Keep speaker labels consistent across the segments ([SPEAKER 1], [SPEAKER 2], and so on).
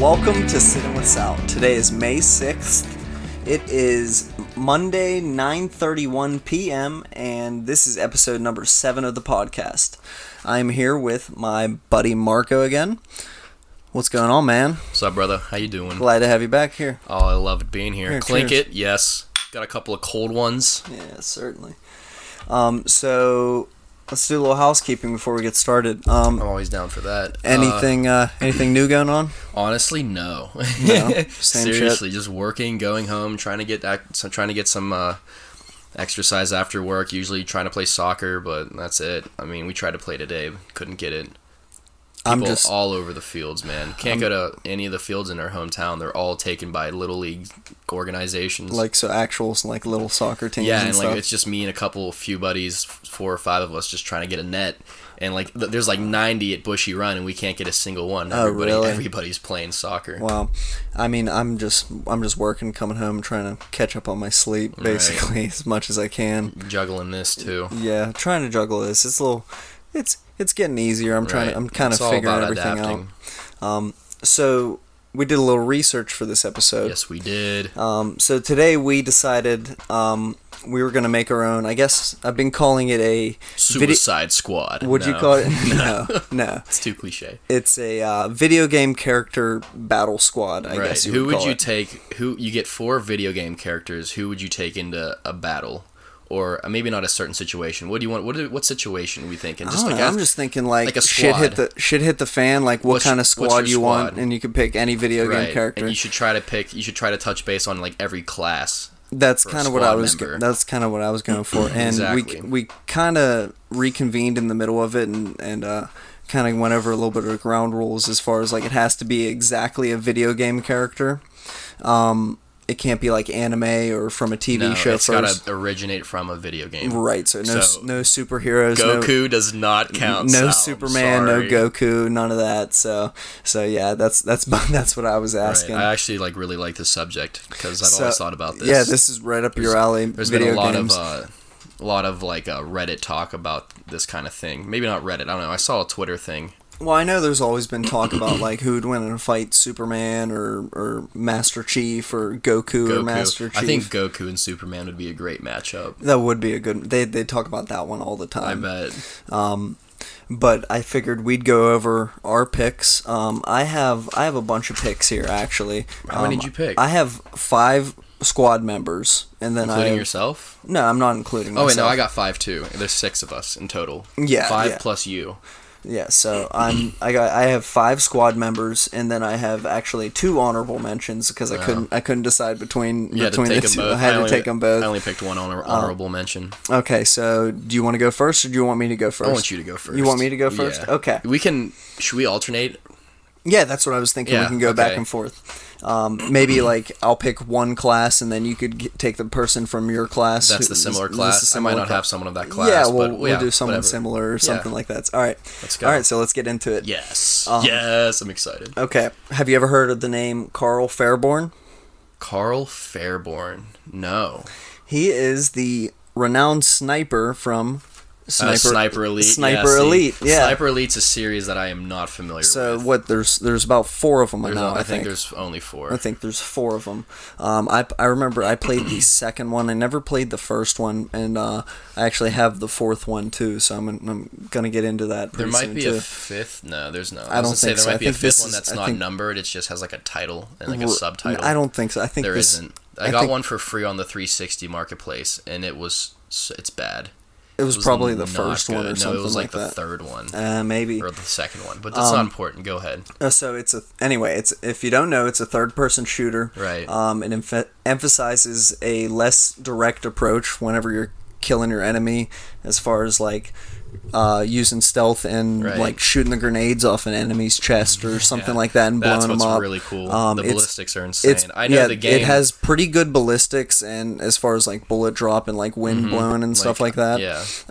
[SPEAKER 1] Welcome to Sitting with Sal. Today is May 6th. It is Monday, 9:31 p.m., and this is episode number 7 of the podcast. I'm here with my buddy Marco again. What's going on, man?
[SPEAKER 2] What's up, brother? How you doing?
[SPEAKER 1] Glad to have you back here.
[SPEAKER 2] Oh, I loved being here.
[SPEAKER 1] Here,
[SPEAKER 2] Clink
[SPEAKER 1] cheers.
[SPEAKER 2] it, yes. Got a couple of cold ones.
[SPEAKER 1] Yeah, certainly. Um, so let's do a little housekeeping before we get started. Um,
[SPEAKER 2] I'm always down for that. Uh,
[SPEAKER 1] anything uh, anything new going on?
[SPEAKER 2] honestly, no.
[SPEAKER 1] No? Same shit?
[SPEAKER 2] Seriously, just working, going home, trying to get ac- so trying to get some uh, exercise after work. Usually trying to play soccer, but that's it. I mean, we tried to play today, but couldn't get it.
[SPEAKER 1] I'm
[SPEAKER 2] People
[SPEAKER 1] just
[SPEAKER 2] all over the fields, man. Can't go to any of the fields in our hometown. They're all taken by little league organizations.
[SPEAKER 1] like so actual like little soccer teams
[SPEAKER 2] Yeah,
[SPEAKER 1] and,
[SPEAKER 2] and, like
[SPEAKER 1] stuff.
[SPEAKER 2] it's just me and a couple few buddies, f- four or five of us, just trying to get a net. And like th- there's like 90 at Bushy Run, and we can't get a single one.
[SPEAKER 1] Oh,
[SPEAKER 2] Everybody,
[SPEAKER 1] really?
[SPEAKER 2] everybody's playing soccer.
[SPEAKER 1] Wow, I mean, I'm just I'm just working, coming home, trying to catch up on my sleep, basically as much as I can.
[SPEAKER 2] Juggling this too.
[SPEAKER 1] Yeah, trying to juggle this. It's a little, it's it's getting easier. I'm trying.
[SPEAKER 2] Right.
[SPEAKER 1] To, I'm kind
[SPEAKER 2] It's
[SPEAKER 1] of
[SPEAKER 2] all
[SPEAKER 1] figuring
[SPEAKER 2] about
[SPEAKER 1] everything
[SPEAKER 2] adapting.
[SPEAKER 1] out. Um, so we did a little research for this episode.
[SPEAKER 2] Yes, we did.
[SPEAKER 1] Um, so today we decided um, we were gonna make our own. I guess I've been calling it a video.
[SPEAKER 2] Suicide Squad.
[SPEAKER 1] Would you
[SPEAKER 2] No.
[SPEAKER 1] call it? No, no.
[SPEAKER 2] It's too cliche.
[SPEAKER 1] It's a uh, video game character battle squad. I
[SPEAKER 2] right.
[SPEAKER 1] guess you
[SPEAKER 2] who
[SPEAKER 1] would,
[SPEAKER 2] would
[SPEAKER 1] call
[SPEAKER 2] you
[SPEAKER 1] it.
[SPEAKER 2] take? Who you get four video game characters? Who would you take into a battle? Or uh, maybe not a certain situation. What do you want? What, do- what situation are we thinking?
[SPEAKER 1] I don't know,
[SPEAKER 2] as-
[SPEAKER 1] I'm just thinking like,
[SPEAKER 2] like a
[SPEAKER 1] shit hit the
[SPEAKER 2] squad.
[SPEAKER 1] shit hit the fan. Like what
[SPEAKER 2] What's-
[SPEAKER 1] kind of
[SPEAKER 2] what's
[SPEAKER 1] squad
[SPEAKER 2] your
[SPEAKER 1] you want,
[SPEAKER 2] squad?
[SPEAKER 1] and you can pick any video game character.
[SPEAKER 2] And you should try to pick. You should try to touch base on like every class.
[SPEAKER 1] that's
[SPEAKER 2] for a
[SPEAKER 1] kind of what
[SPEAKER 2] squad
[SPEAKER 1] I was. Go-
[SPEAKER 2] member.
[SPEAKER 1] that's kind of what I was going for, and
[SPEAKER 2] Exactly.
[SPEAKER 1] we we kind of reconvened in the middle of it, and and uh, kind of went over a little bit of the ground rules as far as like it has to be exactly a video game character. Um, it can't be like anime or from a TV
[SPEAKER 2] No,
[SPEAKER 1] show
[SPEAKER 2] it's
[SPEAKER 1] 1st
[SPEAKER 2] got to originate from a video game.
[SPEAKER 1] right? So no
[SPEAKER 2] So-
[SPEAKER 1] no superheroes. no-
[SPEAKER 2] Goku does not count. Sal,
[SPEAKER 1] no
[SPEAKER 2] I'm
[SPEAKER 1] Superman, no
[SPEAKER 2] sorry.
[SPEAKER 1] Goku, none of that. So, so yeah, that's that's that's what I was
[SPEAKER 2] Right.
[SPEAKER 1] asking.
[SPEAKER 2] I actually like really like this subject because I've
[SPEAKER 1] So-
[SPEAKER 2] always thought about this.
[SPEAKER 1] Yeah, this is right up your alley.
[SPEAKER 2] There's
[SPEAKER 1] video
[SPEAKER 2] been a lot
[SPEAKER 1] games.
[SPEAKER 2] of uh, a lot of like uh, Reddit talk about this kind of thing. Maybe not Reddit. I don't know. I saw a Twitter thing.
[SPEAKER 1] well, I know there's always been talk about like who would win in a fight, Superman or or Master Chief or Goku, or
[SPEAKER 2] Goku.
[SPEAKER 1] Master Chief.
[SPEAKER 2] I think Goku and Superman would be a great matchup.
[SPEAKER 1] that would be a good. They they talk about that one all the
[SPEAKER 2] I
[SPEAKER 1] time.
[SPEAKER 2] bet.
[SPEAKER 1] Um, but I figured we'd go over our picks. Um, I have I have a bunch of picks here actually.
[SPEAKER 2] How many
[SPEAKER 1] Um,
[SPEAKER 2] did you pick?
[SPEAKER 1] I have five squad members, and then I
[SPEAKER 2] Including
[SPEAKER 1] have,
[SPEAKER 2] yourself?
[SPEAKER 1] No, I'm not including.
[SPEAKER 2] Oh wait, no,
[SPEAKER 1] myself.
[SPEAKER 2] I got five too. There's six of us in total.
[SPEAKER 1] Yeah,
[SPEAKER 2] five
[SPEAKER 1] yeah.
[SPEAKER 2] plus you.
[SPEAKER 1] Yeah, so I'm I got I have five squad members, and then I have actually two honorable mentions because I couldn't I couldn't decide between
[SPEAKER 2] You had to
[SPEAKER 1] between
[SPEAKER 2] take
[SPEAKER 1] the
[SPEAKER 2] them
[SPEAKER 1] two.
[SPEAKER 2] both.
[SPEAKER 1] I had
[SPEAKER 2] only,
[SPEAKER 1] to take them both. Um,
[SPEAKER 2] I only picked one honor- honorable mention.
[SPEAKER 1] okay, so do you want to go first, or do you want me to go first?
[SPEAKER 2] I want you to go first.
[SPEAKER 1] You want me to go first?
[SPEAKER 2] Yeah.
[SPEAKER 1] Okay.
[SPEAKER 2] We can. Should we alternate?
[SPEAKER 1] Yeah, that's what I was thinking. we
[SPEAKER 2] Yeah,
[SPEAKER 1] can go back
[SPEAKER 2] okay.
[SPEAKER 1] and forth. Um, maybe like I'll pick one class, and then you could get, take the person from your class.
[SPEAKER 2] That's
[SPEAKER 1] who-
[SPEAKER 2] the similar
[SPEAKER 1] that's
[SPEAKER 2] class.
[SPEAKER 1] the
[SPEAKER 2] I
[SPEAKER 1] similar
[SPEAKER 2] might not
[SPEAKER 1] cla-
[SPEAKER 2] have someone of that class.
[SPEAKER 1] yeah, we'll,
[SPEAKER 2] but,
[SPEAKER 1] we'll
[SPEAKER 2] yeah,
[SPEAKER 1] do someone
[SPEAKER 2] whatever.
[SPEAKER 1] similar or something
[SPEAKER 2] Yeah.
[SPEAKER 1] like that. All right,
[SPEAKER 2] Let's go.
[SPEAKER 1] All right, so let's get into it.
[SPEAKER 2] Yes.
[SPEAKER 1] um,
[SPEAKER 2] yes, I'm excited.
[SPEAKER 1] Okay. Have you ever heard of the name Carl Fairborn?
[SPEAKER 2] Carl Fairborn. No.
[SPEAKER 1] He is the renowned sniper from
[SPEAKER 2] Uh,
[SPEAKER 1] Sniper,
[SPEAKER 2] Sniper, Elite.
[SPEAKER 1] Sniper
[SPEAKER 2] yeah, see,
[SPEAKER 1] Elite. Yeah.
[SPEAKER 2] Sniper Elite's a series that I am not familiar
[SPEAKER 1] so
[SPEAKER 2] with.
[SPEAKER 1] what? There's there's about four of them
[SPEAKER 2] There's
[SPEAKER 1] now.
[SPEAKER 2] only-
[SPEAKER 1] I,
[SPEAKER 2] I
[SPEAKER 1] think.
[SPEAKER 2] there's only four.
[SPEAKER 1] I think there's four of them. Um, I I remember I played the second one. I never played the first one, and uh, I actually have the fourth one too. So I'm gonna- I'm gonna get into that.
[SPEAKER 2] there
[SPEAKER 1] Pretty
[SPEAKER 2] might
[SPEAKER 1] soon
[SPEAKER 2] be
[SPEAKER 1] too.
[SPEAKER 2] a fifth. No, there's no.
[SPEAKER 1] I
[SPEAKER 2] was
[SPEAKER 1] don't
[SPEAKER 2] gonna say
[SPEAKER 1] think
[SPEAKER 2] there
[SPEAKER 1] so. I
[SPEAKER 2] might be a
[SPEAKER 1] think this
[SPEAKER 2] fifth one
[SPEAKER 1] is-
[SPEAKER 2] that's
[SPEAKER 1] I
[SPEAKER 2] not
[SPEAKER 1] think-
[SPEAKER 2] numbered. It just has like a title and like a
[SPEAKER 1] Well,
[SPEAKER 2] subtitle.
[SPEAKER 1] I don't think so. I think
[SPEAKER 2] There
[SPEAKER 1] this,
[SPEAKER 2] not I,
[SPEAKER 1] I
[SPEAKER 2] got
[SPEAKER 1] think-
[SPEAKER 2] one for free on the 360 marketplace, and it was s- it's bad.
[SPEAKER 1] It was, probably the
[SPEAKER 2] not
[SPEAKER 1] first one
[SPEAKER 2] good.
[SPEAKER 1] or
[SPEAKER 2] no,
[SPEAKER 1] something
[SPEAKER 2] it was like, the
[SPEAKER 1] that. Um,
[SPEAKER 2] third one
[SPEAKER 1] uh, maybe.
[SPEAKER 2] or the second one, but that's not important. Go ahead.
[SPEAKER 1] Uh, so it's a anyway. It's if you don't know, it's a third-person shooter.
[SPEAKER 2] Right.
[SPEAKER 1] Um, it emph- emphasizes a less direct approach whenever you're killing your enemy, as far as like uh, using stealth and
[SPEAKER 2] Right.
[SPEAKER 1] like shooting the grenades off an enemy's chest or something like that and
[SPEAKER 2] That's
[SPEAKER 1] blowing
[SPEAKER 2] what's
[SPEAKER 1] them up.
[SPEAKER 2] really cool.
[SPEAKER 1] Um,
[SPEAKER 2] the
[SPEAKER 1] it's-
[SPEAKER 2] ballistics are insane.
[SPEAKER 1] It's
[SPEAKER 2] I know
[SPEAKER 1] yeah,
[SPEAKER 2] the game.
[SPEAKER 1] It has pretty good
[SPEAKER 2] Mm-hmm.
[SPEAKER 1] ballistics and as far as like bullet drop and like wind blown and stuff like that.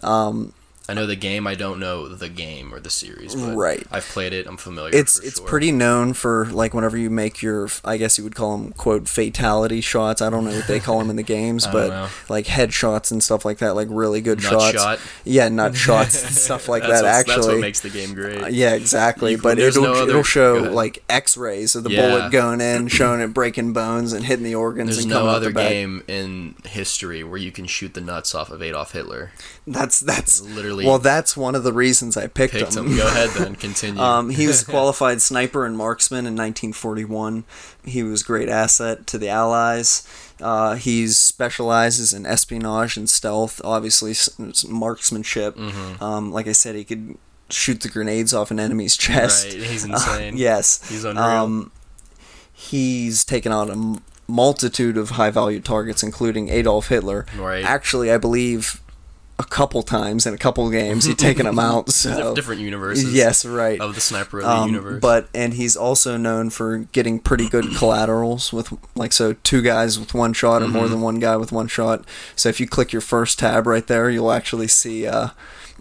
[SPEAKER 1] Um,
[SPEAKER 2] Yeah, I know the game. I don't know the game or the series. But
[SPEAKER 1] Right.
[SPEAKER 2] I've played it. I'm familiar.
[SPEAKER 1] It's
[SPEAKER 2] for
[SPEAKER 1] it's
[SPEAKER 2] sure.
[SPEAKER 1] pretty known for like whenever you make your I guess you would call them quote fatality shots. I don't know what they call them in the games,
[SPEAKER 2] don't
[SPEAKER 1] but
[SPEAKER 2] know.
[SPEAKER 1] like headshots and stuff like that, like really good
[SPEAKER 2] Nut
[SPEAKER 1] shots.
[SPEAKER 2] shot.
[SPEAKER 1] Yeah, nut shots and stuff like
[SPEAKER 2] That's
[SPEAKER 1] that.
[SPEAKER 2] what's-
[SPEAKER 1] Actually,
[SPEAKER 2] that's what makes the game great.
[SPEAKER 1] Uh, Yeah, exactly.
[SPEAKER 2] You-
[SPEAKER 1] but
[SPEAKER 2] there's
[SPEAKER 1] it'll,
[SPEAKER 2] no other-
[SPEAKER 1] it'll show
[SPEAKER 2] go ahead.
[SPEAKER 1] like X-rays of the
[SPEAKER 2] Yeah.
[SPEAKER 1] bullet going in, showing it breaking bones and hitting the organs
[SPEAKER 2] There's
[SPEAKER 1] and coming
[SPEAKER 2] no
[SPEAKER 1] out
[SPEAKER 2] other
[SPEAKER 1] the back.
[SPEAKER 2] game in history where you can shoot the nuts off of Adolf Hitler.
[SPEAKER 1] That's that's
[SPEAKER 2] Literally-
[SPEAKER 1] Well, that's one of the reasons I picked,
[SPEAKER 2] Picked
[SPEAKER 1] him.
[SPEAKER 2] him. Go ahead then. Continue.
[SPEAKER 1] Um, he was a qualified sniper and marksman in 1941. He was great asset to the Allies. Uh, he specializes in espionage and stealth, obviously s- s- marksmanship.
[SPEAKER 2] Mm-hmm.
[SPEAKER 1] Um, like I said, he could shoot the grenades off an enemy's chest.
[SPEAKER 2] right. He's
[SPEAKER 1] Uh, Um,
[SPEAKER 2] insane.
[SPEAKER 1] yes.
[SPEAKER 2] He's unreal.
[SPEAKER 1] he's taken on a m- multitude of high value targets, including Adolf Hitler.
[SPEAKER 2] Right.
[SPEAKER 1] Actually, I believe a couple times in a couple games he's taken him out.
[SPEAKER 2] Diff-
[SPEAKER 1] So
[SPEAKER 2] different universes.
[SPEAKER 1] Yes, right.
[SPEAKER 2] Of the sniper elite
[SPEAKER 1] Um,
[SPEAKER 2] universe.
[SPEAKER 1] But and he's also known for getting pretty good collaterals with like so two guys with one shot or
[SPEAKER 2] Mm-hmm.
[SPEAKER 1] more than one guy with one shot. So if you click your first tab right there, you'll actually see. Uh,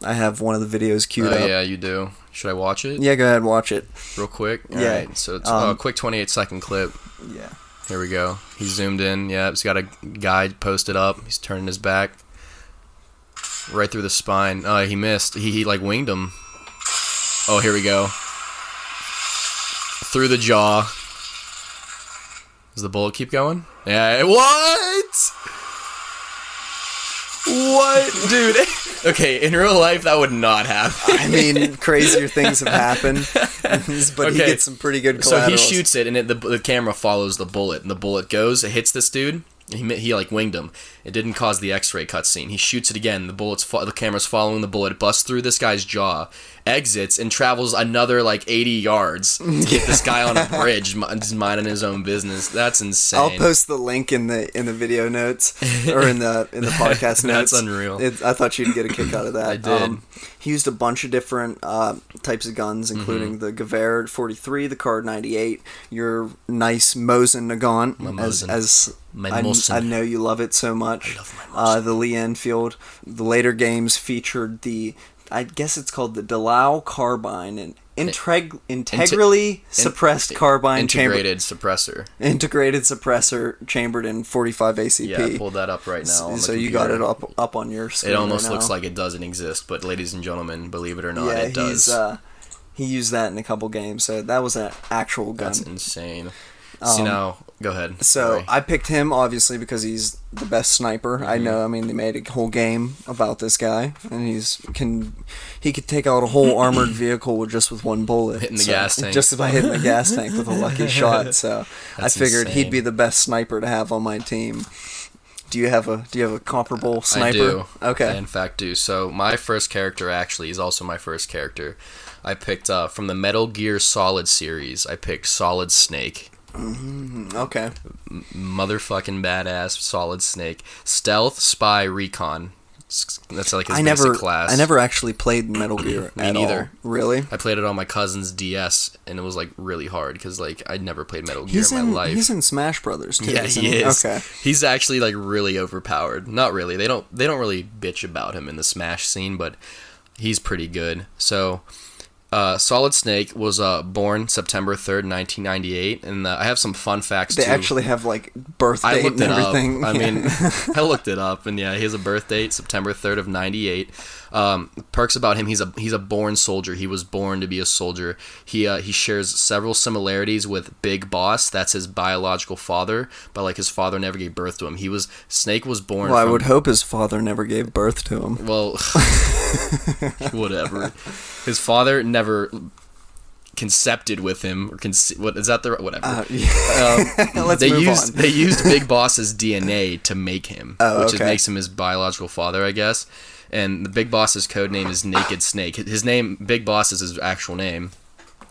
[SPEAKER 1] I have one of the videos queued
[SPEAKER 2] Oh,
[SPEAKER 1] up.
[SPEAKER 2] yeah, you do. Should I watch it?
[SPEAKER 1] Yeah, go ahead, watch it.
[SPEAKER 2] Real quick. All right.
[SPEAKER 1] Yeah.
[SPEAKER 2] So it's
[SPEAKER 1] Um,
[SPEAKER 2] oh, a quick 28 second clip.
[SPEAKER 1] Yeah.
[SPEAKER 2] Here we go. He's zoomed in. Yeah, he's got a guy posted up. He's turning his back. Right through the spine. Uh, he missed. He, he like winged him. Oh, here we go. Through the jaw. Does the bullet keep going? Yeah. it- What? What, dude? okay, in real life, that would not happen.
[SPEAKER 1] I mean, crazier things have happened, but he
[SPEAKER 2] Okay.
[SPEAKER 1] gets some pretty good.
[SPEAKER 2] So he
[SPEAKER 1] collaterals.
[SPEAKER 2] shoots it, and it, the, the camera follows the bullet, and the bullet goes. It hits this dude. and He mi- he like winged him. It didn't cause the X-ray cutscene. He shoots it again. The bullets, fo- the camera's following the bullet. It busts through this guy's jaw, exits, and travels another like 80 yards to get this guy on a bridge, mi- just minding his own business. That's insane.
[SPEAKER 1] I'll post the link in the in the video notes or in the in the podcast notes.
[SPEAKER 2] That's unreal.
[SPEAKER 1] It, I thought you'd get a kick out of that. Um,
[SPEAKER 2] I did.
[SPEAKER 1] he used a bunch of different uh, types of guns,
[SPEAKER 2] Mm-hmm.
[SPEAKER 1] including the Gewehr 43, the Card 98, your nice Mosin Nagant, as
[SPEAKER 2] Mosin.
[SPEAKER 1] as
[SPEAKER 2] My
[SPEAKER 1] I,
[SPEAKER 2] Mosin.
[SPEAKER 1] I know you love it so much.
[SPEAKER 2] I love my
[SPEAKER 1] uh, the Lee Enfield. The later games featured the I guess it's called the Delau carbine and. Intreg- integrally suppressed carbine chamber
[SPEAKER 2] integrated suppressor.
[SPEAKER 1] integrated suppressor chambered in 45 ACP.
[SPEAKER 2] Yeah, I pulled that up right now.
[SPEAKER 1] so
[SPEAKER 2] on the
[SPEAKER 1] so you got it
[SPEAKER 2] computer.
[SPEAKER 1] up up on your screen.
[SPEAKER 2] It almost
[SPEAKER 1] right
[SPEAKER 2] looks
[SPEAKER 1] now.
[SPEAKER 2] like it doesn't exist, but ladies and gentlemen, believe it or not,
[SPEAKER 1] yeah,
[SPEAKER 2] it does.
[SPEAKER 1] he's uh, he used that in a couple games. So that was an actual gun.
[SPEAKER 2] That's insane. See now, go ahead.
[SPEAKER 1] Um, So
[SPEAKER 2] Sorry.
[SPEAKER 1] I picked him obviously because he's the best sniper. I
[SPEAKER 2] Mm-hmm.
[SPEAKER 1] know. I mean, they made a whole game about this guy, and he's can he could take out a whole armored vehicle with just with one bullet,
[SPEAKER 2] Hitting the
[SPEAKER 1] so-
[SPEAKER 2] gas tank.
[SPEAKER 1] just by hitting the gas tank with a lucky shot. So
[SPEAKER 2] That's
[SPEAKER 1] I figured
[SPEAKER 2] insane.
[SPEAKER 1] he'd be the best sniper to have on my team. Do you have a Do you have a comparable sniper?
[SPEAKER 2] I do.
[SPEAKER 1] Okay.
[SPEAKER 2] I in fact do. So my first character actually is also my first character. I picked uh, from the Metal Gear Solid series. I picked Solid Snake.
[SPEAKER 1] okay.
[SPEAKER 2] Motherfucking badass Solid Snake. Stealth, spy, recon. S- That's like his
[SPEAKER 1] I
[SPEAKER 2] basic
[SPEAKER 1] never
[SPEAKER 2] class.
[SPEAKER 1] I never actually played Metal Gear
[SPEAKER 2] Me
[SPEAKER 1] at
[SPEAKER 2] neither.
[SPEAKER 1] all. Really?
[SPEAKER 2] I played it on my cousin's DS, and it was like really hard because like I'd never played Metal Gear
[SPEAKER 1] He's
[SPEAKER 2] in my
[SPEAKER 1] in
[SPEAKER 2] life.
[SPEAKER 1] he's in Smash Brothers too.
[SPEAKER 2] Yeah,
[SPEAKER 1] isn't
[SPEAKER 2] he is.
[SPEAKER 1] Okay.
[SPEAKER 2] He's actually like really overpowered. Not really. They don't they don't really bitch about him in the Smash scene, but he's pretty good. So uh, Solid Snake was uh, born September third, nineteen ninety eight, and uh, I have some fun facts.
[SPEAKER 1] They
[SPEAKER 2] too.
[SPEAKER 1] actually have like birth
[SPEAKER 2] I
[SPEAKER 1] date
[SPEAKER 2] looked
[SPEAKER 1] and
[SPEAKER 2] it
[SPEAKER 1] everything.
[SPEAKER 2] up. I
[SPEAKER 1] Yeah.
[SPEAKER 2] mean, I looked it up, and yeah, he has a birth date, September third of ninety eight. Um, perks about him, he's a he's a born soldier. He was born to be a soldier. He uh, he shares several similarities with Big Boss. That's his biological father, but like his father never gave birth to him. He was Snake was born.
[SPEAKER 1] well, I
[SPEAKER 2] from-
[SPEAKER 1] would hope his father never gave birth to him.
[SPEAKER 2] well, whatever. His father never concepted with him or conce- what is that the whatever Um,
[SPEAKER 1] Uh, yeah. Let's
[SPEAKER 2] they
[SPEAKER 1] move
[SPEAKER 2] used
[SPEAKER 1] on.
[SPEAKER 2] they used Big Boss's DNA to make him,
[SPEAKER 1] Oh,
[SPEAKER 2] which
[SPEAKER 1] okay.
[SPEAKER 2] is, makes him his biological father, I guess. And the Big Boss's code name is Naked Snake. His name, Big Boss, is his actual name,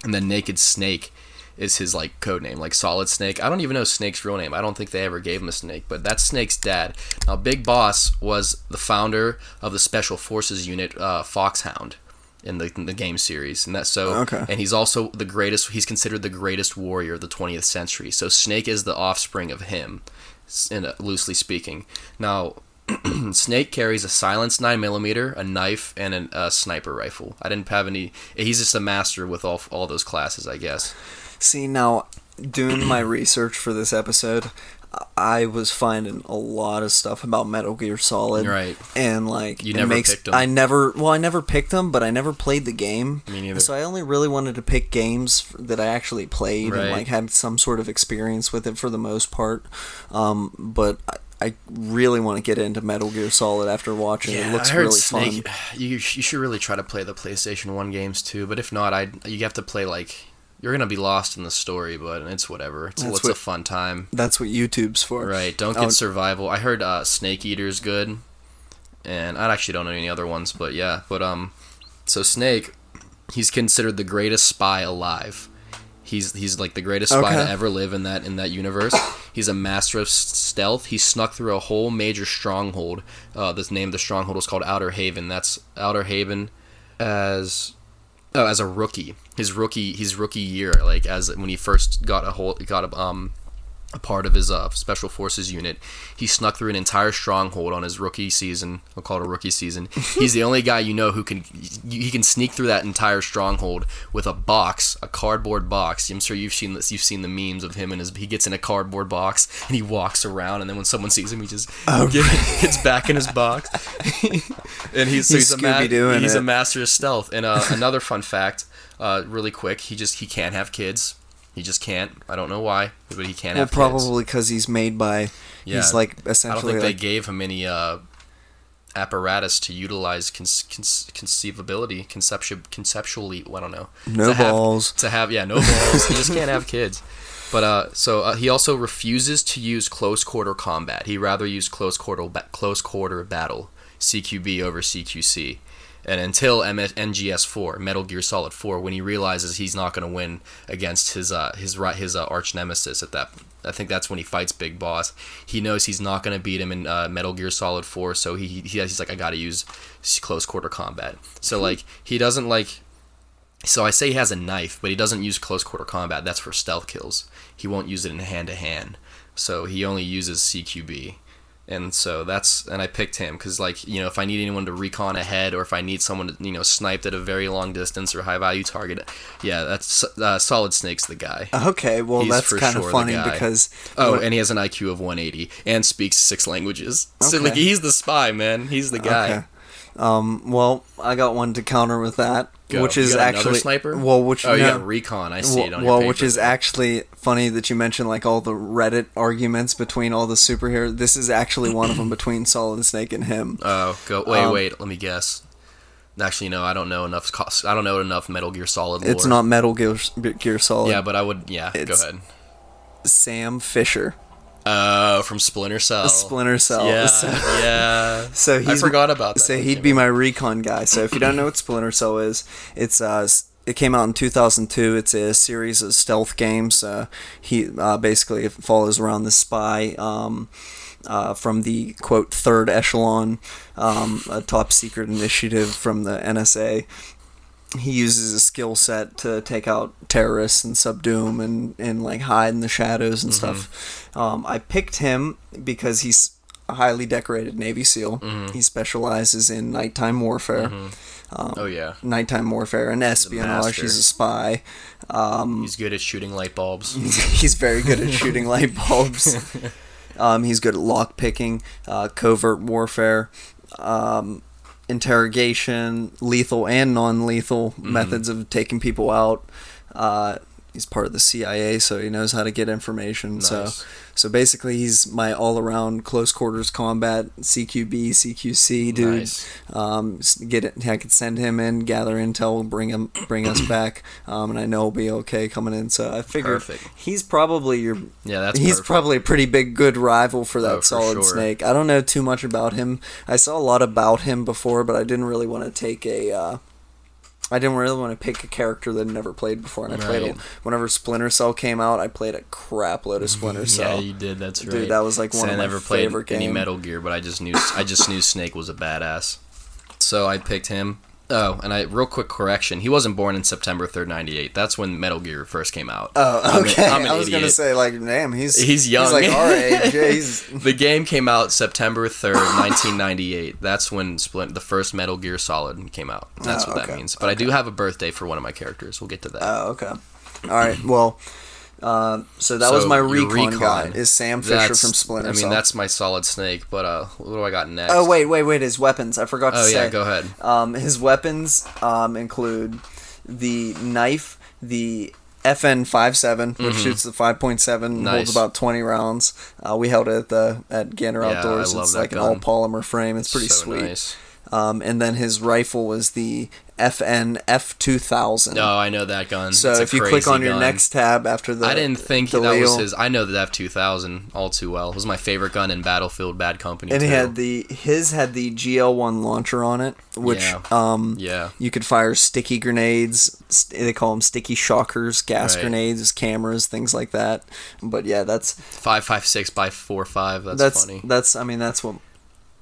[SPEAKER 2] and then Naked Snake is his like code name, like Solid Snake. I don't even know Snake's real name. I don't think they ever gave him a snake, but that's Snake's dad. Now, Big Boss was the founder of the Special Forces unit uh, Foxhound in the, in the game series, and that's so.
[SPEAKER 1] Okay.
[SPEAKER 2] And he's also the greatest. He's considered the greatest warrior of the 20th century. So Snake is the offspring of him, s- in a, loosely speaking. Now, Snake carries a silenced nine mm, a knife, and an, a sniper rifle. I didn't have any. He's just a master with all all those classes, I guess.
[SPEAKER 1] See, now, doing my research for this episode, I was finding a lot of stuff about Metal Gear Solid.
[SPEAKER 2] Right.
[SPEAKER 1] And, like,
[SPEAKER 2] You
[SPEAKER 1] it
[SPEAKER 2] never
[SPEAKER 1] makes,
[SPEAKER 2] picked 'em.
[SPEAKER 1] I never, well, I never picked them, but I never played the game.
[SPEAKER 2] Me neither.
[SPEAKER 1] So I only really wanted to pick games f- that I actually played and,
[SPEAKER 2] Right.
[SPEAKER 1] like, had some sort of experience with it for the most part. Um, but I, I really want to get into Metal Gear Solid after watching it. It looks really fun.
[SPEAKER 2] You you should really try to play the PlayStation One games too, but if not, I you have to play like you're gonna be lost in the story, but it's whatever. It's,
[SPEAKER 1] That's
[SPEAKER 2] it's a
[SPEAKER 1] what-
[SPEAKER 2] fun time,
[SPEAKER 1] That's what YouTube's for.
[SPEAKER 2] right? Don't
[SPEAKER 1] Oh,
[SPEAKER 2] get survival. I heard uh, Snake Eater's good, and I actually don't know any other ones, but yeah. But um, so Snake, he's considered the greatest spy alive. He's he's like the greatest spy
[SPEAKER 1] Okay.
[SPEAKER 2] to ever live in that in that universe. He's a master of s- stealth. He snuck through a whole major stronghold. Uh, this name of the stronghold is called Outer Haven. That's Outer Haven as oh, as a rookie. His rookie his rookie year, like as when he first got a whole got a um a part of his uh, special forces unit. He snuck through an entire stronghold on his rookie season. I'll call it a rookie season. He's the only guy you know who can he can sneak through that entire stronghold with a box, a cardboard box. I'm sure you've seen this. You've seen the memes of him and his. He gets in a cardboard box and he walks around, and then when someone sees him, he just get- gets back in his box. and he's so
[SPEAKER 1] He's
[SPEAKER 2] he's, a ma-
[SPEAKER 1] Scooby-Dooing
[SPEAKER 2] he's
[SPEAKER 1] it.
[SPEAKER 2] a master of stealth. And uh, another fun fact, uh, really quick, he just he can't have kids. He just can't. I don't know why, but he can't
[SPEAKER 1] Well,
[SPEAKER 2] have kids.
[SPEAKER 1] probably because he's made by.
[SPEAKER 2] Yeah.
[SPEAKER 1] He's like
[SPEAKER 2] I don't
[SPEAKER 1] essentially.
[SPEAKER 2] think they
[SPEAKER 1] like,
[SPEAKER 2] gave him any uh, apparatus to utilize con- con- conceivability, conception, conceptually. I don't know.
[SPEAKER 1] No
[SPEAKER 2] to have-
[SPEAKER 1] balls.
[SPEAKER 2] to have, yeah, no balls. he just can't have kids. But uh, so uh, he also refuses to use close quarter combat. He rather use close quarter ba- close quarter battle (CQB) over CQC. And until M- NGS4, Metal Gear Solid 4, when he realizes he's not going to win against his uh, his ri- his uh, arch nemesis at that, I think that's when he fights Big Boss. He knows he's not going to beat him in uh, Metal Gear Solid 4, so he, he he's like, I got to use s- close quarter combat. So like he doesn't like so I say he has a knife, but he doesn't use close quarter combat. That's for stealth kills. He won't use it in hand to hand. So he only uses CQB. And so that's and I picked him because like you know if I need anyone to recon ahead or if I need someone to you know sniped at a very long distance or high value target, yeah, that's uh, Solid Snake's the guy.
[SPEAKER 1] okay, well
[SPEAKER 2] He's
[SPEAKER 1] that's
[SPEAKER 2] for
[SPEAKER 1] kind
[SPEAKER 2] sure
[SPEAKER 1] of
[SPEAKER 2] the
[SPEAKER 1] funny
[SPEAKER 2] guy.
[SPEAKER 1] because.
[SPEAKER 2] Oh, and he has an IQ of 180 and speaks six languages. So
[SPEAKER 1] Okay.
[SPEAKER 2] like he's the spy man. He's the guy.
[SPEAKER 1] Okay. Um, well, I got one to counter with that,
[SPEAKER 2] Go.
[SPEAKER 1] which
[SPEAKER 2] You
[SPEAKER 1] is
[SPEAKER 2] got another
[SPEAKER 1] actually
[SPEAKER 2] sniper.
[SPEAKER 1] Well, which no,
[SPEAKER 2] oh yeah, recon. I see
[SPEAKER 1] well,
[SPEAKER 2] it on your
[SPEAKER 1] well,
[SPEAKER 2] paper.
[SPEAKER 1] which is actually funny that you mentioned like all the Reddit arguments between all the superheroes. This is actually one of them between Solid Snake and him.
[SPEAKER 2] Oh, go wait,
[SPEAKER 1] Um,
[SPEAKER 2] wait. Let me guess. Actually, no, I don't know enough. cos- I don't know enough Metal Gear Solid. Lore.
[SPEAKER 1] it's not Metal Gear, Gear Solid.
[SPEAKER 2] Yeah, but I would. Yeah, go
[SPEAKER 1] It's-
[SPEAKER 2] ahead.
[SPEAKER 1] Sam Fisher,
[SPEAKER 2] Uh, from Splinter Cell.
[SPEAKER 1] Splinter Cell.
[SPEAKER 2] Yeah,
[SPEAKER 1] So,
[SPEAKER 2] yeah.
[SPEAKER 1] so
[SPEAKER 2] I
[SPEAKER 1] he's
[SPEAKER 2] forgot about that.
[SPEAKER 1] So
[SPEAKER 2] when it
[SPEAKER 1] he'd
[SPEAKER 2] came
[SPEAKER 1] be
[SPEAKER 2] out.
[SPEAKER 1] my recon guy. So if you don't know what Splinter Cell is, it's uh, s- it came out in 2002. It's a series of stealth games. Uh, he uh, basically follows around the spy. Um, uh, from the quote third echelon, um, a top secret initiative from the NSA, he uses his skill set to take out terrorists and subdue them and, and like hide in the shadows and stuff. Um, I picked him because he's a highly decorated Navy SEAL. He specializes in nighttime warfare,
[SPEAKER 2] Oh yeah,
[SPEAKER 1] nighttime warfare and espionage.
[SPEAKER 2] master.
[SPEAKER 1] He's a spy.
[SPEAKER 2] he's good at shooting light bulbs.
[SPEAKER 1] he's very good at shooting light bulbs. Um, he's good at lock picking, uh, covert warfare, um, interrogation, lethal and non-lethal
[SPEAKER 2] Mm-hmm.
[SPEAKER 1] methods of taking people out. Uh, he's part of the CIA, so he knows how to get information. So,
[SPEAKER 2] Nice.
[SPEAKER 1] so basically, he's my all-around close quarters combat CQB, CQC dude.
[SPEAKER 2] Nice.
[SPEAKER 1] Um, s- get it. I could send him in, gather intel, bring him, bring us back, um, and I know he'll be okay coming in. So I figured
[SPEAKER 2] Perfect.
[SPEAKER 1] he's probably your
[SPEAKER 2] Yeah, that's
[SPEAKER 1] he's
[SPEAKER 2] perfect.
[SPEAKER 1] probably a pretty big good rival for that
[SPEAKER 2] Oh, for
[SPEAKER 1] solid
[SPEAKER 2] sure.
[SPEAKER 1] snake. I don't know too much about him. I saw a lot about him before, but I didn't really want to take a. Uh, I didn't really want to pick a character that I'd never played before, and I played a,
[SPEAKER 2] Right.
[SPEAKER 1] whenever Splinter Cell came out. I played a crap load of Splinter
[SPEAKER 2] yeah,
[SPEAKER 1] Cell.
[SPEAKER 2] you did. That's right.
[SPEAKER 1] Dude, that was, like, one
[SPEAKER 2] See,
[SPEAKER 1] of
[SPEAKER 2] I
[SPEAKER 1] my
[SPEAKER 2] never played
[SPEAKER 1] favorite
[SPEAKER 2] any
[SPEAKER 1] game.
[SPEAKER 2] Metal Gear, but I just knew I just knew Snake was a badass. So I picked him. Oh, and I real quick correction. He wasn't born in September 3rd, 98. That's when Metal Gear first came out.
[SPEAKER 1] Oh,
[SPEAKER 2] I'm an-
[SPEAKER 1] okay.
[SPEAKER 2] I'm an
[SPEAKER 1] I was gonna
[SPEAKER 2] idiot.
[SPEAKER 1] say like, damn, he's
[SPEAKER 2] He's young.
[SPEAKER 1] He's like our age. Yeah, he's
[SPEAKER 2] the game came out September 3rd, 1998. That's when Splint, the first Metal Gear Solid came out. That's
[SPEAKER 1] Oh,
[SPEAKER 2] what
[SPEAKER 1] okay,
[SPEAKER 2] that means. But I do have a birthday for one of my characters. We'll get to that.
[SPEAKER 1] oh, okay. All right. Well, uh, so that was
[SPEAKER 2] So
[SPEAKER 1] my
[SPEAKER 2] your
[SPEAKER 1] recon, guy.
[SPEAKER 2] recon,
[SPEAKER 1] Is Sam Fisher
[SPEAKER 2] That's-
[SPEAKER 1] from Splinter
[SPEAKER 2] I mean,
[SPEAKER 1] Cell.
[SPEAKER 2] that's my Solid Snake, but uh, what do I got next?
[SPEAKER 1] Oh wait, wait, wait! His weapons. I forgot to
[SPEAKER 2] Oh,
[SPEAKER 1] say.
[SPEAKER 2] yeah, go ahead.
[SPEAKER 1] Um, his weapons um, include the knife, the FN 57 which shoots the five point seven,
[SPEAKER 2] Mm-hmm. Nice.
[SPEAKER 1] holds about twenty rounds. Uh, we held it at the at Ganner
[SPEAKER 2] Yeah,
[SPEAKER 1] Outdoors.
[SPEAKER 2] I love
[SPEAKER 1] it's
[SPEAKER 2] that
[SPEAKER 1] like
[SPEAKER 2] gun.
[SPEAKER 1] an all polymer frame. It's pretty
[SPEAKER 2] So
[SPEAKER 1] sweet.
[SPEAKER 2] nice.
[SPEAKER 1] Um, and then his rifle was the FN F two thousand.
[SPEAKER 2] No, Oh, I know that gun.
[SPEAKER 1] So
[SPEAKER 2] It's a
[SPEAKER 1] if you click
[SPEAKER 2] crazy
[SPEAKER 1] on your
[SPEAKER 2] gun.
[SPEAKER 1] next tab after the,
[SPEAKER 2] I didn't think
[SPEAKER 1] the
[SPEAKER 2] that was
[SPEAKER 1] wheel,
[SPEAKER 2] his. I know the F two thousand all too well. It was my favorite gun in Battlefield Bad Company.
[SPEAKER 1] And he
[SPEAKER 2] too.
[SPEAKER 1] had the his had the GL one launcher on it, which
[SPEAKER 2] Yeah.
[SPEAKER 1] um
[SPEAKER 2] yeah.
[SPEAKER 1] You could fire sticky grenades. st- They call them sticky shockers, gas
[SPEAKER 2] Right.
[SPEAKER 1] grenades, cameras, things like that. But yeah, that's
[SPEAKER 2] five five six by four five. That's,
[SPEAKER 1] that's
[SPEAKER 2] funny.
[SPEAKER 1] that's. I mean, that's what.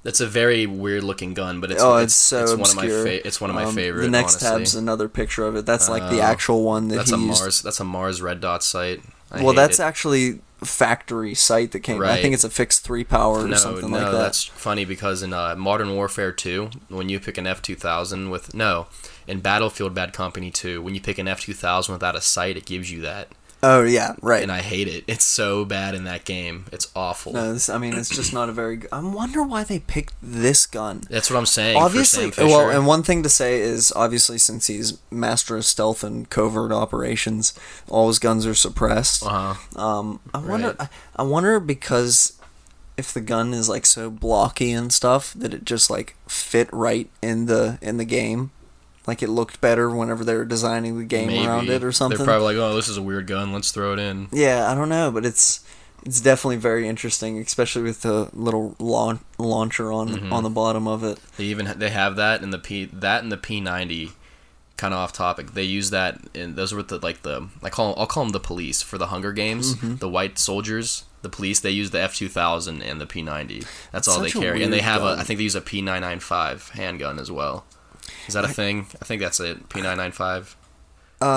[SPEAKER 2] That's a very weird looking gun, but it's
[SPEAKER 1] oh,
[SPEAKER 2] it's,
[SPEAKER 1] it's, so
[SPEAKER 2] it's one of
[SPEAKER 1] obscure.
[SPEAKER 2] my fa- it's one of my
[SPEAKER 1] Um,
[SPEAKER 2] favorite.
[SPEAKER 1] The next
[SPEAKER 2] honestly.
[SPEAKER 1] tab's another picture of it. That's like the
[SPEAKER 2] Oh,
[SPEAKER 1] actual one that
[SPEAKER 2] That's
[SPEAKER 1] he
[SPEAKER 2] a
[SPEAKER 1] used.
[SPEAKER 2] Mars. That's a Mars red dot sight. I
[SPEAKER 1] well,
[SPEAKER 2] hate
[SPEAKER 1] that's
[SPEAKER 2] it.
[SPEAKER 1] actually factory site that came. I
[SPEAKER 2] Right.
[SPEAKER 1] think it's a fixed three power or
[SPEAKER 2] no,
[SPEAKER 1] something
[SPEAKER 2] no.
[SPEAKER 1] like that.
[SPEAKER 2] That's funny because in uh, Modern Warfare two, when you pick an F two thousand with no, in Battlefield Bad Company two, when you pick an F two thousand without a sight, it gives you that,
[SPEAKER 1] oh yeah, right.
[SPEAKER 2] and I hate it. It's so bad in that game. It's awful.
[SPEAKER 1] no, this, I mean, it's just not a very. Good, I wonder why they picked this gun.
[SPEAKER 2] That's what I'm saying.
[SPEAKER 1] obviously
[SPEAKER 2] for Sam
[SPEAKER 1] well
[SPEAKER 2] Fisher.
[SPEAKER 1] and one thing to say is obviously since he's master of stealth and covert operations all his guns are suppressed
[SPEAKER 2] uh-huh.
[SPEAKER 1] um i wonder
[SPEAKER 2] Right.
[SPEAKER 1] I, I wonder because if the gun is like so blocky and stuff that it just like fit right in the in the game like it looked better whenever they were designing the game
[SPEAKER 2] Maybe.
[SPEAKER 1] around it or something
[SPEAKER 2] They're probably like, oh, this is a weird gun. Let's throw it in.
[SPEAKER 1] yeah i don't know but it's it's definitely very interesting, especially with the little launch, launcher on
[SPEAKER 2] Mm-hmm.
[SPEAKER 1] on the bottom of it.
[SPEAKER 2] They even they have that in the P that and the P ninety, kind of off topic. They use that and those were the like the I call I'll call them the police for the Hunger Games.
[SPEAKER 1] Mm-hmm.
[SPEAKER 2] The white soldiers, the police. They use the F two thousand and the P ninety.
[SPEAKER 1] It's
[SPEAKER 2] That's all they
[SPEAKER 1] such a
[SPEAKER 2] carry, and they
[SPEAKER 1] weird
[SPEAKER 2] have
[SPEAKER 1] gun.
[SPEAKER 2] a I think they use a P nine nine five handgun as well. Is that a thing? I think that's it. P nine nine five.
[SPEAKER 1] Uh,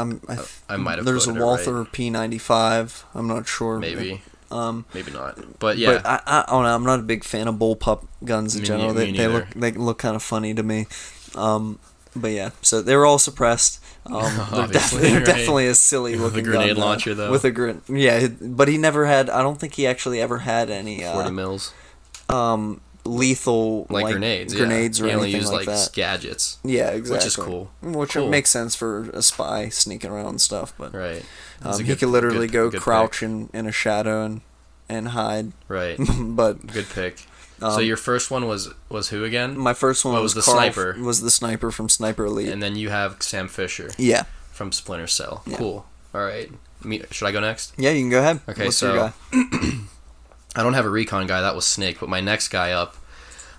[SPEAKER 1] I'm, I,
[SPEAKER 2] I might have
[SPEAKER 1] There's a
[SPEAKER 2] quoted it right.
[SPEAKER 1] Walther P95. I'm not sure.
[SPEAKER 2] maybe.
[SPEAKER 1] Um,
[SPEAKER 2] Maybe not. But yeah,
[SPEAKER 1] But uh, I, I, I don't know. I'm not a big fan of bullpup guns in
[SPEAKER 2] Me
[SPEAKER 1] general.
[SPEAKER 2] nei-
[SPEAKER 1] They,
[SPEAKER 2] me
[SPEAKER 1] they
[SPEAKER 2] neither.
[SPEAKER 1] look they look kind of funny to me. Um, but yeah, so they were all suppressed. Um, they're def-
[SPEAKER 2] Obviously,
[SPEAKER 1] they're
[SPEAKER 2] right.
[SPEAKER 1] definitely a silly
[SPEAKER 2] With a
[SPEAKER 1] looking
[SPEAKER 2] grenade
[SPEAKER 1] gun, though.
[SPEAKER 2] launcher, though.
[SPEAKER 1] With a grin, yeah. But he never had. I don't think he actually ever had any
[SPEAKER 2] forty
[SPEAKER 1] uh,
[SPEAKER 2] mils
[SPEAKER 1] um lethal
[SPEAKER 2] like, grenades.
[SPEAKER 1] grenades
[SPEAKER 2] yeah.
[SPEAKER 1] or
[SPEAKER 2] They only
[SPEAKER 1] anything
[SPEAKER 2] use
[SPEAKER 1] like, that.
[SPEAKER 2] gadgets.
[SPEAKER 1] Yeah, exactly.
[SPEAKER 2] which is cool.
[SPEAKER 1] Which
[SPEAKER 2] Cool.
[SPEAKER 1] makes sense for a spy sneaking around and stuff, but.
[SPEAKER 2] Right. That's
[SPEAKER 1] Um,
[SPEAKER 2] a
[SPEAKER 1] he
[SPEAKER 2] good-
[SPEAKER 1] could literally
[SPEAKER 2] good-
[SPEAKER 1] go
[SPEAKER 2] good pick.
[SPEAKER 1] crouch in, in a shadow and and hide.
[SPEAKER 2] Right.
[SPEAKER 1] but
[SPEAKER 2] Good pick. so
[SPEAKER 1] Um,
[SPEAKER 2] your first one was was who again?
[SPEAKER 1] my first one
[SPEAKER 2] What
[SPEAKER 1] was,
[SPEAKER 2] was the
[SPEAKER 1] Carl,
[SPEAKER 2] sniper?
[SPEAKER 1] Was the sniper from Sniper Elite?
[SPEAKER 2] and then you have Sam Fisher
[SPEAKER 1] yeah,
[SPEAKER 2] from Splinter Cell.
[SPEAKER 1] Yeah.
[SPEAKER 2] Cool. All right. Me, should I go next?
[SPEAKER 1] yeah. You can go ahead.
[SPEAKER 2] Okay,
[SPEAKER 1] What's
[SPEAKER 2] so-
[SPEAKER 1] your guy?
[SPEAKER 2] I don't have a recon guy. That was Snake. But my next guy up,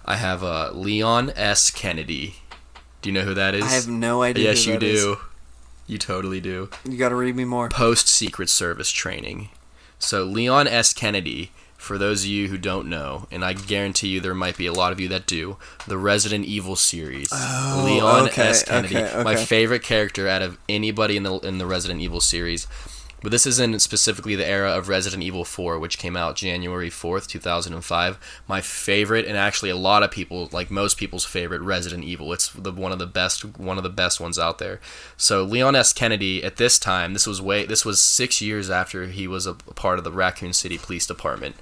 [SPEAKER 2] I have uh, Leon S. Kennedy. Do you know who that is?
[SPEAKER 1] I have no idea.
[SPEAKER 2] yes,
[SPEAKER 1] who
[SPEAKER 2] you
[SPEAKER 1] that is.
[SPEAKER 2] do. You totally do.
[SPEAKER 1] You got to read me more.
[SPEAKER 2] post Secret Service training. So Leon S. Kennedy, for those of you who don't know, and I guarantee you there might be a lot of you that do, the Resident Evil series. Leon
[SPEAKER 1] Oh, okay,
[SPEAKER 2] S. Kennedy,
[SPEAKER 1] okay,
[SPEAKER 2] my
[SPEAKER 1] okay.
[SPEAKER 2] favorite character out of anybody in the in the Resident Evil series. But this is in specifically the era of Resident Evil 4, which came out January 4th, 2005. My favorite, and actually a lot of people, like most people's favorite, Resident Evil. It's the one of the best, one of the best ones out there. So Leon S. Kennedy, at this time, this was way, this was six years after he was a part of the Raccoon City Police Department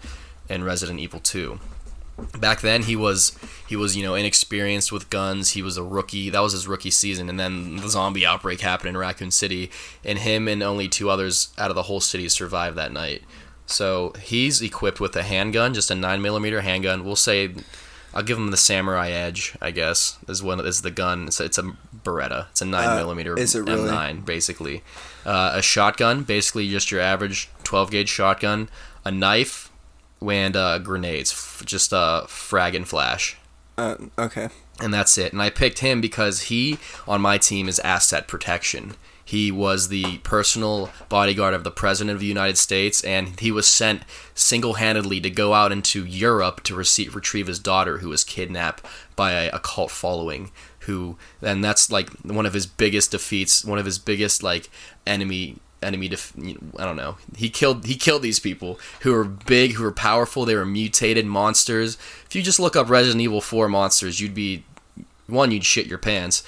[SPEAKER 2] in Resident Evil 2 back then he was he was you know inexperienced with guns he was a rookie that was his rookie season and then the zombie outbreak happened in raccoon city and him and only two others out of the whole city survived that night so he's equipped with a handgun just a 9mm handgun we'll say i'll give him the samurai edge i guess is one is the gun it's, it's a beretta it's a 9mm
[SPEAKER 1] Uh, is it really?
[SPEAKER 2] m9 basically uh, a shotgun basically just your average 12 gauge shotgun a knife and uh, grenades, f- just uh, frag and flash,
[SPEAKER 1] Uh, okay.
[SPEAKER 2] and that's it. And I picked him because he on my team is asset protection. He was the personal bodyguard of the president of the United States, and he was sent single-handedly to go out into Europe to receive, retrieve his daughter, who was kidnapped by a, a cult following. who who and that's like one of his biggest defeats, one of his biggest like enemy enemy def- I don't know. He killed he killed these people who were big, who were powerful, they were mutated monsters. If you just look up Resident Evil 4 monsters, you'd be one you'd shit your pants.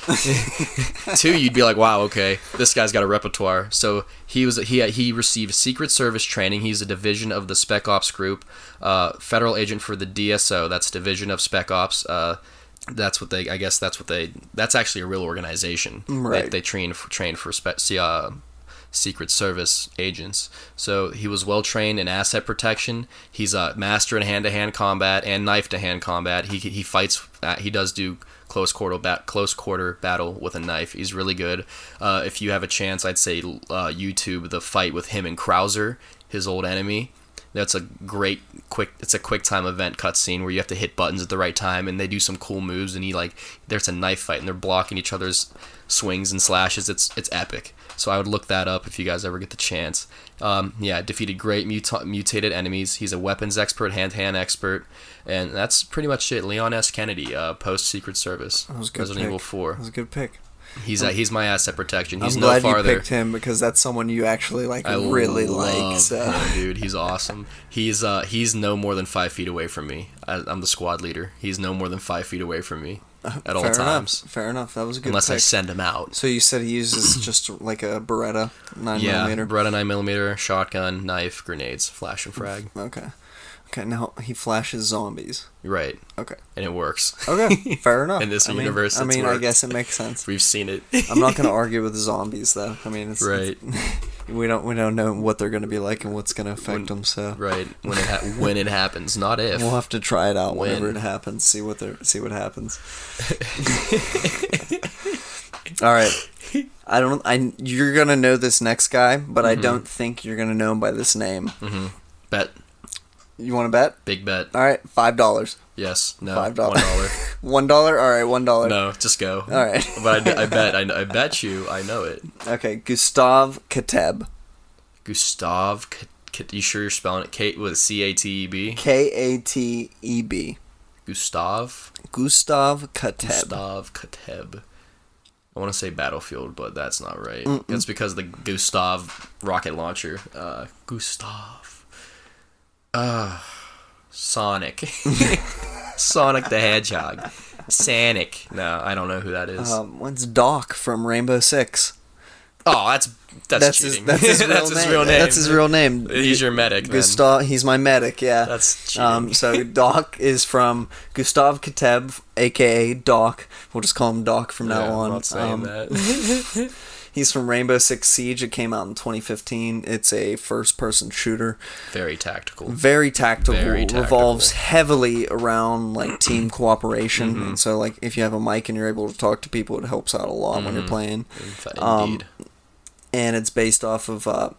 [SPEAKER 2] Two, you'd be like, "Wow, okay, this guy's got a repertoire." So he was he he received Secret Service training. He's a division of the Spec Ops group, uh, federal agent for the DSO. That's Division of Spec Ops. Uh, that's what they I guess that's what they that's actually a real organization.
[SPEAKER 1] Right.
[SPEAKER 2] They, they train for, train for spe, see, uh, Secret Service agents. So he was well trained in asset protection. He's a master in hand to hand combat and knife to hand combat. He he fights. uh, He does do close quarter bat close quarter battle with a knife. He's really good. Uh, if you have a chance, I'd say uh, YouTube the fight with him and Krauser, his old enemy. That's a great quick. It's a quick time event cutscene where you have to hit buttons at the right time, and they do some cool moves. And he like, there's a knife fight, and they're blocking each other's swings and slashes. It's it's epic. So I would look that up if you guys ever get the chance. Um, yeah, defeated great muta- mutated enemies. He's a weapons expert, hand to hand expert, and that's pretty much it. Leon S. Kennedy, uh, post Secret Service,
[SPEAKER 1] That was a good
[SPEAKER 2] Resident
[SPEAKER 1] pick.
[SPEAKER 2] Evil Four.
[SPEAKER 1] That was a good pick.
[SPEAKER 2] He's uh, he's my asset protection. He's
[SPEAKER 1] I'm
[SPEAKER 2] no
[SPEAKER 1] glad
[SPEAKER 2] farther.
[SPEAKER 1] you picked him because that's someone you actually like
[SPEAKER 2] I
[SPEAKER 1] really
[SPEAKER 2] love
[SPEAKER 1] like. So
[SPEAKER 2] him, dude, he's awesome. He's uh he's no more than five feet away from me. I, I'm the squad leader. He's no more than five feet away from me at all
[SPEAKER 1] Uh, fair
[SPEAKER 2] times,
[SPEAKER 1] enough. Fair enough. That was a good
[SPEAKER 2] unless I
[SPEAKER 1] pick.
[SPEAKER 2] send him out.
[SPEAKER 1] so you said he uses just like a Beretta nine
[SPEAKER 2] Yeah,
[SPEAKER 1] millimeter.
[SPEAKER 2] Beretta nine millimeter, shotgun, knife, grenades, flash and frag.
[SPEAKER 1] Okay. Okay. Now he flashes zombies.
[SPEAKER 2] You're right,
[SPEAKER 1] Okay.
[SPEAKER 2] and it works.
[SPEAKER 1] Okay. fair enough.
[SPEAKER 2] In this
[SPEAKER 1] I mean-
[SPEAKER 2] universe,
[SPEAKER 1] I
[SPEAKER 2] it's
[SPEAKER 1] mean, I
[SPEAKER 2] worked.
[SPEAKER 1] guess it makes sense.
[SPEAKER 2] We've seen it.
[SPEAKER 1] I'm not gonna argue with the zombies though. I mean, it's,
[SPEAKER 2] right,
[SPEAKER 1] we don't we don't know what they're gonna be like and what's gonna affect them. So
[SPEAKER 2] right. When it ha- when it happens, not if.
[SPEAKER 1] we'll have to try it out whenever
[SPEAKER 2] When?
[SPEAKER 1] it happens. See what they see what happens. All right. I don't. I you're gonna know this next guy, but
[SPEAKER 2] Mm-hmm.
[SPEAKER 1] I don't think you're gonna know him by this name.
[SPEAKER 2] Bet
[SPEAKER 1] You want to bet?
[SPEAKER 2] big bet.
[SPEAKER 1] All right, five dollars,
[SPEAKER 2] Yes. No.
[SPEAKER 1] Five
[SPEAKER 2] One
[SPEAKER 1] dollars.
[SPEAKER 2] dollar.
[SPEAKER 1] one dollar. All right, one dollar.
[SPEAKER 2] No. Just go.
[SPEAKER 1] All right.
[SPEAKER 2] But I, I bet I, I bet you I know it.
[SPEAKER 1] Okay, Gustav Kateb,
[SPEAKER 2] Gustav. K- K- you sure you're spelling it? Kate with C A T E B.
[SPEAKER 1] K A T E B,
[SPEAKER 2] Gustav.
[SPEAKER 1] Gustav Kateb.
[SPEAKER 2] Gustav Kateb. I want to say Battlefield, but that's not right. That's because of the Gustav rocket launcher. Uh, Gustav. Uh, Sonic. Sonic the Hedgehog. Sonic. No, I don't know who that is.
[SPEAKER 1] Um, what's Doc from Rainbow Six?
[SPEAKER 2] oh, that's that's,
[SPEAKER 1] That's his,
[SPEAKER 2] cheating.
[SPEAKER 1] that's his real name. That's his real name.
[SPEAKER 2] He's your medic. then.
[SPEAKER 1] Gustav. He's my medic. Yeah.
[SPEAKER 2] That's cheating.
[SPEAKER 1] um. So Doc is from Gustav Kateb, aka Doc. We'll just call him Doc from
[SPEAKER 2] Yeah,
[SPEAKER 1] now
[SPEAKER 2] I'm
[SPEAKER 1] on.
[SPEAKER 2] not saying
[SPEAKER 1] Um,
[SPEAKER 2] that.
[SPEAKER 1] He's from Rainbow Six Siege. It came out in 2015. It's a first-person shooter.
[SPEAKER 2] Very tactical.
[SPEAKER 1] very tactical,
[SPEAKER 2] Very tactical. Mm-hmm.
[SPEAKER 1] revolves heavily around like team cooperation and so like if you have a mic and you're able to talk to people it helps out a lot when
[SPEAKER 2] Mm-hmm.
[SPEAKER 1] you're playing
[SPEAKER 2] Indeed.
[SPEAKER 1] um, and it's based off of uh,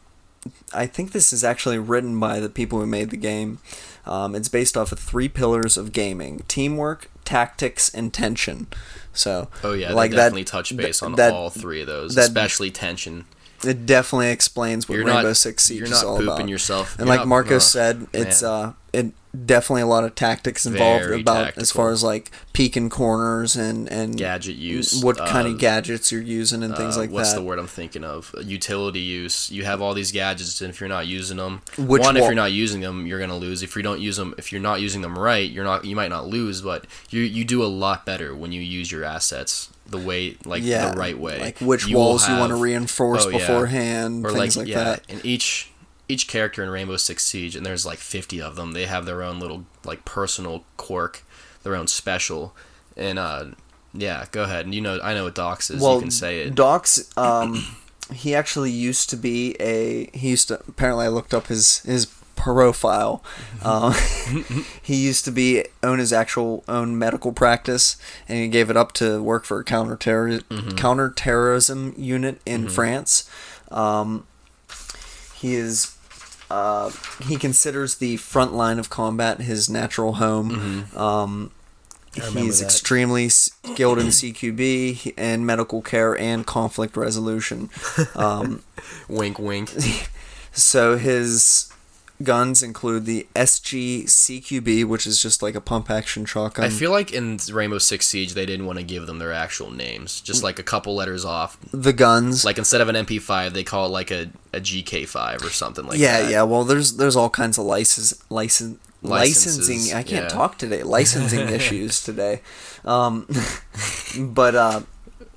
[SPEAKER 1] i think this is actually written by the people who made the game um, it's based off of three pillars of gaming teamwork tactics and tension so
[SPEAKER 2] oh yeah,
[SPEAKER 1] like
[SPEAKER 2] they definitely
[SPEAKER 1] that
[SPEAKER 2] touch
[SPEAKER 1] th-
[SPEAKER 2] base on
[SPEAKER 1] that-
[SPEAKER 2] all three of those,
[SPEAKER 1] that-
[SPEAKER 2] especially tension.
[SPEAKER 1] it definitely explains what
[SPEAKER 2] You're
[SPEAKER 1] rainbow
[SPEAKER 2] not
[SPEAKER 1] six siege
[SPEAKER 2] you're
[SPEAKER 1] is
[SPEAKER 2] not
[SPEAKER 1] all
[SPEAKER 2] pooping
[SPEAKER 1] about
[SPEAKER 2] yourself.
[SPEAKER 1] and
[SPEAKER 2] you're
[SPEAKER 1] like
[SPEAKER 2] not-
[SPEAKER 1] Marco
[SPEAKER 2] ugh,
[SPEAKER 1] said, it's
[SPEAKER 2] man.
[SPEAKER 1] uh, it definitely a lot of tactics involved
[SPEAKER 2] Very
[SPEAKER 1] about as
[SPEAKER 2] tactical.
[SPEAKER 1] far as like peeking corners and and
[SPEAKER 2] gadget use.
[SPEAKER 1] what
[SPEAKER 2] uh,
[SPEAKER 1] kind of gadgets you're using and things
[SPEAKER 2] uh,
[SPEAKER 1] like
[SPEAKER 2] what's
[SPEAKER 1] that.
[SPEAKER 2] the word I'm thinking of? Uh, Utility use. You have all these gadgets, and if you're not using them,
[SPEAKER 1] Which
[SPEAKER 2] one, if
[SPEAKER 1] wa-
[SPEAKER 2] you're not using them, you're gonna lose. If you don't use them, if you're not using them right, you're not. You might not lose, but you you do a lot better when you use your assets the way, like
[SPEAKER 1] yeah,
[SPEAKER 2] the right way.
[SPEAKER 1] Like which
[SPEAKER 2] will
[SPEAKER 1] walls you want to
[SPEAKER 2] have-
[SPEAKER 1] reinforce
[SPEAKER 2] oh, yeah.
[SPEAKER 1] beforehand, things like, that.
[SPEAKER 2] And each each character in Rainbow Six Siege, and there's like 50 of them. They have their own little like personal quirk, their own special, and uh, yeah. Go ahead, and you know I know what Docs is. you can say it.
[SPEAKER 1] Doc's um, he actually used to be a he used to apparently I looked up his his profile. Um,
[SPEAKER 2] Mm-hmm.
[SPEAKER 1] he used to be own his actual own medical practice, and he gave it up to work for a counterterror
[SPEAKER 2] Mm-hmm.
[SPEAKER 1] counterterrorism unit in France. Um, he is. Uh, he considers the front line of combat his natural home. Um,
[SPEAKER 2] Mm-hmm. remember
[SPEAKER 1] he's
[SPEAKER 2] that.
[SPEAKER 1] extremely skilled in CQB and medical care and conflict resolution. Um,
[SPEAKER 2] wink, wink.
[SPEAKER 1] so his guns include the SG CQB, which is just like a pump action shotgun.
[SPEAKER 2] I feel like in Rainbow Six Siege they didn't want to give them their actual names, just like a couple letters off.
[SPEAKER 1] the guns.
[SPEAKER 2] Like instead of an MP5, they call it like a, a GK5 or something like
[SPEAKER 1] yeah,
[SPEAKER 2] that.
[SPEAKER 1] yeah. Well, there's there's all kinds of license license
[SPEAKER 2] Licenses,
[SPEAKER 1] licensing. I can't
[SPEAKER 2] yeah.
[SPEAKER 1] talk today. Licensing issues today. Um, but uh,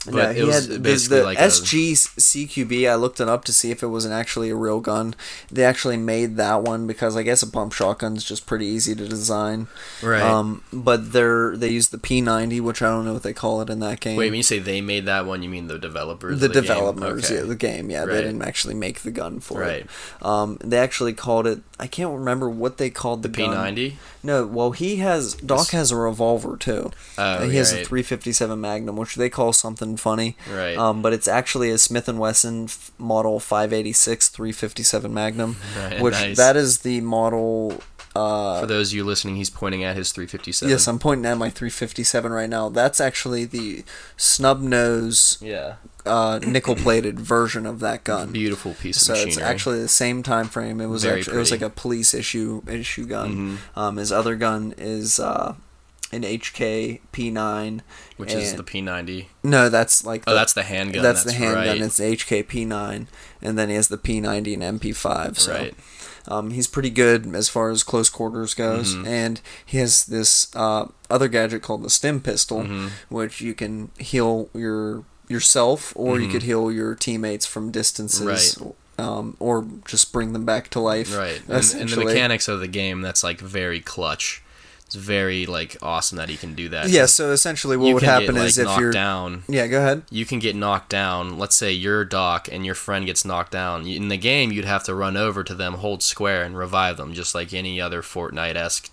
[SPEAKER 1] yeah,
[SPEAKER 2] it
[SPEAKER 1] he
[SPEAKER 2] was
[SPEAKER 1] had the,
[SPEAKER 2] basically
[SPEAKER 1] the
[SPEAKER 2] like a-
[SPEAKER 1] SG CQB. I looked it up to see if it was an actually a real gun. They actually made that one because I guess a pump shotgun's just pretty easy to design.
[SPEAKER 2] Right.
[SPEAKER 1] Um, but they're they use the P90, which I don't know what they call it in that game.
[SPEAKER 2] Wait, when you say they made that one, you mean the developers?
[SPEAKER 1] the,
[SPEAKER 2] of the game?
[SPEAKER 1] developers,
[SPEAKER 2] Okay.
[SPEAKER 1] yeah, the game, yeah, they
[SPEAKER 2] Right.
[SPEAKER 1] didn't actually make the gun for
[SPEAKER 2] Right.
[SPEAKER 1] it. Um, they actually called it. I can't remember what they called the,
[SPEAKER 2] P
[SPEAKER 1] gun.
[SPEAKER 2] ninety.
[SPEAKER 1] No, well, he has Doc has a revolver too.
[SPEAKER 2] Oh,
[SPEAKER 1] he has a
[SPEAKER 2] right.
[SPEAKER 1] 357 Magnum, which they call something funny.
[SPEAKER 2] Right.
[SPEAKER 1] Um, but it's actually a Smith and Wesson f- model 586 357 Magnum,
[SPEAKER 2] Right,
[SPEAKER 1] which
[SPEAKER 2] nice.
[SPEAKER 1] that is the model. Uh,
[SPEAKER 2] For those of you listening, he's pointing at his 357.
[SPEAKER 1] yes, I'm pointing at my 357 right now. That's actually the snub nose,
[SPEAKER 2] Yeah.
[SPEAKER 1] uh, nickel plated version of that gun.
[SPEAKER 2] Beautiful piece of
[SPEAKER 1] so
[SPEAKER 2] machinery.
[SPEAKER 1] it's actually the same time frame. It was
[SPEAKER 2] Very
[SPEAKER 1] actu- it was like
[SPEAKER 2] pretty. Mm-hmm.
[SPEAKER 1] a police issue issue gun. Um, his other gun is uh, an HK P9,
[SPEAKER 2] Which is
[SPEAKER 1] and-
[SPEAKER 2] the P90.
[SPEAKER 1] no, that's like
[SPEAKER 2] Oh, that's the handgun.
[SPEAKER 1] that's,
[SPEAKER 2] That's,
[SPEAKER 1] the handgun.
[SPEAKER 2] Right.
[SPEAKER 1] It's the HK P9, and then he has the P90 and MP5. So
[SPEAKER 2] Right.
[SPEAKER 1] um, he's pretty good as far as close quarters goes,
[SPEAKER 2] Mm-hmm.
[SPEAKER 1] and he has this uh, other gadget called the stim pistol,
[SPEAKER 2] Mm-hmm.
[SPEAKER 1] which you can heal your yourself or you could heal your teammates from distances.
[SPEAKER 2] Mm-hmm. Right.
[SPEAKER 1] Um, or just bring them back to life.
[SPEAKER 2] Right. And, and the
[SPEAKER 1] essentially.
[SPEAKER 2] mechanics of the game, that's like very clutch. It's very like awesome that he can do that.
[SPEAKER 1] Yeah. So essentially, what
[SPEAKER 2] you
[SPEAKER 1] would
[SPEAKER 2] can
[SPEAKER 1] happen
[SPEAKER 2] get, like,
[SPEAKER 1] is if
[SPEAKER 2] knocked
[SPEAKER 1] you're
[SPEAKER 2] down.
[SPEAKER 1] yeah, go ahead.
[SPEAKER 2] You can get knocked down. Let's say you're Doc and your friend gets knocked down. In the game, you'd have to run over to them, hold square, and revive them, just like any other Fortnite esque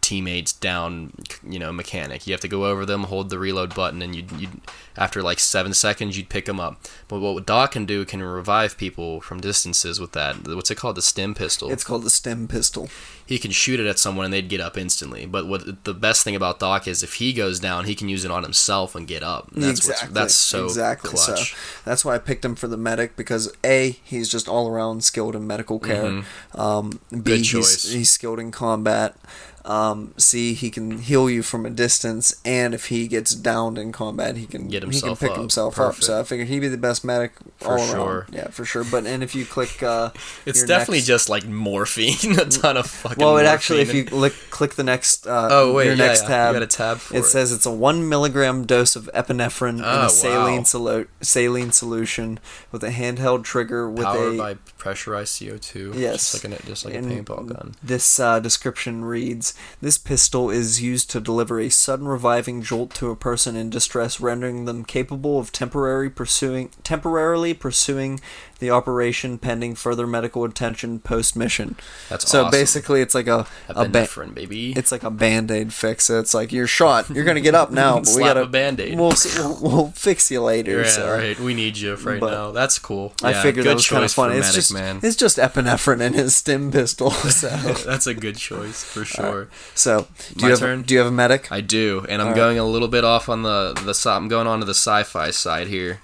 [SPEAKER 2] teammates down, you know, mechanic. You have to go over them, hold the reload button, and you'd, you'd after like seven seconds, you'd pick them up. But what Doc can do can revive people from distances with that. What's it called? The stim pistol
[SPEAKER 1] It's called the stim pistol.
[SPEAKER 2] he can shoot it at someone and they'd get up instantly. But what the best thing about Doc is if he goes down, he can use it on himself and get up. And that's what's, that's so
[SPEAKER 1] exactly.
[SPEAKER 2] clutch.
[SPEAKER 1] So that's why I picked him for the medic because a he's just all around skilled in medical care. Um, b
[SPEAKER 2] Mm-hmm. Good
[SPEAKER 1] he's,
[SPEAKER 2] choice.
[SPEAKER 1] he's skilled in combat. Um, C he can heal you from a distance, and if he gets downed in combat, he can
[SPEAKER 2] Get
[SPEAKER 1] he can
[SPEAKER 2] himself
[SPEAKER 1] pick
[SPEAKER 2] up.
[SPEAKER 1] himself up.
[SPEAKER 2] Perfect.
[SPEAKER 1] So I figured he'd be the best medic
[SPEAKER 2] For
[SPEAKER 1] all
[SPEAKER 2] sure.
[SPEAKER 1] around. Yeah, for sure. But and if you click, uh,
[SPEAKER 2] It's
[SPEAKER 1] your
[SPEAKER 2] definitely
[SPEAKER 1] next-
[SPEAKER 2] just like morphine, a ton of fucking.
[SPEAKER 1] Well, it actually, if you
[SPEAKER 2] morphine
[SPEAKER 1] click, click the next, uh,
[SPEAKER 2] Oh, wait,
[SPEAKER 1] your
[SPEAKER 2] yeah,
[SPEAKER 1] next
[SPEAKER 2] yeah, you
[SPEAKER 1] tab,
[SPEAKER 2] got a tab for
[SPEAKER 1] it
[SPEAKER 2] it.
[SPEAKER 1] says it's a one milligram dose of epinephrine in
[SPEAKER 2] Oh,
[SPEAKER 1] a saline
[SPEAKER 2] wow.
[SPEAKER 1] solu- saline solution with a handheld trigger with
[SPEAKER 2] and powered
[SPEAKER 1] a
[SPEAKER 2] by pressurized CO two.
[SPEAKER 1] Yes.
[SPEAKER 2] just like a just like a
[SPEAKER 1] and
[SPEAKER 2] paintball gun.
[SPEAKER 1] This uh, description reads: This pistol is used to deliver a sudden reviving jolt to a person in distress, rendering them capable of temporary pursuing temporarily pursuing the operation pending further medical attention post mission.
[SPEAKER 2] That's
[SPEAKER 1] so
[SPEAKER 2] awesome.
[SPEAKER 1] basically, it's like a a ba-
[SPEAKER 2] Epinephrine, baby.
[SPEAKER 1] it's like a band-aid fix so it's like you're shot you're gonna get up now but we
[SPEAKER 2] Slap
[SPEAKER 1] gotta
[SPEAKER 2] a Band-Aid.
[SPEAKER 1] we'll, s- we'll, we'll fix you later
[SPEAKER 2] yeah,
[SPEAKER 1] so
[SPEAKER 2] right. We need you right
[SPEAKER 1] But-
[SPEAKER 2] now. That's cool.
[SPEAKER 1] i
[SPEAKER 2] yeah,
[SPEAKER 1] figured
[SPEAKER 2] good
[SPEAKER 1] that was kind of
[SPEAKER 2] choice for
[SPEAKER 1] funny it's
[SPEAKER 2] medic,
[SPEAKER 1] just
[SPEAKER 2] man.
[SPEAKER 1] it's just epinephrine in his stim pistol so
[SPEAKER 2] That's a good choice for sure.
[SPEAKER 1] so do
[SPEAKER 2] My
[SPEAKER 1] you have
[SPEAKER 2] turn?
[SPEAKER 1] do you have a medic
[SPEAKER 2] I do, and I'm going a little bit off on the the sci- I'm going on to the sci-fi side here.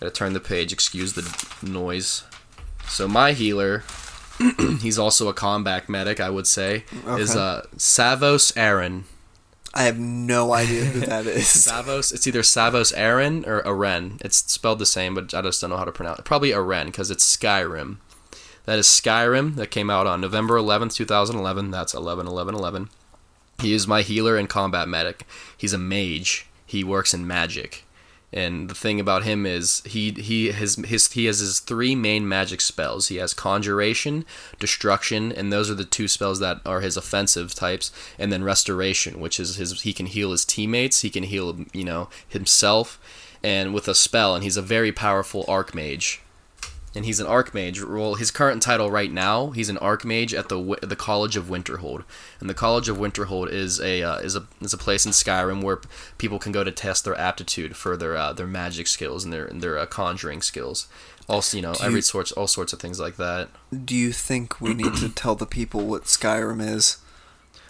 [SPEAKER 2] Gotta turn the page. Excuse the noise. So my healer, he's also a combat medic. I would say is
[SPEAKER 1] Okay.
[SPEAKER 2] uh, Savos Aaron.
[SPEAKER 1] i have no idea who that is
[SPEAKER 2] Savos. It's either Savos Aaron or Aren. It's spelled the same, but I just don't know how to pronounce it. Probably Aren because it's Skyrim. That is Skyrim. That came out on November 11th, 2011. That's 11 11 11. He is my healer and combat medic. He's a mage. He works in magic. And the thing about him is he he his, his he has his three main magic spells. He has conjuration, destruction, and those are the two spells that are his offensive types, and then restoration, which is his he can heal his teammates, he can heal, you know, himself and with a spell and he's a very powerful archmage and he's an archmage. Well, his current title right now, he's an archmage at the Wi- the College of Winterhold, and the College of Winterhold is a uh, is a is a place in Skyrim where p- people can go to test their aptitude for their uh, their magic skills and their and their uh, conjuring skills. Also, you know,
[SPEAKER 1] Do
[SPEAKER 2] every
[SPEAKER 1] you-
[SPEAKER 2] sorts all sorts of things like that.
[SPEAKER 1] do you think we need to tell the people what skyrim is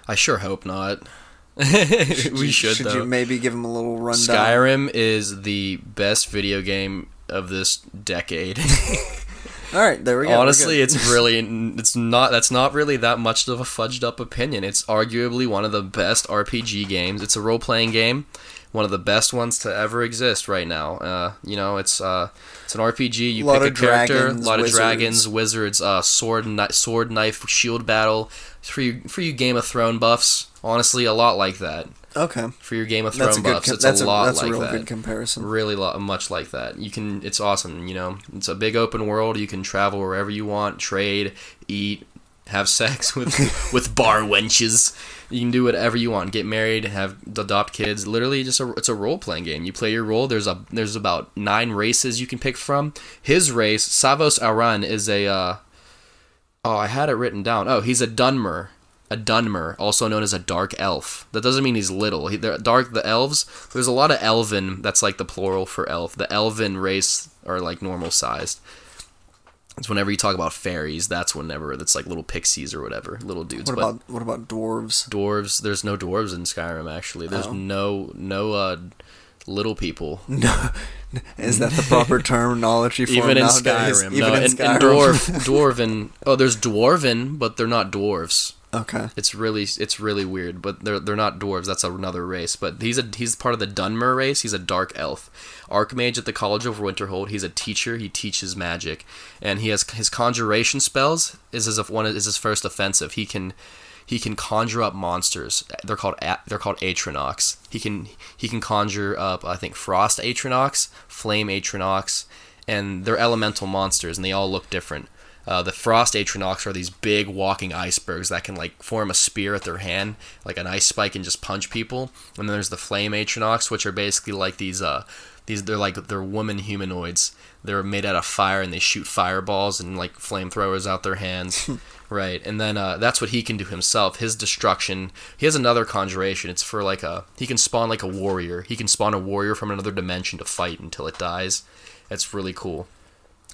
[SPEAKER 2] I sure hope not. we should,
[SPEAKER 1] should
[SPEAKER 2] though.
[SPEAKER 1] you maybe give them a little rundown
[SPEAKER 2] Skyrim is the best video game of this decade.
[SPEAKER 1] All right, there we go. We're
[SPEAKER 2] Honestly,
[SPEAKER 1] good.
[SPEAKER 2] it's really it's not that's not really that much of a fudged up opinion. It's arguably one of the best RPG games. It's a role playing game, one of the best ones to ever exist right now. Uh, you know, it's uh, it's an RPG. You
[SPEAKER 1] Lot
[SPEAKER 2] pick a
[SPEAKER 1] of
[SPEAKER 2] character,
[SPEAKER 1] dragons,
[SPEAKER 2] a lot of
[SPEAKER 1] wizards.
[SPEAKER 2] dragons, wizards, uh, sword, kni- sword, knife, shield battle. For you, for you Game of Thrones buffs, honestly, a lot like that.
[SPEAKER 1] okay.
[SPEAKER 2] For your Game of
[SPEAKER 1] That's
[SPEAKER 2] Thrones
[SPEAKER 1] a good.
[SPEAKER 2] buffs,
[SPEAKER 1] Com-
[SPEAKER 2] it's
[SPEAKER 1] that's
[SPEAKER 2] a
[SPEAKER 1] a,
[SPEAKER 2] lot
[SPEAKER 1] that's
[SPEAKER 2] like
[SPEAKER 1] a real
[SPEAKER 2] that
[SPEAKER 1] good comparison.
[SPEAKER 2] really lo- much like that. You can, it's awesome. You know, it's a big open world. You can travel wherever you want, trade, eat, have sex with with bar wenches. You can do whatever you want. Get married, have adopt kids. Literally, just a, it's a role playing game. You play your role. There's a there's about nine races you can pick from. His race, Savos Aran, is a uh, Oh, I had it written down. Oh, he's a Dunmer. A Dunmer, also known as a dark elf. That doesn't mean he's little. He, they're dark, the elves, there's a lot of elven, that's like the plural for elf. The elven race are like normal sized. It's whenever you talk about fairies, that's whenever that's like little pixies or whatever, little dudes.
[SPEAKER 1] What
[SPEAKER 2] but
[SPEAKER 1] about what about dwarves?
[SPEAKER 2] dwarves, there's no dwarves in Skyrim actually. There's
[SPEAKER 1] Oh.
[SPEAKER 2] no no uh little people.
[SPEAKER 1] No, is that the proper terminology for
[SPEAKER 2] Even
[SPEAKER 1] them
[SPEAKER 2] in
[SPEAKER 1] nowadays?
[SPEAKER 2] Skyrim.
[SPEAKER 1] Even
[SPEAKER 2] no,
[SPEAKER 1] in
[SPEAKER 2] and-
[SPEAKER 1] Skyrim.
[SPEAKER 2] and dwarf dwarven. Oh, there's dwarven, but they're not dwarves.
[SPEAKER 1] Okay.
[SPEAKER 2] It's really it's really weird, but they're they're not dwarves. That's another race. But he's a he's part of the Dunmer race. He's a dark elf, archmage at the College of Winterhold. He's a teacher. He teaches magic, and he has his conjuration spells is his one is his first offensive. He can he can conjure up monsters. They're called a- they're called Atronox. He can he can conjure up I think frost Atronox, flame Atronox, and they're elemental monsters, and they all look different. Uh, the frost atronox are these big walking icebergs that can like form a spear at their hand, like an ice spike, and just punch people. And then there's the flame atronox, which are basically like these uh these they're like they're woman humanoids. They're made out of fire and they shoot fireballs and like flamethrowers out their hands. right, and then uh, that's what he can do himself. His destruction. He has another conjuration. It's for like a he can spawn like a warrior. He can spawn a warrior from another dimension to fight until it dies. That's really cool.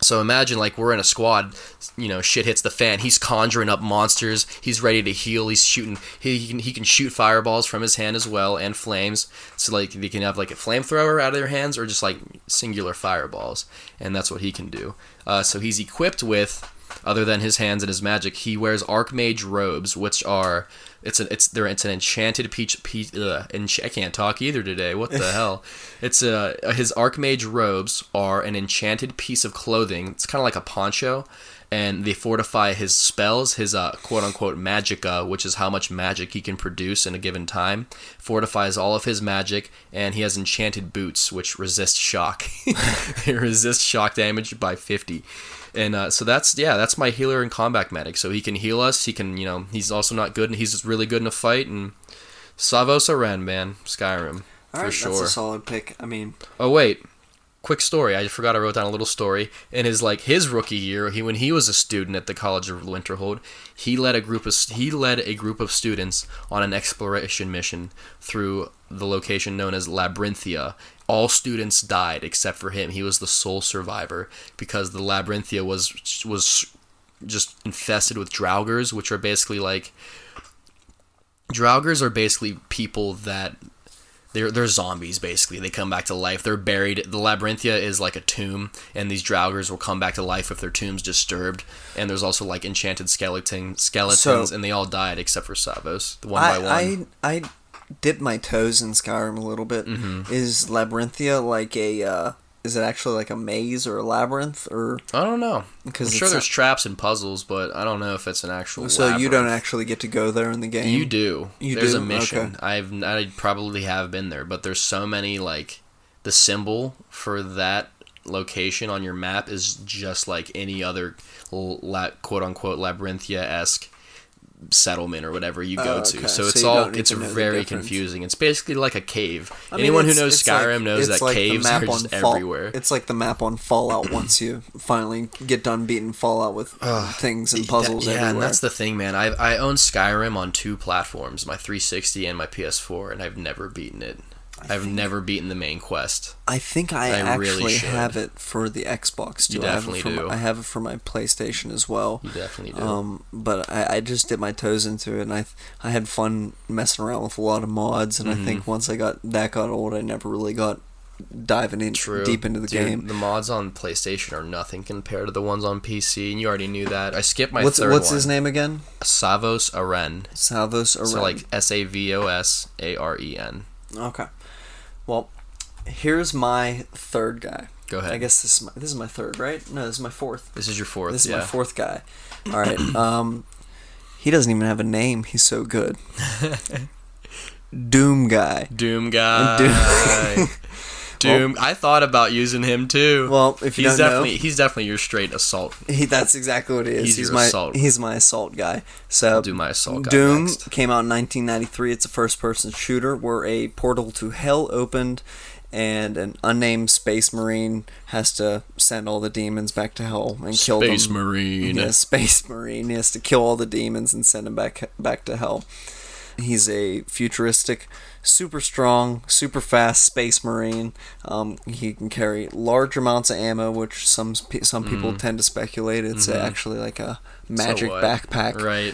[SPEAKER 2] So imagine like we're in a squad, you know, shit hits the fan. He's conjuring up monsters. He's ready to heal. He's shooting. He, he can he can shoot fireballs from his hand as well and flames. So like they can have like a flamethrower out of their hands or just like singular fireballs, and that's what he can do. Uh, so he's equipped with, other than his hands and his magic, he wears archmage robes, which are it's an it's there it's an enchanted peach peach. Ugh, ench- I can't talk either today. What the hell? It's uh his archmage robes are an enchanted piece of clothing. It's kind of like a poncho, and they fortify his spells, his uh quote unquote magica, which is how much magic he can produce in a given time. Fortifies all of his magic, and he has enchanted boots which resist shock. they resist shock damage by fifty. And uh, so that's yeah, that's my healer and combat medic. So he can heal us. He can you know he's also not good. and He's just really good in a fight. And Savos Aran, man, Skyrim
[SPEAKER 1] All
[SPEAKER 2] for
[SPEAKER 1] right,
[SPEAKER 2] sure.
[SPEAKER 1] that's a solid pick. I mean,
[SPEAKER 2] Oh wait, quick story. I forgot I wrote down a little story. In his like his rookie year, he when he was a student at the College of Winterhold, he led a group of he led a group of students on an exploration mission through the location known as Labyrinthia. All students died except for him. He was the sole survivor because the Labyrinthia was was just infested with draugrs, which are basically like Draugrs are basically people that they're they're zombies basically. They come back to life. They're buried. The Labyrinthia is like a tomb, and these Draugrs will come back to life if their tomb's disturbed. And there's also like enchanted skeleton skeletons,
[SPEAKER 1] So-
[SPEAKER 2] and they all died except for Savos, the one by one.
[SPEAKER 1] I, I I dip my toes in Skyrim a little bit.
[SPEAKER 2] Mm-hmm.
[SPEAKER 1] Is Labyrinthia like a? Uh, is it actually like a maze or a labyrinth or?
[SPEAKER 2] I don't know. I'm
[SPEAKER 1] 'Cause
[SPEAKER 2] sure
[SPEAKER 1] it's
[SPEAKER 2] there's traps and puzzles, but I don't know if it's an actual.
[SPEAKER 1] So you don't
[SPEAKER 2] labyrinth.
[SPEAKER 1] actually get to go there in the game.
[SPEAKER 2] You do.
[SPEAKER 1] You
[SPEAKER 2] there's
[SPEAKER 1] do?
[SPEAKER 2] a mission.
[SPEAKER 1] Okay.
[SPEAKER 2] I've I probably have been there, but there's so many like the symbol for that location on your map is just like any other l- la- quote unquote labyrinthia esque settlement or whatever you go
[SPEAKER 1] Oh,
[SPEAKER 2] to.
[SPEAKER 1] okay.
[SPEAKER 2] So
[SPEAKER 1] So
[SPEAKER 2] it's
[SPEAKER 1] you
[SPEAKER 2] all
[SPEAKER 1] don't need
[SPEAKER 2] it's
[SPEAKER 1] to know the
[SPEAKER 2] very
[SPEAKER 1] difference.
[SPEAKER 2] confusing. It's basically like a cave.
[SPEAKER 1] I mean,
[SPEAKER 2] Anyone who
[SPEAKER 1] it's-
[SPEAKER 2] knows
[SPEAKER 1] it's like-
[SPEAKER 2] Skyrim knows
[SPEAKER 1] it's
[SPEAKER 2] that
[SPEAKER 1] like the
[SPEAKER 2] caves
[SPEAKER 1] map
[SPEAKER 2] are
[SPEAKER 1] on
[SPEAKER 2] just
[SPEAKER 1] Fall-
[SPEAKER 2] everywhere.
[SPEAKER 1] It's like the map on Fallout once you finally get done beating Fallout with things and puzzles
[SPEAKER 2] That- yeah,
[SPEAKER 1] everywhere.
[SPEAKER 2] and that's the thing, man. I I own Skyrim on two platforms, my 360 and my PS4, and I've never beaten it. I've never beaten the main quest.
[SPEAKER 1] I think I,
[SPEAKER 2] I really
[SPEAKER 1] actually
[SPEAKER 2] should.
[SPEAKER 1] have it for the Xbox too.
[SPEAKER 2] You
[SPEAKER 1] I have
[SPEAKER 2] definitely
[SPEAKER 1] it for
[SPEAKER 2] do.
[SPEAKER 1] My, I have it for my PlayStation as well.
[SPEAKER 2] You definitely do.
[SPEAKER 1] Um, but I, I just dipped my toes into it, and I I
[SPEAKER 2] Mm-hmm.
[SPEAKER 1] had fun messing around with a lot of mods, and I think once I got that got old, I never really got diving in
[SPEAKER 2] True.
[SPEAKER 1] deep into the
[SPEAKER 2] Dude,
[SPEAKER 1] game.
[SPEAKER 2] The mods on PlayStation are nothing compared to the ones on PC, and you already knew that. I skipped my
[SPEAKER 1] What's
[SPEAKER 2] third
[SPEAKER 1] what's
[SPEAKER 2] one.
[SPEAKER 1] his name again?
[SPEAKER 2] Savos Aren.
[SPEAKER 1] Salvos Aran.
[SPEAKER 2] So like S A V O S A R E N.
[SPEAKER 1] okay. Well, here's my third guy.
[SPEAKER 2] Go ahead.
[SPEAKER 1] I guess this is my, this is my third, right? No, this is my fourth.
[SPEAKER 2] This is your fourth.
[SPEAKER 1] This is
[SPEAKER 2] yeah.
[SPEAKER 1] my fourth guy. All right. Um, he doesn't even have a name. He's so good. Doom guy.
[SPEAKER 2] Doom guy.
[SPEAKER 1] Doom-
[SPEAKER 2] Doom. I thought about using him too.
[SPEAKER 1] Well, if you
[SPEAKER 2] he's
[SPEAKER 1] don't know-
[SPEAKER 2] definitely he's definitely your straight assault.
[SPEAKER 1] He, that's exactly what he is. He's,
[SPEAKER 2] He's your
[SPEAKER 1] my
[SPEAKER 2] assault.
[SPEAKER 1] he's my assault guy. So
[SPEAKER 2] do my assault guy
[SPEAKER 1] Doom
[SPEAKER 2] next.
[SPEAKER 1] came out in 1993. It's a first-person shooter where a portal to hell opened, and an unnamed space marine has to send all the demons back to hell and kill them.
[SPEAKER 2] Space Marine.
[SPEAKER 1] Yeah, space marine. He has to kill all the demons and send them back back to hell. He's a futuristic, super strong, super fast space marine. Um, he can carry large amounts of ammo, which some pe- some people tend to speculate it's actually like a
[SPEAKER 2] Mm-hmm. So
[SPEAKER 1] magic
[SPEAKER 2] what?
[SPEAKER 1] backpack.
[SPEAKER 2] Right.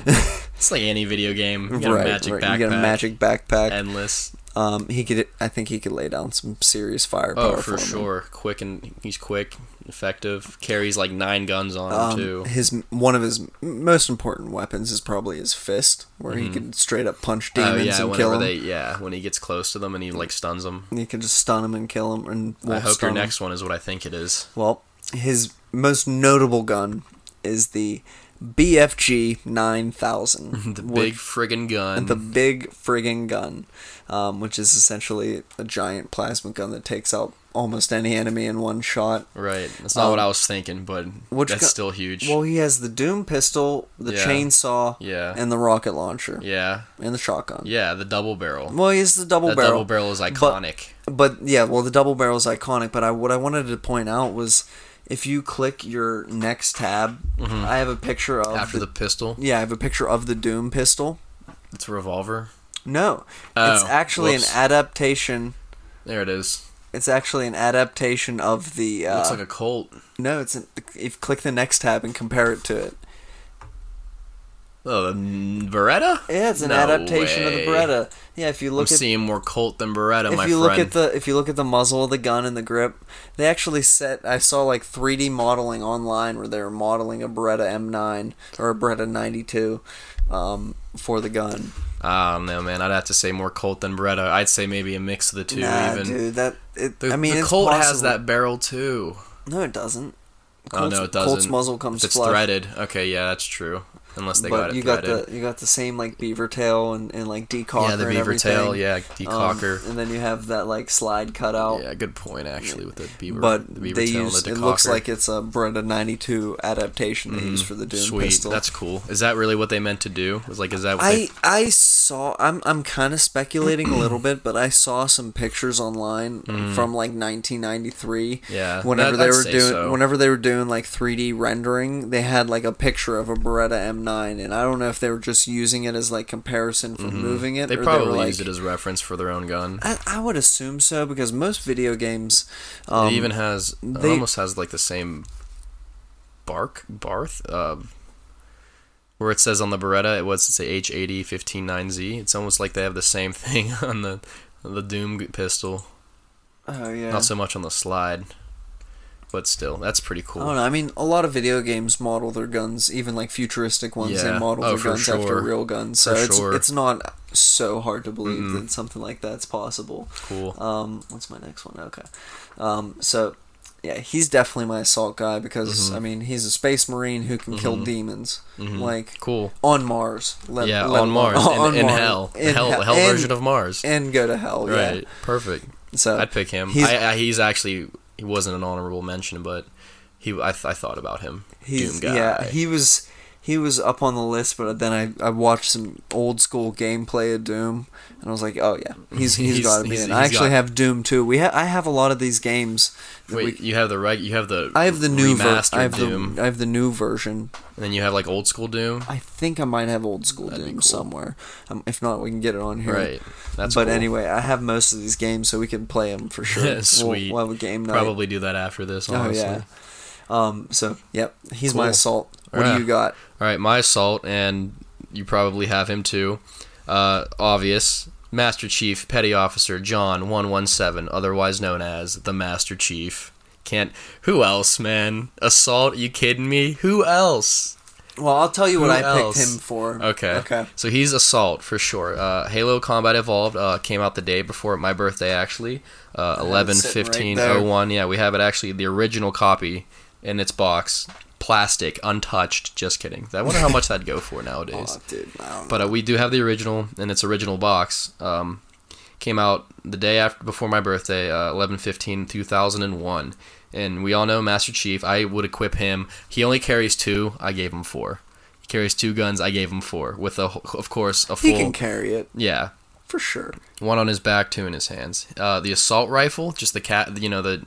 [SPEAKER 2] it's like any video game. You get a magic backpack.
[SPEAKER 1] You get a magic backpack.
[SPEAKER 2] Endless.
[SPEAKER 1] um, he could. I think he could lay down some serious firepower.
[SPEAKER 2] Oh,
[SPEAKER 1] me.
[SPEAKER 2] for sure. Quick and he's quick, effective. Carries like nine guns on him
[SPEAKER 1] Um,
[SPEAKER 2] too.
[SPEAKER 1] his one of his m- most important weapons is probably his fist, where he can straight up punch demons
[SPEAKER 2] Mm-hmm. oh yeah,
[SPEAKER 1] and
[SPEAKER 2] whenever
[SPEAKER 1] kill them.
[SPEAKER 2] they yeah, when he gets close to them and he like stuns them.
[SPEAKER 1] You can just stun him and kill him. And
[SPEAKER 2] I
[SPEAKER 1] won't
[SPEAKER 2] hope your
[SPEAKER 1] stun him.
[SPEAKER 2] next one is what I think it is.
[SPEAKER 1] Well, his most notable gun is the BFG 9000.
[SPEAKER 2] The
[SPEAKER 1] which-
[SPEAKER 2] big Mm. friggin' gun.
[SPEAKER 1] the big friggin' gun, um, which is essentially a giant plasma gun that takes out almost any enemy in one shot.
[SPEAKER 2] right. That's not what I was thinking, but
[SPEAKER 1] um, Which
[SPEAKER 2] that's
[SPEAKER 1] gun-
[SPEAKER 2] still huge.
[SPEAKER 1] Well, he has the Doom pistol, the
[SPEAKER 2] Yeah.
[SPEAKER 1] chainsaw,
[SPEAKER 2] Yeah.
[SPEAKER 1] and the rocket launcher,
[SPEAKER 2] yeah.
[SPEAKER 1] and the shotgun.
[SPEAKER 2] Yeah, the double barrel.
[SPEAKER 1] Well, he has the double
[SPEAKER 2] that
[SPEAKER 1] barrel.
[SPEAKER 2] double barrel is iconic.
[SPEAKER 1] But yeah, well, the double barrel is iconic. But I what I wanted to point out was if you click your next tab, I have a picture of
[SPEAKER 2] Mm-hmm. After the pistol,
[SPEAKER 1] yeah, I have a picture of the Doom pistol.
[SPEAKER 2] it's a revolver.
[SPEAKER 1] No, it's
[SPEAKER 2] Oh,
[SPEAKER 1] actually
[SPEAKER 2] whoops.
[SPEAKER 1] an adaptation.
[SPEAKER 2] There it is.
[SPEAKER 1] It's actually an adaptation of the. Uh,
[SPEAKER 2] Looks like a Colt.
[SPEAKER 1] no, it's an, if click the next tab and compare it to it.
[SPEAKER 2] Oh, the mm, Beretta?
[SPEAKER 1] Yeah, it's an
[SPEAKER 2] No
[SPEAKER 1] adaptation of
[SPEAKER 2] way.
[SPEAKER 1] the Beretta. Yeah, if you
[SPEAKER 2] I'm
[SPEAKER 1] look at
[SPEAKER 2] seeing more Colt than Beretta,
[SPEAKER 1] if
[SPEAKER 2] my
[SPEAKER 1] you
[SPEAKER 2] friend.
[SPEAKER 1] look at the if you look at the muzzle of the gun and the grip, they actually set. I saw like 3D modeling online where they were modeling a Beretta M9 or a Beretta 92 um, for the gun.
[SPEAKER 2] I don't know, Ah, man. I'd have to say more Colt than Beretta. I'd say maybe a mix of the two,
[SPEAKER 1] nah,
[SPEAKER 2] even.
[SPEAKER 1] dude, that it,
[SPEAKER 2] The,
[SPEAKER 1] I mean,
[SPEAKER 2] the
[SPEAKER 1] it's
[SPEAKER 2] Colt has
[SPEAKER 1] possible.
[SPEAKER 2] that barrel too.
[SPEAKER 1] No, it doesn't.
[SPEAKER 2] oh no, it doesn't.
[SPEAKER 1] Colt's muzzle comes
[SPEAKER 2] If it's
[SPEAKER 1] flush,
[SPEAKER 2] threaded. Okay, yeah, that's true. Unless they
[SPEAKER 1] but
[SPEAKER 2] got it
[SPEAKER 1] you got
[SPEAKER 2] threaded.
[SPEAKER 1] the you got the same like beaver tail and, and like decocker.
[SPEAKER 2] yeah, the
[SPEAKER 1] and
[SPEAKER 2] beaver tail.
[SPEAKER 1] everything.
[SPEAKER 2] Yeah,
[SPEAKER 1] Um,
[SPEAKER 2] decocker.
[SPEAKER 1] and then you have that like slide cutout.
[SPEAKER 2] yeah, good point actually with the beaver.
[SPEAKER 1] But
[SPEAKER 2] the beaver
[SPEAKER 1] they
[SPEAKER 2] tail and
[SPEAKER 1] use
[SPEAKER 2] the
[SPEAKER 1] it looks
[SPEAKER 2] decocker. Mm,
[SPEAKER 1] like it's a Beretta 92 adaptation they use for the Doom
[SPEAKER 2] Sweet,
[SPEAKER 1] pistol.
[SPEAKER 2] that's cool. Is that really what they meant to do? Was like, is that what
[SPEAKER 1] I
[SPEAKER 2] they,
[SPEAKER 1] I saw I'm I'm kind of speculating a little bit, but I saw some pictures online from like 1993.
[SPEAKER 2] Mm. Yeah,
[SPEAKER 1] whenever
[SPEAKER 2] that-
[SPEAKER 1] they
[SPEAKER 2] I'd
[SPEAKER 1] were
[SPEAKER 2] say
[SPEAKER 1] doing
[SPEAKER 2] so.
[SPEAKER 1] whenever they were doing like 3D rendering, they had like a picture of a Beretta M9, and I don't know if they were just using it as like comparison for moving it.
[SPEAKER 2] Mm-hmm. they
[SPEAKER 1] or
[SPEAKER 2] probably
[SPEAKER 1] they were, like,
[SPEAKER 2] used it as reference for their own gun?
[SPEAKER 1] I, I would assume so because most video games, um,
[SPEAKER 2] it even has
[SPEAKER 1] they-
[SPEAKER 2] it almost has like the same bark barth uh, where it says on the Beretta it was it say H eighty fifteen nine Z. It's almost like they have the same thing on the on the Doom pistol.
[SPEAKER 1] oh yeah,
[SPEAKER 2] Not so much on the slide, but still, that's pretty
[SPEAKER 1] I don't
[SPEAKER 2] cool.
[SPEAKER 1] know. I mean, a lot of video games model their guns, even like futuristic ones. They
[SPEAKER 2] Yeah.
[SPEAKER 1] model
[SPEAKER 2] Oh,
[SPEAKER 1] their
[SPEAKER 2] for
[SPEAKER 1] guns after
[SPEAKER 2] sure.
[SPEAKER 1] real guns, so
[SPEAKER 2] For
[SPEAKER 1] it's
[SPEAKER 2] sure.
[SPEAKER 1] it's not so hard to believe that something like that's possible.
[SPEAKER 2] Cool.
[SPEAKER 1] Um, what's my next one? Okay, um, so yeah, he's definitely my assault guy because
[SPEAKER 2] Mm-hmm.
[SPEAKER 1] I mean he's a space marine who can kill demons, like
[SPEAKER 2] Cool.
[SPEAKER 1] on Mars. let-
[SPEAKER 2] Yeah,
[SPEAKER 1] Uh, let
[SPEAKER 2] on
[SPEAKER 1] alone-
[SPEAKER 2] Mars, in,
[SPEAKER 1] on
[SPEAKER 2] in
[SPEAKER 1] Mars.
[SPEAKER 2] hell,
[SPEAKER 1] In
[SPEAKER 2] hell, the hell
[SPEAKER 1] and-
[SPEAKER 2] version of Mars.
[SPEAKER 1] and go to hell.
[SPEAKER 2] Right.
[SPEAKER 1] Yeah.
[SPEAKER 2] Perfect.
[SPEAKER 1] So
[SPEAKER 2] I'd pick him.
[SPEAKER 1] he's-
[SPEAKER 2] I, I, he's actually he wasn't an honorable mention, but he I, th- I thought about him.
[SPEAKER 1] He's
[SPEAKER 2] Doom guy.
[SPEAKER 1] yeah, he was he was up on the list, but then I, I watched some old school gameplay of Doom, and I was like, oh yeah, he's he's
[SPEAKER 2] He's-
[SPEAKER 1] got to be
[SPEAKER 2] he's-
[SPEAKER 1] in.
[SPEAKER 2] he's
[SPEAKER 1] I actually
[SPEAKER 2] got-
[SPEAKER 1] have Doom too. We ha- I have a lot of these games. that
[SPEAKER 2] Wait,
[SPEAKER 1] we-
[SPEAKER 2] you have the reg, you have the
[SPEAKER 1] I have the new ver-
[SPEAKER 2] remastered
[SPEAKER 1] I have
[SPEAKER 2] Doom,
[SPEAKER 1] the I have the new version.
[SPEAKER 2] and then you have like old school Doom.
[SPEAKER 1] I think I might have old school Doom somewhere. Um, if not, we can get it on here.
[SPEAKER 2] Right, that's
[SPEAKER 1] but
[SPEAKER 2] cool.
[SPEAKER 1] anyway, I have most of these games, so we can play them for sure. We'll-
[SPEAKER 2] Sweet.
[SPEAKER 1] We'll, have a game night.
[SPEAKER 2] Probably do that after this. Honestly.
[SPEAKER 1] Oh yeah. Um. So yep, he's my
[SPEAKER 2] Cool.
[SPEAKER 1] assault. What
[SPEAKER 2] Yeah.
[SPEAKER 1] do you got?
[SPEAKER 2] All right, my assault, and you probably have him too. Uh, obvious Master Chief Petty Officer John 117, otherwise known as the Master Chief. Can't. Who else, man? Assault? You kidding me? Who else?
[SPEAKER 1] Well, I'll tell you what
[SPEAKER 2] Who
[SPEAKER 1] I picked
[SPEAKER 2] else?
[SPEAKER 1] him for.
[SPEAKER 2] Okay.
[SPEAKER 1] Okay.
[SPEAKER 2] So he's assault for sure. Uh, Halo Combat Evolved uh, came out the day before my birthday actually. Uh, eleven
[SPEAKER 1] sitting right
[SPEAKER 2] fifteen
[SPEAKER 1] there.
[SPEAKER 2] oh one. Yeah, we have it actually the original copy in its box, plastic, untouched. Just kidding. I wonder how much that'd go for nowadays.
[SPEAKER 1] Oh, dude, I don't know.
[SPEAKER 2] But uh, we do have the original in its original box. Um, came out the day after before my birthday, uh, 11 2001. And we all know Master Chief. I would equip him. He only carries two. I gave him four. He carries two guns. I gave him four. With a, wh- of course, a full
[SPEAKER 1] he can carry it
[SPEAKER 2] yeah,
[SPEAKER 1] for sure.
[SPEAKER 2] one on his back, two in his hands. Uh, the assault rifle, just the cat, you know the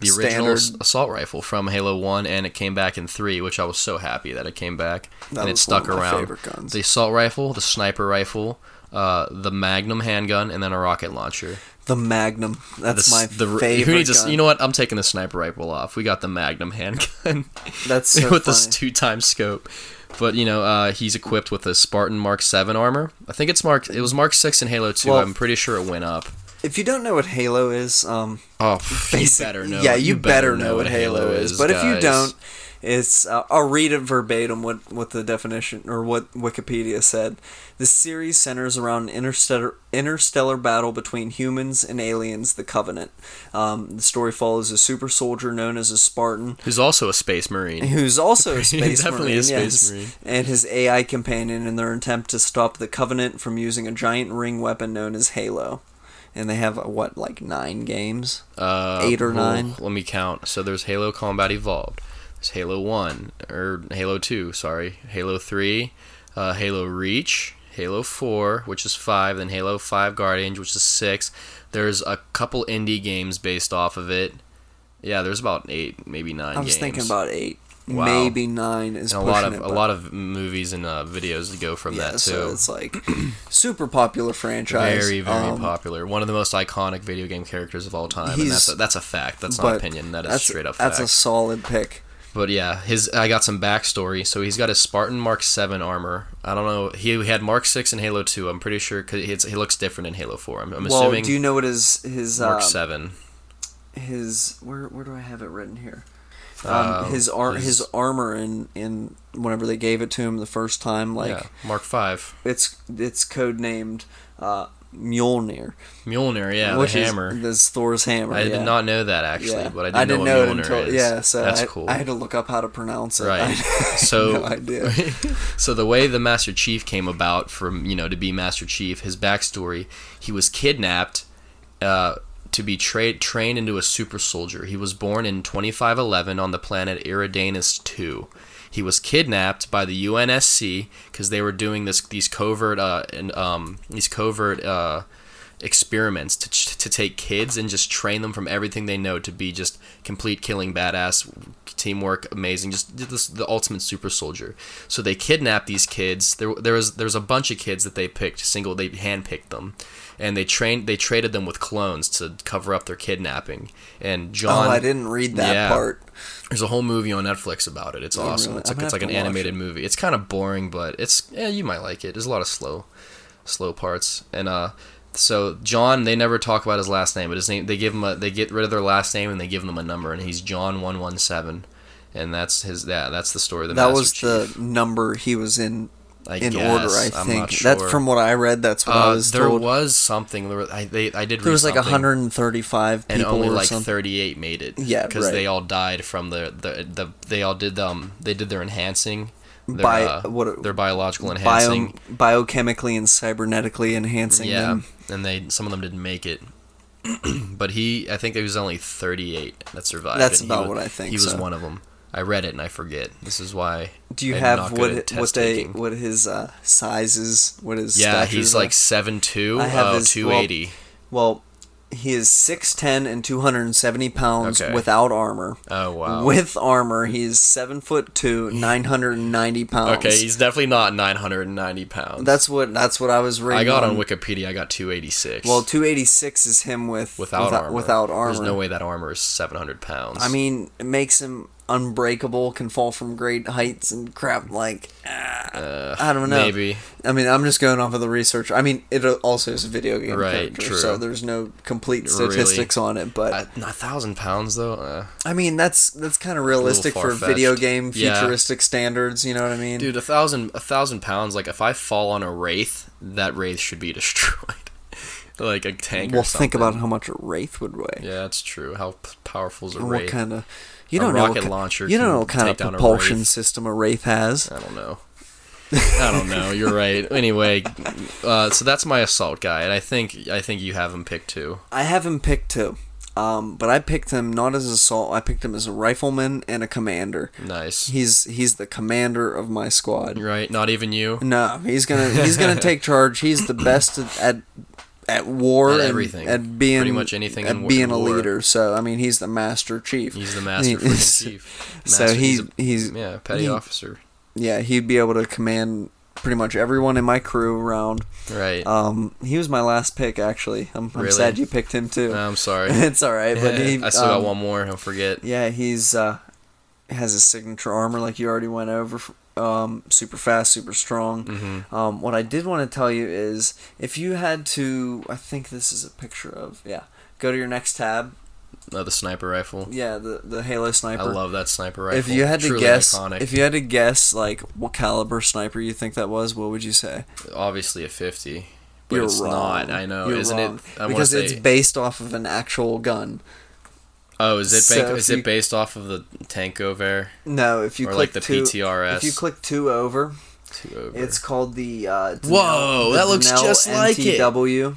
[SPEAKER 2] the original s-
[SPEAKER 1] Standard.
[SPEAKER 2] assault rifle from Halo One, and it came back in three, which I was so happy that it came back
[SPEAKER 1] That
[SPEAKER 2] and it
[SPEAKER 1] was
[SPEAKER 2] stuck
[SPEAKER 1] one of my
[SPEAKER 2] around.
[SPEAKER 1] favorite guns.
[SPEAKER 2] The assault rifle, the sniper rifle, uh, the Magnum handgun, and then a rocket launcher.
[SPEAKER 1] The Magnum.
[SPEAKER 2] The,
[SPEAKER 1] That's
[SPEAKER 2] s-
[SPEAKER 1] my
[SPEAKER 2] the, r-
[SPEAKER 1] favorite.
[SPEAKER 2] Who needs a s-
[SPEAKER 1] gun.
[SPEAKER 2] you know what? I'm taking the sniper rifle off. We got the Magnum handgun
[SPEAKER 1] That's so funny.
[SPEAKER 2] with this two time scope. But you know, uh, he's equipped with a Spartan Mark Seven armor. I think it's Mark. It was Mark Six in Halo Two.
[SPEAKER 1] Well-
[SPEAKER 2] I'm pretty sure it went up.
[SPEAKER 1] If you don't know what Halo is, um,
[SPEAKER 2] Oh, you
[SPEAKER 1] basic-
[SPEAKER 2] better know.
[SPEAKER 1] Yeah, you, better, know what Halo, is. But if you
[SPEAKER 2] guys.
[SPEAKER 1] don't, it's uh, I'll read it verbatim what what the definition or what Wikipedia said. This series centers around an interstellar interstellar battle between humans and aliens, the Covenant. Um, the story follows a super soldier known as a Spartan
[SPEAKER 2] who's also a space marine.
[SPEAKER 1] who's also a space
[SPEAKER 2] definitely
[SPEAKER 1] marine,
[SPEAKER 2] a space
[SPEAKER 1] yes,
[SPEAKER 2] marine.
[SPEAKER 1] and his AI companion in their attempt to stop the Covenant from using a giant ring weapon known as Halo. And they have uh, what, like nine games?
[SPEAKER 2] Uh,
[SPEAKER 1] Eight or
[SPEAKER 2] well,
[SPEAKER 1] nine.
[SPEAKER 2] Let me count. So there's Halo Combat Evolved. There's Halo One or Halo Two. Sorry, Halo Three, uh, Halo Reach, Halo Four, which is five. Then Halo Five Guardians, which is six. There's a couple indie games based off of it. Yeah, there's about eight, maybe nine.
[SPEAKER 1] I was
[SPEAKER 2] games.
[SPEAKER 1] thinking about eight,
[SPEAKER 2] Wow.
[SPEAKER 1] maybe nine is
[SPEAKER 2] And a
[SPEAKER 1] pushing
[SPEAKER 2] lot of
[SPEAKER 1] it,
[SPEAKER 2] a
[SPEAKER 1] but-
[SPEAKER 2] lot of movies and uh, videos that go from
[SPEAKER 1] yeah.
[SPEAKER 2] that too.
[SPEAKER 1] so it's like super popular franchise,
[SPEAKER 2] Very, very
[SPEAKER 1] um,
[SPEAKER 2] popular. One of the most iconic video game characters of all time. And
[SPEAKER 1] he's-
[SPEAKER 2] that's a, that's a fact. That's not
[SPEAKER 1] but
[SPEAKER 2] opinion. That is
[SPEAKER 1] that's-
[SPEAKER 2] straight up
[SPEAKER 1] That's
[SPEAKER 2] fact.
[SPEAKER 1] a solid pick.
[SPEAKER 2] But yeah, his I got some backstory. So he's got his Spartan Mark Seven armor. I don't know. He had Mark Six in Halo Two. I'm pretty sure because he looks different in Halo Four. I'm, I'm
[SPEAKER 1] Well,
[SPEAKER 2] assuming
[SPEAKER 1] do you know what his his
[SPEAKER 2] Mark
[SPEAKER 1] uh,
[SPEAKER 2] Seven.
[SPEAKER 1] his where where do I have it written here? Um,
[SPEAKER 2] Uh,
[SPEAKER 1] his ar- his,
[SPEAKER 2] his-
[SPEAKER 1] armor in in whenever they gave it to him the first time, like
[SPEAKER 2] yeah, Mark Five.
[SPEAKER 1] it's it's codenamed uh, Mjolnir,
[SPEAKER 2] Mjolnir. Yeah,
[SPEAKER 1] which
[SPEAKER 2] the hammer.
[SPEAKER 1] is this Thor's hammer.
[SPEAKER 2] I
[SPEAKER 1] yeah.
[SPEAKER 2] did not know that actually,
[SPEAKER 1] Yeah.
[SPEAKER 2] but I did not know what Mjolnir is.
[SPEAKER 1] Yeah, so
[SPEAKER 2] that's
[SPEAKER 1] I,
[SPEAKER 2] cool.
[SPEAKER 1] I had to look up how to pronounce it. I
[SPEAKER 2] Right.
[SPEAKER 1] had
[SPEAKER 2] So
[SPEAKER 1] no idea.
[SPEAKER 2] so the way the Master Chief came about from you know to be Master Chief, his backstory, he was kidnapped uh, to be tra- trained into a super soldier. He was born in 2511 on the planet Iridanus II. He was kidnapped by the UNSC because they were doing this these covert uh, and um, these covert uh, experiments to, to take kids and just train them from everything they know to be just complete killing badass teamwork amazing just this, the ultimate super soldier so they kidnapped these kids there, there was there was a bunch of kids that they picked single they handpicked them and they trained they traded them with clones to cover up their kidnapping and john
[SPEAKER 1] oh, I didn't read that
[SPEAKER 2] Yeah.
[SPEAKER 1] part.
[SPEAKER 2] there's a whole movie on Netflix about it. It's awesome.
[SPEAKER 1] really?
[SPEAKER 2] It's
[SPEAKER 1] I'm
[SPEAKER 2] like,
[SPEAKER 1] gonna
[SPEAKER 2] it's like
[SPEAKER 1] have
[SPEAKER 2] an
[SPEAKER 1] to watch
[SPEAKER 2] animated movie. It's kind of boring, but it's yeah, you might like it. There's a lot of slow, slow parts. And uh, so John, they never talk about his last name, but his name they give him a they get rid of their last name and they give him a number, and he's John one one seven, and that's his yeah, that's the story. Of the
[SPEAKER 1] That
[SPEAKER 2] Master
[SPEAKER 1] was
[SPEAKER 2] Chief.
[SPEAKER 1] the number he was in
[SPEAKER 2] I
[SPEAKER 1] in
[SPEAKER 2] guess.
[SPEAKER 1] order. I
[SPEAKER 2] I'm
[SPEAKER 1] think
[SPEAKER 2] not
[SPEAKER 1] that's
[SPEAKER 2] sure.
[SPEAKER 1] from what I read. That's what I
[SPEAKER 2] Uh,
[SPEAKER 1] was
[SPEAKER 2] there
[SPEAKER 1] told.
[SPEAKER 2] was something. There, were- I, they, I did.
[SPEAKER 1] there
[SPEAKER 2] read
[SPEAKER 1] was like
[SPEAKER 2] something,
[SPEAKER 1] 135
[SPEAKER 2] and
[SPEAKER 1] people
[SPEAKER 2] only
[SPEAKER 1] or
[SPEAKER 2] like
[SPEAKER 1] something.
[SPEAKER 2] 38 made it.
[SPEAKER 1] Yeah,
[SPEAKER 2] because
[SPEAKER 1] right.
[SPEAKER 2] they all died from the, the the they all did um they did their enhancing. Their,
[SPEAKER 1] Bi-
[SPEAKER 2] uh,
[SPEAKER 1] what-
[SPEAKER 2] their biological enhancing.
[SPEAKER 1] Bio, biochemically and cybernetically enhancing
[SPEAKER 2] yeah,
[SPEAKER 1] them.
[SPEAKER 2] and they some of them didn't make it. but he, I think there was only 38 that survived.
[SPEAKER 1] That's
[SPEAKER 2] and he
[SPEAKER 1] about
[SPEAKER 2] wa-
[SPEAKER 1] what I think,
[SPEAKER 2] He was
[SPEAKER 1] so.
[SPEAKER 2] one of them. I read it and I forget. This is why.
[SPEAKER 1] Do you
[SPEAKER 2] I'm not
[SPEAKER 1] have
[SPEAKER 2] good
[SPEAKER 1] what it-
[SPEAKER 2] at
[SPEAKER 1] what
[SPEAKER 2] test
[SPEAKER 1] they
[SPEAKER 2] taking.
[SPEAKER 1] what his uh, sizes? What his
[SPEAKER 2] Yeah,
[SPEAKER 1] statures
[SPEAKER 2] he's
[SPEAKER 1] are?
[SPEAKER 2] like seven two,
[SPEAKER 1] I have
[SPEAKER 2] uh,
[SPEAKER 1] his- well,
[SPEAKER 2] 280.
[SPEAKER 1] well, he is 6'10 and 270 pounds
[SPEAKER 2] Okay.
[SPEAKER 1] without armor.
[SPEAKER 2] oh wow.
[SPEAKER 1] With armor, he's seven foot two, nine hundred and ninety pounds.
[SPEAKER 2] okay, he's definitely not 990 pounds.
[SPEAKER 1] that's what that's what I was reading.
[SPEAKER 2] I got on Wikipedia. I got 286.
[SPEAKER 1] Well, two eighty six is him with
[SPEAKER 2] without, armor.
[SPEAKER 1] Without armor.
[SPEAKER 2] There's no way that armor is 700 pounds.
[SPEAKER 1] I mean, it makes him unbreakable, can fall from great heights and crap like ah, I don't know.
[SPEAKER 2] Uh, Maybe.
[SPEAKER 1] I mean, I'm just going off of the research. I mean, it also is a video game
[SPEAKER 2] Right,
[SPEAKER 1] character,
[SPEAKER 2] true.
[SPEAKER 1] so there's no complete
[SPEAKER 2] Really.
[SPEAKER 1] statistics on it. But
[SPEAKER 2] A a Uh, thousand pounds though. Uh,
[SPEAKER 1] Uh, I mean, that's that's kind of realistic for
[SPEAKER 2] far-fetched.
[SPEAKER 1] video game
[SPEAKER 2] Yeah.
[SPEAKER 1] futuristic standards. You know what I mean?
[SPEAKER 2] dude, a thousand a thousand pounds. Like if I fall on a wraith, that wraith should be destroyed. like a tank.
[SPEAKER 1] well,
[SPEAKER 2] or something.
[SPEAKER 1] think about how much a wraith would weigh.
[SPEAKER 2] Yeah, that's true. How p- powerful is a
[SPEAKER 1] And
[SPEAKER 2] wraith?
[SPEAKER 1] What kind of you
[SPEAKER 2] A
[SPEAKER 1] don't know what
[SPEAKER 2] rocket
[SPEAKER 1] ki-
[SPEAKER 2] launcher
[SPEAKER 1] You don't
[SPEAKER 2] can
[SPEAKER 1] know what kind of
[SPEAKER 2] take down a
[SPEAKER 1] propulsion
[SPEAKER 2] wraith.
[SPEAKER 1] system a wraith has.
[SPEAKER 2] I don't know. I don't know. You're right. Anyway, uh, so that's my assault guy, and I think I think you have him picked too.
[SPEAKER 1] I have him picked two, um, but I picked him not as assault. I picked him as a rifleman and a commander.
[SPEAKER 2] Nice.
[SPEAKER 1] He's he's the commander of my squad.
[SPEAKER 2] Right? Not even you.
[SPEAKER 1] No, he's gonna he's gonna take charge. He's the best at at, at war
[SPEAKER 2] At
[SPEAKER 1] and
[SPEAKER 2] everything.
[SPEAKER 1] at being
[SPEAKER 2] Pretty much anything
[SPEAKER 1] at
[SPEAKER 2] in wa-
[SPEAKER 1] being a
[SPEAKER 2] war.
[SPEAKER 1] leader. So I mean, he's the master chief.
[SPEAKER 2] He's the master
[SPEAKER 1] He-
[SPEAKER 2] freaking chief.
[SPEAKER 1] So
[SPEAKER 2] Master-
[SPEAKER 1] he's
[SPEAKER 2] a-
[SPEAKER 1] he's
[SPEAKER 2] yeah, petty
[SPEAKER 1] he-
[SPEAKER 2] officer.
[SPEAKER 1] yeah he'd be able to command pretty much everyone in my crew around.
[SPEAKER 2] Right.
[SPEAKER 1] Um, he was my last pick actually. I'm, I'm
[SPEAKER 2] Really?
[SPEAKER 1] sad you picked him too.
[SPEAKER 2] No, I'm sorry.
[SPEAKER 1] it's all right, but he,
[SPEAKER 2] I still
[SPEAKER 1] um,
[SPEAKER 2] got one more. Don't forget.
[SPEAKER 1] Yeah, he's uh, has his signature armor, like you already went over. Um, super fast, super strong.
[SPEAKER 2] Mm-hmm.
[SPEAKER 1] Um, what I did want to tell you is, if you had to, I think this is a picture of. Yeah, go to your next tab.
[SPEAKER 2] Uh, the sniper rifle.
[SPEAKER 1] Yeah, the the Halo sniper.
[SPEAKER 2] I love that sniper rifle.
[SPEAKER 1] If you had to
[SPEAKER 2] Truly
[SPEAKER 1] guess,
[SPEAKER 2] iconic.
[SPEAKER 1] if you had to guess, like what caliber sniper you think that was, what would you say?
[SPEAKER 2] obviously a fifty, but
[SPEAKER 1] You're
[SPEAKER 2] it's
[SPEAKER 1] wrong.
[SPEAKER 2] not. I know,
[SPEAKER 1] You're
[SPEAKER 2] isn't
[SPEAKER 1] wrong.
[SPEAKER 2] it? I wanna
[SPEAKER 1] because it's
[SPEAKER 2] say-
[SPEAKER 1] based off of an actual gun.
[SPEAKER 2] oh, is it ba-
[SPEAKER 1] So
[SPEAKER 2] is
[SPEAKER 1] if you-
[SPEAKER 2] it based off of the tank over
[SPEAKER 1] No, if you
[SPEAKER 2] or
[SPEAKER 1] click
[SPEAKER 2] like the
[SPEAKER 1] two,
[SPEAKER 2] PTRS?
[SPEAKER 1] if you click two over,
[SPEAKER 2] two over.
[SPEAKER 1] It's called the. Uh, Denel-
[SPEAKER 2] Whoa,
[SPEAKER 1] the
[SPEAKER 2] that looks
[SPEAKER 1] Denel
[SPEAKER 2] just like it.
[SPEAKER 1] NTW.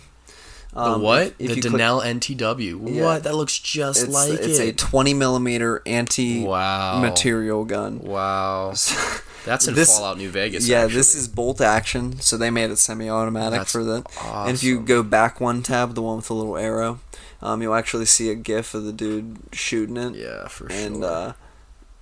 [SPEAKER 2] the
[SPEAKER 1] Um,
[SPEAKER 2] what?
[SPEAKER 1] if
[SPEAKER 2] the
[SPEAKER 1] you click-
[SPEAKER 2] Denel NTW.
[SPEAKER 1] Yeah.
[SPEAKER 2] What? That looks just
[SPEAKER 1] It's,
[SPEAKER 2] like
[SPEAKER 1] it's a
[SPEAKER 2] it.
[SPEAKER 1] 20 millimeter anti
[SPEAKER 2] wow.
[SPEAKER 1] material gun.
[SPEAKER 2] Wow. That's in
[SPEAKER 1] This-
[SPEAKER 2] Fallout New Vegas.
[SPEAKER 1] yeah,
[SPEAKER 2] actually.
[SPEAKER 1] this is bolt action, so they made it semi-automatic
[SPEAKER 2] That's
[SPEAKER 1] for the. And if you
[SPEAKER 2] awesome.
[SPEAKER 1] go back one tab, the one with the little arrow, um, you'll actually see a GIF of the dude shooting it.
[SPEAKER 2] Yeah, for sure.
[SPEAKER 1] and uh,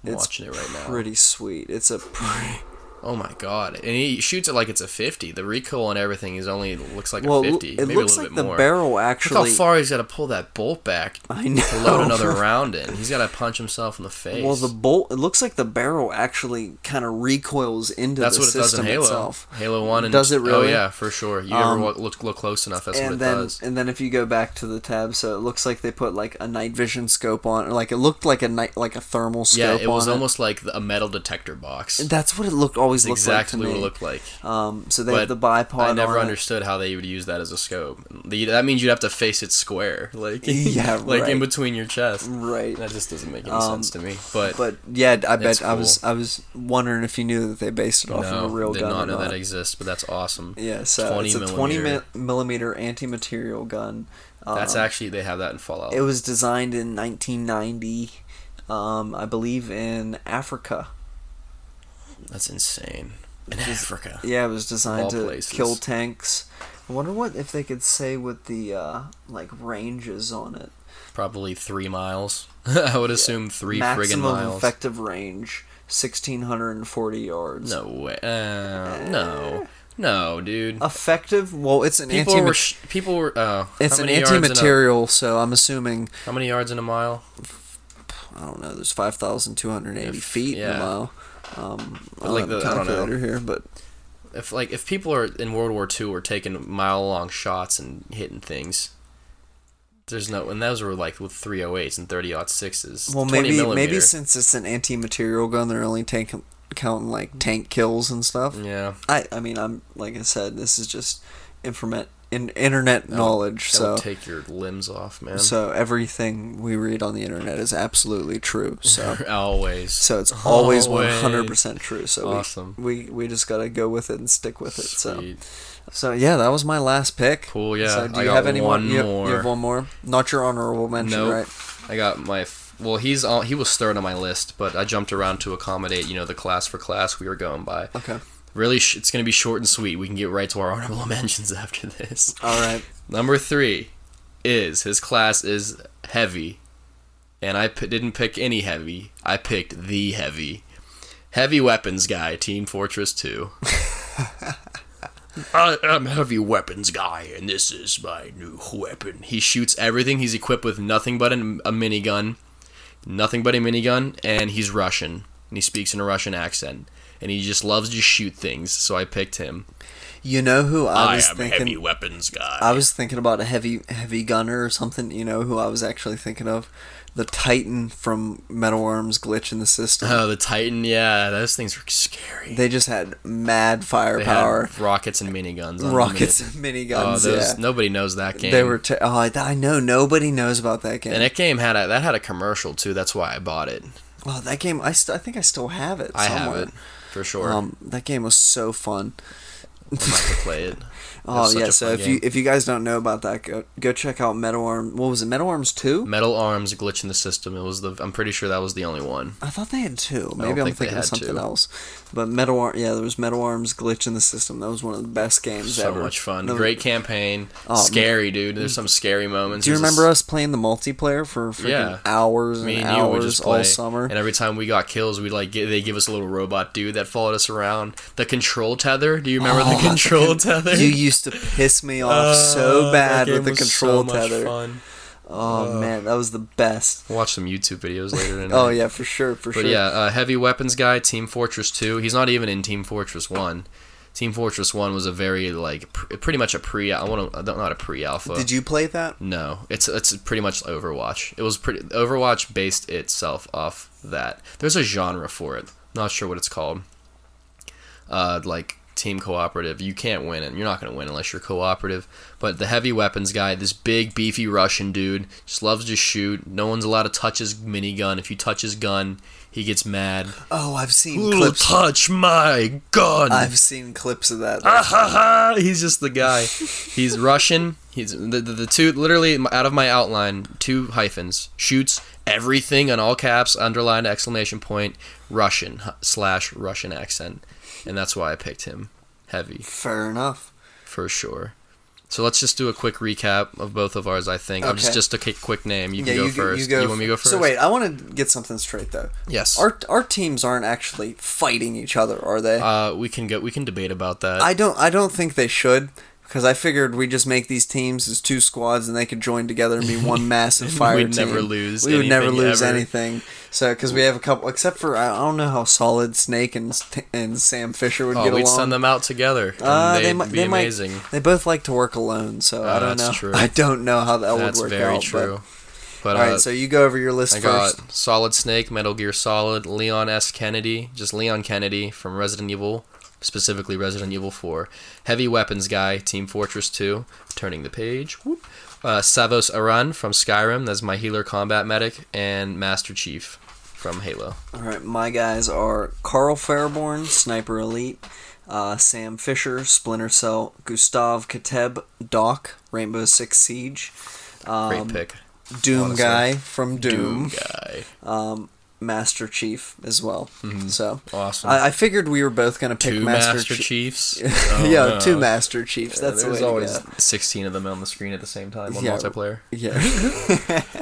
[SPEAKER 2] I'm
[SPEAKER 1] it's
[SPEAKER 2] watching it right now.
[SPEAKER 1] pretty sweet. It's a pretty.
[SPEAKER 2] Oh my god! And he shoots it like it's a fifty. The recoil and everything is only looks like
[SPEAKER 1] Well,
[SPEAKER 2] a fifty,
[SPEAKER 1] it
[SPEAKER 2] maybe a
[SPEAKER 1] looks
[SPEAKER 2] little
[SPEAKER 1] like
[SPEAKER 2] bit
[SPEAKER 1] the
[SPEAKER 2] more.
[SPEAKER 1] barrel
[SPEAKER 2] Look
[SPEAKER 1] actually.
[SPEAKER 2] how far he's got to pull that bolt back
[SPEAKER 1] I know.
[SPEAKER 2] to load another round in. He's got to punch himself in the face.
[SPEAKER 1] Well, the bolt. It looks like the barrel actually kind of recoils into
[SPEAKER 2] that's
[SPEAKER 1] the
[SPEAKER 2] what it does
[SPEAKER 1] system
[SPEAKER 2] in Halo.
[SPEAKER 1] itself.
[SPEAKER 2] Halo One and
[SPEAKER 1] Does it
[SPEAKER 2] Oh
[SPEAKER 1] really?
[SPEAKER 2] yeah, for sure. You
[SPEAKER 1] Um,
[SPEAKER 2] ever wa- look look close enough? That's what it
[SPEAKER 1] and then,
[SPEAKER 2] does.
[SPEAKER 1] and then if you go back to the tab, so it looks like they put like a night vision scope on, or like it looked like a night, like a thermal
[SPEAKER 2] Yeah,
[SPEAKER 1] scope.
[SPEAKER 2] it was
[SPEAKER 1] on
[SPEAKER 2] almost like the- a metal detector box.
[SPEAKER 1] It. That's what it looked always
[SPEAKER 2] That's
[SPEAKER 1] looked
[SPEAKER 2] exactly
[SPEAKER 1] like
[SPEAKER 2] what
[SPEAKER 1] to
[SPEAKER 2] it
[SPEAKER 1] me.
[SPEAKER 2] looked like.
[SPEAKER 1] Um, so they
[SPEAKER 2] But
[SPEAKER 1] have the bipod.
[SPEAKER 2] I never
[SPEAKER 1] on it.
[SPEAKER 2] understood how they would use that as a scope. The- That means you'd have to face it square, like
[SPEAKER 1] Yeah,
[SPEAKER 2] like in
[SPEAKER 1] right.
[SPEAKER 2] between your chest.
[SPEAKER 1] Right.
[SPEAKER 2] That just doesn't make any
[SPEAKER 1] Um,
[SPEAKER 2] sense to me. But,
[SPEAKER 1] But yeah, I bet
[SPEAKER 2] That's
[SPEAKER 1] I was I was wondering if you knew that they based it off
[SPEAKER 2] no,
[SPEAKER 1] of a real
[SPEAKER 2] did
[SPEAKER 1] gun
[SPEAKER 2] not
[SPEAKER 1] or
[SPEAKER 2] know
[SPEAKER 1] not.
[SPEAKER 2] that exists. But that's awesome.
[SPEAKER 1] yeah, so
[SPEAKER 2] 20
[SPEAKER 1] it's a twenty mi-
[SPEAKER 2] millimeter.
[SPEAKER 1] millimeter anti-material gun. Um,
[SPEAKER 2] That's actually they have that in Fallout.
[SPEAKER 1] It was designed in 1990, um, I believe, in Africa.
[SPEAKER 2] That's insane. In Africa.
[SPEAKER 1] Yeah, it was designed
[SPEAKER 2] All
[SPEAKER 1] to
[SPEAKER 2] places.
[SPEAKER 1] kill tanks. I wonder what if they could say what the uh, like ranges on it.
[SPEAKER 2] Probably three miles. I would assume three friggin'
[SPEAKER 1] Maximum
[SPEAKER 2] miles.
[SPEAKER 1] effective range, 1640 yards.
[SPEAKER 2] No way. Uh, no. No,
[SPEAKER 1] uh,
[SPEAKER 2] dude.
[SPEAKER 1] Effective? Well, it's an
[SPEAKER 2] People
[SPEAKER 1] anti.
[SPEAKER 2] were. Sh- people were. Uh,
[SPEAKER 1] It's
[SPEAKER 2] how
[SPEAKER 1] an
[SPEAKER 2] many yards in a-
[SPEAKER 1] anti-material, so I'm assuming
[SPEAKER 2] How many yards in a mile?
[SPEAKER 1] I don't know. There's 5,280
[SPEAKER 2] If-
[SPEAKER 1] feet in
[SPEAKER 2] yeah.
[SPEAKER 1] a mile. Um, I
[SPEAKER 2] like
[SPEAKER 1] like the
[SPEAKER 2] the- I don't know.
[SPEAKER 1] calculator here, but
[SPEAKER 2] If like if people are in World War II were taking mile long shots and hitting things. There's no, and those were like with 308s and 30 sixes.
[SPEAKER 1] Well, maybe maybe
[SPEAKER 2] millimeter.
[SPEAKER 1] since it's an anti-material gun, they're only tank, counting like tank kills and stuff.
[SPEAKER 2] Yeah,
[SPEAKER 1] I I mean, I'm like I said, this is just informat in, internet knowledge.
[SPEAKER 2] that would
[SPEAKER 1] So
[SPEAKER 2] take your limbs off, man.
[SPEAKER 1] so everything we read on the internet is absolutely true. So
[SPEAKER 2] Always.
[SPEAKER 1] so it's always one
[SPEAKER 2] Always.
[SPEAKER 1] hundred percent true. So
[SPEAKER 2] Awesome.
[SPEAKER 1] we, we we just gotta go with it and stick with it. So
[SPEAKER 2] Sweet.
[SPEAKER 1] so yeah, that was my last pick.
[SPEAKER 2] Cool, yeah,
[SPEAKER 1] So do
[SPEAKER 2] I
[SPEAKER 1] you
[SPEAKER 2] got
[SPEAKER 1] have any
[SPEAKER 2] one
[SPEAKER 1] you have- You
[SPEAKER 2] more.
[SPEAKER 1] have one more. Not your honorable mention,
[SPEAKER 2] Nope.
[SPEAKER 1] right?
[SPEAKER 2] I got my f- well. He's on. He was third on my list, but I jumped around to accommodate. You know, the class for class we were going by.
[SPEAKER 1] Okay.
[SPEAKER 2] Really, sh- it's gonna be short and sweet. We can get right to our honorable mentions after this.
[SPEAKER 1] All right.
[SPEAKER 2] Number three is his class is heavy, and I p- didn't pick any heavy. I picked the heavy, heavy weapons guy, Team Fortress Two. I am heavy weapons guy, and this is my new weapon. He shoots everything. He's equipped with nothing but an, a minigun. nothing but a minigun, and he's Russian, and he speaks in a Russian accent, and he just loves to shoot things. So I picked him.
[SPEAKER 1] You know who I, was thinking?
[SPEAKER 2] weapons guy.
[SPEAKER 1] I was thinking about a heavy heavy gunner or something. You know who I was actually thinking of? The Titan from Metal Arms glitch in the system.
[SPEAKER 2] oh, the Titan. Yeah, those things were scary.
[SPEAKER 1] They just had mad
[SPEAKER 2] They
[SPEAKER 1] firepower,
[SPEAKER 2] had rockets and miniguns. on
[SPEAKER 1] rockets,
[SPEAKER 2] them.
[SPEAKER 1] and
[SPEAKER 2] Oh,
[SPEAKER 1] miniguns.
[SPEAKER 2] those,
[SPEAKER 1] yeah.
[SPEAKER 2] nobody knows that game.
[SPEAKER 1] They were. Ter- oh, I, I know. Nobody knows about that game.
[SPEAKER 2] and that game had a that had a commercial too. That's why I bought it.
[SPEAKER 1] oh, that game. I, st- I think I still have it.
[SPEAKER 2] I
[SPEAKER 1] somewhere.
[SPEAKER 2] have it for sure.
[SPEAKER 1] Um, that game was so fun.
[SPEAKER 2] I might have to play it.
[SPEAKER 1] Oh
[SPEAKER 2] It's such
[SPEAKER 1] yeah.
[SPEAKER 2] a
[SPEAKER 1] So
[SPEAKER 2] fun
[SPEAKER 1] if
[SPEAKER 2] game.
[SPEAKER 1] you if you guys don't know about that, go go check out Metal Arm. What was it? Metal Arms two.
[SPEAKER 2] Metal Arms glitch in the system. It was the I'm pretty sure that was the only one.
[SPEAKER 1] I thought they had two. Maybe I'm
[SPEAKER 2] think they
[SPEAKER 1] thinking of
[SPEAKER 2] had
[SPEAKER 1] something
[SPEAKER 2] two.
[SPEAKER 1] else. But Metal Arm, yeah, there was Metal Arms glitch in the system. That was one of the best games
[SPEAKER 2] So
[SPEAKER 1] ever.
[SPEAKER 2] much fun.
[SPEAKER 1] No-
[SPEAKER 2] Great campaign.
[SPEAKER 1] Oh,
[SPEAKER 2] scary, dude. There's some scary moments.
[SPEAKER 1] Do you
[SPEAKER 2] There's a
[SPEAKER 1] remember
[SPEAKER 2] s-
[SPEAKER 1] us playing the multiplayer for freaking
[SPEAKER 2] Yeah.
[SPEAKER 1] hours and,
[SPEAKER 2] Me and you would
[SPEAKER 1] hours
[SPEAKER 2] just play
[SPEAKER 1] all summer?
[SPEAKER 2] and every time we got kills, we like get, they give us a little robot dude that followed us around. The control tether. Do you remember
[SPEAKER 1] Oh,
[SPEAKER 2] the control tether?
[SPEAKER 1] You used to piss me off
[SPEAKER 2] Uh,
[SPEAKER 1] so bad
[SPEAKER 2] that
[SPEAKER 1] with
[SPEAKER 2] game
[SPEAKER 1] the
[SPEAKER 2] was
[SPEAKER 1] control
[SPEAKER 2] so much
[SPEAKER 1] tether.
[SPEAKER 2] fun.
[SPEAKER 1] Oh man, that was the best.
[SPEAKER 2] Watch some YouTube videos later. tonight.
[SPEAKER 1] Oh yeah, for sure, for
[SPEAKER 2] But
[SPEAKER 1] sure.
[SPEAKER 2] yeah, uh, heavy weapons guy, Team Fortress 2. He's not even in Team Fortress 1. Team Fortress 1 was a very like pr- pretty much a pre I want to not a pre-alpha.
[SPEAKER 1] Did you play that?
[SPEAKER 2] No, it's it's pretty much Overwatch. It was pretty Overwatch based itself off that. There's a genre for it. Not sure what it's called. Uh, like team cooperative. You can't win it. You're not gonna win unless you're cooperative. But the heavy weapons guy, this big beefy Russian dude, just loves to shoot. No one's allowed to touch his minigun. If you touch his gun, he gets mad.
[SPEAKER 1] Oh, I've seen
[SPEAKER 2] Who'll
[SPEAKER 1] clips.
[SPEAKER 2] touch my gun?
[SPEAKER 1] I've seen clips of that.
[SPEAKER 2] Ah, ha, ha. he's just the guy. He's Russian. He's the, the, the two literally m- out of my outline, two hyphens. Shoots everything on all caps, underlined exclamation point, Russian h- slash Russian accent, and that's why I picked him. Heavy
[SPEAKER 1] Fair enough.
[SPEAKER 2] for sure. So let's just do a quick recap of both of ours. I think I'll just
[SPEAKER 1] Okay.
[SPEAKER 2] just a quick, quick name. You
[SPEAKER 1] Yeah,
[SPEAKER 2] can go
[SPEAKER 1] you, go-
[SPEAKER 2] first.
[SPEAKER 1] you go.
[SPEAKER 2] want me to go
[SPEAKER 1] f-
[SPEAKER 2] first?
[SPEAKER 1] So wait, I want to get something straight though.
[SPEAKER 2] Yes.
[SPEAKER 1] Our our teams aren't actually fighting each other, are they?
[SPEAKER 2] uh, we can go. We can debate about that.
[SPEAKER 1] I don't I don't think they should because I figured we just make these teams as two squads and they could join together and be one massive fire
[SPEAKER 2] We'd
[SPEAKER 1] team.
[SPEAKER 2] never lose
[SPEAKER 1] We would never
[SPEAKER 2] anything
[SPEAKER 1] lose
[SPEAKER 2] ever.
[SPEAKER 1] anything. So because we have a couple, except for I I don't know how solid Snake and St- and Sam Fisher would
[SPEAKER 2] oh,
[SPEAKER 1] get
[SPEAKER 2] we'd
[SPEAKER 1] along.
[SPEAKER 2] send them out together. and
[SPEAKER 1] Uh,
[SPEAKER 2] they'd
[SPEAKER 1] they might.
[SPEAKER 2] be
[SPEAKER 1] They
[SPEAKER 2] amazing. Ah,
[SPEAKER 1] might. They both like to work alone, so I don't
[SPEAKER 2] that's
[SPEAKER 1] know.
[SPEAKER 2] true.
[SPEAKER 1] I don't know how that
[SPEAKER 2] That's
[SPEAKER 1] would work
[SPEAKER 2] very
[SPEAKER 1] out.
[SPEAKER 2] true. But,
[SPEAKER 1] But,
[SPEAKER 2] uh,
[SPEAKER 1] all right, so you go over your list
[SPEAKER 2] I
[SPEAKER 1] first.
[SPEAKER 2] got Solid Snake, Metal Gear Solid, Leon S. Kennedy, just Leon Kennedy from Resident Evil, specifically Resident Evil 4. Heavy Weapons Guy, Team Fortress 2, turning the page. Whoop. Uh, Savos Aran from Skyrim, that's my healer combat medic, and Master Chief from Halo.
[SPEAKER 1] All right, my guys are Carl Fairborn, Sniper Elite, uh, Sam Fisher, Splinter Cell, Gustav Kateb, Doc, Rainbow Six Siege,
[SPEAKER 2] Great pick.
[SPEAKER 1] Doom
[SPEAKER 2] honestly.
[SPEAKER 1] Guy from Um, Doom,
[SPEAKER 2] Doom Guy.
[SPEAKER 1] Master Chief as well. So
[SPEAKER 2] Mm-hmm. Awesome.
[SPEAKER 1] I, I figured we were both gonna pick
[SPEAKER 2] two
[SPEAKER 1] Master,
[SPEAKER 2] Master,
[SPEAKER 1] Chief.
[SPEAKER 2] Chiefs. Oh,
[SPEAKER 1] yeah,
[SPEAKER 2] no.
[SPEAKER 1] two Master Chiefs.
[SPEAKER 2] Yeah,
[SPEAKER 1] That's the way
[SPEAKER 2] There's
[SPEAKER 1] to
[SPEAKER 2] always
[SPEAKER 1] go.
[SPEAKER 2] 16 of them on the screen at the same time on
[SPEAKER 1] Yeah.
[SPEAKER 2] multiplayer.
[SPEAKER 1] Yeah.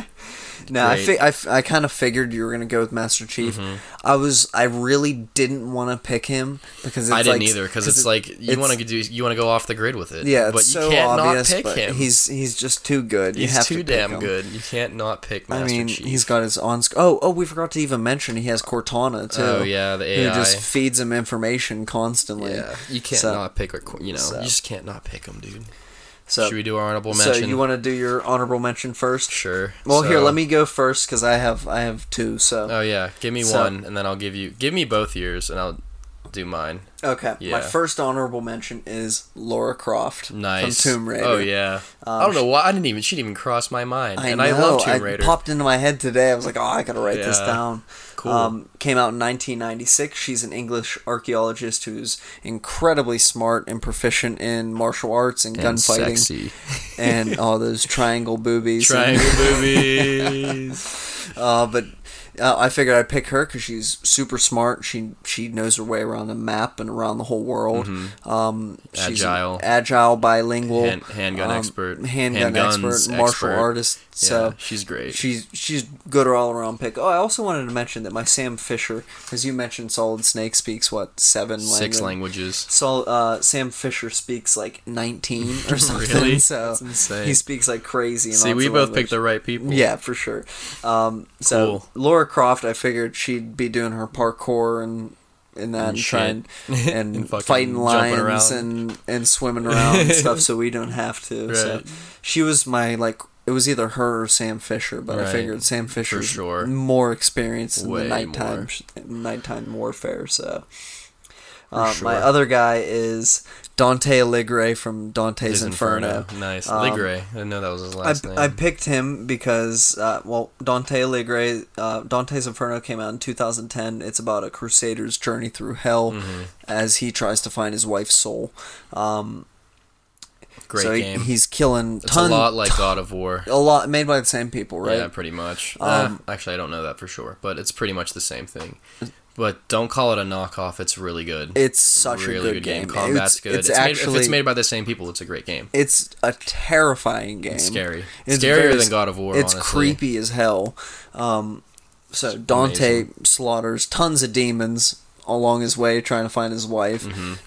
[SPEAKER 1] no, I,
[SPEAKER 2] Great. Mm-hmm.
[SPEAKER 1] fi- I, f- I kind of figured you were gonna go with Master Chief. I was I really didn't want to pick him because it's
[SPEAKER 2] I didn't
[SPEAKER 1] like,
[SPEAKER 2] either because it's
[SPEAKER 1] it-
[SPEAKER 2] like you
[SPEAKER 1] it's-
[SPEAKER 2] want to do you want to go off the grid with it.
[SPEAKER 1] yeah, it's
[SPEAKER 2] but you
[SPEAKER 1] so
[SPEAKER 2] can't
[SPEAKER 1] obvious.
[SPEAKER 2] not pick
[SPEAKER 1] but
[SPEAKER 2] him.
[SPEAKER 1] He's he's just too good. You
[SPEAKER 2] He's
[SPEAKER 1] have to
[SPEAKER 2] too
[SPEAKER 1] pick
[SPEAKER 2] damn
[SPEAKER 1] him.
[SPEAKER 2] good. You can't not pick
[SPEAKER 1] I
[SPEAKER 2] Master
[SPEAKER 1] mean,
[SPEAKER 2] Chief.
[SPEAKER 1] he's got his on. Oh, oh, we forgot to even mention he has Cortana too.
[SPEAKER 2] Oh, yeah, the
[SPEAKER 1] who just
[SPEAKER 2] AI.
[SPEAKER 1] feeds him information constantly.
[SPEAKER 2] yeah, you can't
[SPEAKER 1] So-
[SPEAKER 2] not pick a qu- you know
[SPEAKER 1] so-
[SPEAKER 2] you just can't not pick him, dude.
[SPEAKER 1] So,
[SPEAKER 2] Should we do our honorable
[SPEAKER 1] so
[SPEAKER 2] mention?
[SPEAKER 1] you want to do your honorable mention first?
[SPEAKER 2] sure.
[SPEAKER 1] Well, here,
[SPEAKER 2] so-
[SPEAKER 1] let me go first because I have I have two. So
[SPEAKER 2] Oh yeah, give me
[SPEAKER 1] So-
[SPEAKER 2] one and then I'll give you give me both yours and I'll do mine.
[SPEAKER 1] okay, my
[SPEAKER 2] yeah.
[SPEAKER 1] first honorable mention is Laura Croft
[SPEAKER 2] Nice.
[SPEAKER 1] from Tomb Raider. Um,
[SPEAKER 2] Oh yeah. I don't know why I didn't even she didn't even cross my mind.
[SPEAKER 1] I
[SPEAKER 2] and
[SPEAKER 1] know.
[SPEAKER 2] I love Tomb
[SPEAKER 1] I
[SPEAKER 2] Raider.
[SPEAKER 1] popped into my head today. I was like, oh, I gotta write this
[SPEAKER 2] Yeah.
[SPEAKER 1] down.
[SPEAKER 2] Cool.
[SPEAKER 1] Um, came out in 1996. She's an English archaeologist who's incredibly smart and proficient in martial arts and,
[SPEAKER 2] And
[SPEAKER 1] gunfighting
[SPEAKER 2] sexy.
[SPEAKER 1] and all those triangle boobies. and-
[SPEAKER 2] Triangle boobies.
[SPEAKER 1] uh, but uh, I figured I'd pick her because she's super smart. She she knows her way around a map and around the whole world. Um, she's an
[SPEAKER 2] Mm-hmm. Agile.
[SPEAKER 1] agile, bilingual, um,
[SPEAKER 2] Hand- handgun expert.
[SPEAKER 1] handgun
[SPEAKER 2] Handguns
[SPEAKER 1] expert, martial
[SPEAKER 2] expert.
[SPEAKER 1] artist. So
[SPEAKER 2] she's great.
[SPEAKER 1] She's she's good all around pick. Oh, I also wanted to mention that my Sam Fisher, as you mentioned, Solid Snake speaks what seven
[SPEAKER 2] Six
[SPEAKER 1] languages.
[SPEAKER 2] languages.
[SPEAKER 1] Sol, uh, Sam Fisher speaks like nineteen or something.
[SPEAKER 2] Really?
[SPEAKER 1] So
[SPEAKER 2] That's insane.
[SPEAKER 1] he speaks like crazy. And
[SPEAKER 2] See, we both picked the right people.
[SPEAKER 1] yeah, for sure. Um, so
[SPEAKER 2] Cool.
[SPEAKER 1] Laura Croft, I figured she'd be doing her parkour and and that and,
[SPEAKER 2] shit.
[SPEAKER 1] trying and,
[SPEAKER 2] And fucking
[SPEAKER 1] fighting
[SPEAKER 2] jumping
[SPEAKER 1] lions
[SPEAKER 2] around.
[SPEAKER 1] and and swimming around and stuff, so we don't have to. So
[SPEAKER 2] Right.
[SPEAKER 1] she was my like. It was either her or Sam Fisher, but I
[SPEAKER 2] Right.
[SPEAKER 1] figured Sam Fisher's
[SPEAKER 2] sure.
[SPEAKER 1] more experienced in
[SPEAKER 2] Way
[SPEAKER 1] the nighttime
[SPEAKER 2] more.
[SPEAKER 1] sh- nighttime warfare. So, uh,
[SPEAKER 2] sure.
[SPEAKER 1] my other guy is Dante Aligre from Dante's
[SPEAKER 2] His
[SPEAKER 1] Inferno. Um,
[SPEAKER 2] Inferno. Nice. Ligre. I didn't know that was his
[SPEAKER 1] I,
[SPEAKER 2] last name.
[SPEAKER 1] I picked him because uh, well Dante Alighieri uh, Dante's Inferno came out in 2010. It's about a crusader's journey through hell
[SPEAKER 2] Mm-hmm.
[SPEAKER 1] as he tries to find his wife's soul. Um,
[SPEAKER 2] great
[SPEAKER 1] so he-
[SPEAKER 2] game.
[SPEAKER 1] he's killing
[SPEAKER 2] it's
[SPEAKER 1] ton,
[SPEAKER 2] a lot like God of War.
[SPEAKER 1] a lot made by the same people, right?
[SPEAKER 2] Yeah, pretty much.
[SPEAKER 1] Um,
[SPEAKER 2] Uh, actually, I don't know that for sure, but it's pretty much the same thing. But don't call it a knockoff. It's really good.
[SPEAKER 1] It's such a
[SPEAKER 2] really
[SPEAKER 1] good, game.
[SPEAKER 2] Combat's
[SPEAKER 1] it's,
[SPEAKER 2] good.
[SPEAKER 1] It's,
[SPEAKER 2] It's made-
[SPEAKER 1] actually
[SPEAKER 2] if it's made by the same people, it's a great game.
[SPEAKER 1] it's a terrifying game.
[SPEAKER 2] Scary.
[SPEAKER 1] It's
[SPEAKER 2] Scarier
[SPEAKER 1] very-
[SPEAKER 2] than God of War.
[SPEAKER 1] It's
[SPEAKER 2] honestly.
[SPEAKER 1] creepy as hell. Um, so Dante slaughters tons of demons along his way, trying to find his wife,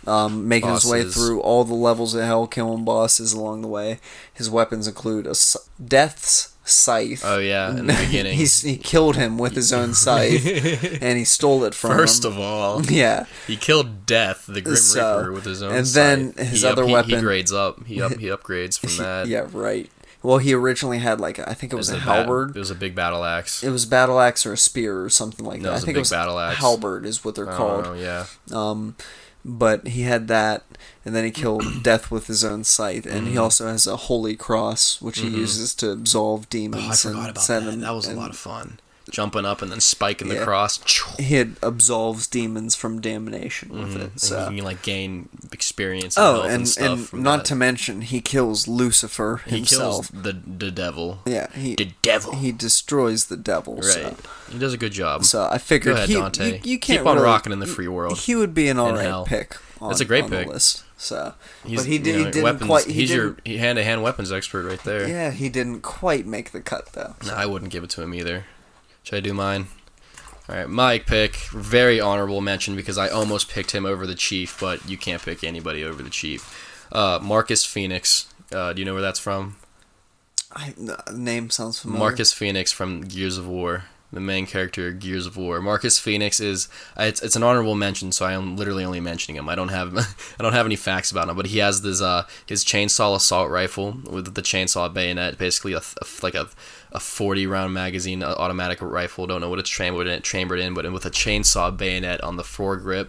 [SPEAKER 1] um, making his way
[SPEAKER 2] Mm-hmm. Bosses.
[SPEAKER 1] through all the levels of hell, killing bosses along the way. His weapons include a s- death's scythe.
[SPEAKER 2] Oh yeah, in the beginning.
[SPEAKER 1] He's, he killed him with his own scythe, and he stole it from
[SPEAKER 2] First
[SPEAKER 1] him.
[SPEAKER 2] of all,
[SPEAKER 1] yeah,
[SPEAKER 2] he killed Death, the Grim
[SPEAKER 1] So,
[SPEAKER 2] Reaper, with his own.
[SPEAKER 1] and then
[SPEAKER 2] scythe.
[SPEAKER 1] his
[SPEAKER 2] He up-
[SPEAKER 1] other
[SPEAKER 2] he-
[SPEAKER 1] weapon-
[SPEAKER 2] He grades up. He up. He upgrades from that.
[SPEAKER 1] yeah, right. Well, he originally had like I think it was,
[SPEAKER 2] It was
[SPEAKER 1] a
[SPEAKER 2] a bat-
[SPEAKER 1] halberd.
[SPEAKER 2] It was a big battle axe.
[SPEAKER 1] It was battle axe or a spear or something like that.
[SPEAKER 2] No, it
[SPEAKER 1] I
[SPEAKER 2] was a
[SPEAKER 1] think
[SPEAKER 2] big
[SPEAKER 1] it was
[SPEAKER 2] battle axe.
[SPEAKER 1] halberd is what they're
[SPEAKER 2] I
[SPEAKER 1] called.
[SPEAKER 2] don't know, Oh, yeah.
[SPEAKER 1] Um, but he had that, and then he killed Death with his own scythe, and
[SPEAKER 2] Mm-hmm.
[SPEAKER 1] he also has a holy cross which he uses to absolve demons.
[SPEAKER 2] Oh, I forgot
[SPEAKER 1] and
[SPEAKER 2] about
[SPEAKER 1] send
[SPEAKER 2] that.
[SPEAKER 1] them-
[SPEAKER 2] that was a
[SPEAKER 1] and
[SPEAKER 2] lot of fun. Jumping up and then spiking
[SPEAKER 1] Yeah.
[SPEAKER 2] the cross.
[SPEAKER 1] He had absolves demons from damnation with it. So.
[SPEAKER 2] Mm-hmm. And you can like gain experience. And
[SPEAKER 1] Oh,
[SPEAKER 2] health
[SPEAKER 1] and,
[SPEAKER 2] stuff
[SPEAKER 1] and,
[SPEAKER 2] from
[SPEAKER 1] not
[SPEAKER 2] that.
[SPEAKER 1] to mention he kills Lucifer
[SPEAKER 2] he kills
[SPEAKER 1] himself.
[SPEAKER 2] the the devil.
[SPEAKER 1] yeah, he
[SPEAKER 2] The devil.
[SPEAKER 1] he destroys the devil.
[SPEAKER 2] right.
[SPEAKER 1] So.
[SPEAKER 2] He does a good job.
[SPEAKER 1] So I figured
[SPEAKER 2] ahead,
[SPEAKER 1] he,
[SPEAKER 2] Dante.
[SPEAKER 1] You, you
[SPEAKER 2] Keep
[SPEAKER 1] can't
[SPEAKER 2] on
[SPEAKER 1] really-
[SPEAKER 2] rocking in the free world
[SPEAKER 1] He would be an all
[SPEAKER 2] hell.
[SPEAKER 1] right pick. On,
[SPEAKER 2] That's a great
[SPEAKER 1] on
[SPEAKER 2] pick.
[SPEAKER 1] The list, so,
[SPEAKER 2] He's,
[SPEAKER 1] but he, did,
[SPEAKER 2] you know,
[SPEAKER 1] he didn't
[SPEAKER 2] weapons,
[SPEAKER 1] quite. He
[SPEAKER 2] he's
[SPEAKER 1] didn't,
[SPEAKER 2] your hand to hand weapons expert right there.
[SPEAKER 1] Yeah, he didn't quite make the cut though.
[SPEAKER 2] No, I wouldn't give it to him either. Should I do mine? All right, Mike pick very honorable mention because I almost picked him over the Chief, but you can't pick anybody over the Chief. Uh, Marcus Phoenix. Uh, do you know where that's from?
[SPEAKER 1] I, the name sounds familiar.
[SPEAKER 2] Marcus Phoenix from Gears of War, the main character of Gears of War. Marcus Phoenix is uh, it's, it's an honorable mention, so I am literally only mentioning him. I don't have I don't have any facts about him, but he has this uh his chainsaw assault rifle with the chainsaw bayonet, basically a, a like a a 40 round magazine uh, automatic rifle. Don't know what it's chambered in, chambered in, but with a chainsaw bayonet on the foregrip.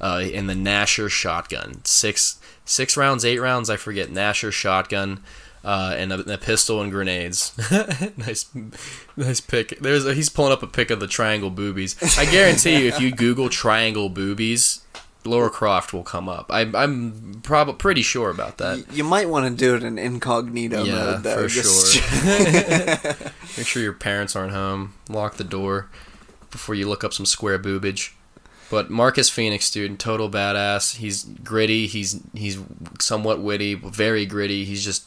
[SPEAKER 2] Uh, and the Nasher shotgun, six six rounds, eight rounds, I forget. Nasher shotgun, uh, and a, a pistol and grenades. nice, nice pick. There's a, he's pulling up a pic of the triangle boobies. I guarantee you, if you Google triangle boobies, Laura Croft will come up. I, I'm prob- pretty sure about that.
[SPEAKER 1] Y- You might want to do it in incognito
[SPEAKER 2] Yeah,
[SPEAKER 1] mode though.
[SPEAKER 2] for
[SPEAKER 1] just-
[SPEAKER 2] sure. Make sure your parents aren't home. Lock the door before you look up some square boobage. But Marcus Phoenix, dude, total badass. He's gritty. He's he's somewhat witty, but very gritty. He's just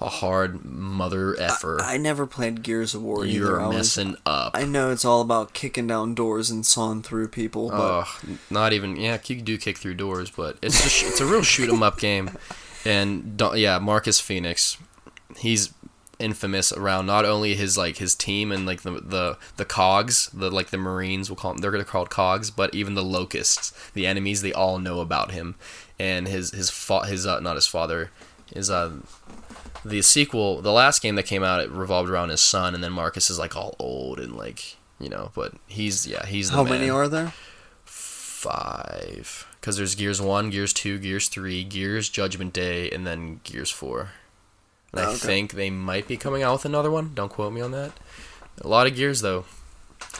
[SPEAKER 2] a hard mother effer.
[SPEAKER 1] I never played Gears of War either.
[SPEAKER 2] You're
[SPEAKER 1] I was-
[SPEAKER 2] messing up.
[SPEAKER 1] I know it's all about kicking down doors and sawing through people, but
[SPEAKER 2] Oh, not even. Yeah, you do kick through doors, but it's just it's a real shoot 'em up game. And don't, yeah, Marcus Phoenix, he's infamous around not only his like his team and like the the the cogs, the like the Marines, we'll call them. They're gonna call it cogs, but even the locusts, the enemies, they all know about him. And his his fa- his uh, not his father, his uh the sequel, the last game that came out, it revolved around his son, and then Marcus is like all old and like you know, but he's yeah he's the
[SPEAKER 1] how
[SPEAKER 2] man
[SPEAKER 1] many are there?
[SPEAKER 2] five because there's gears one gears two gears three gears judgment day and then gears four and
[SPEAKER 1] Oh,
[SPEAKER 2] i
[SPEAKER 1] okay.
[SPEAKER 2] think they might be coming out with another one don't quote me on that a lot of gears though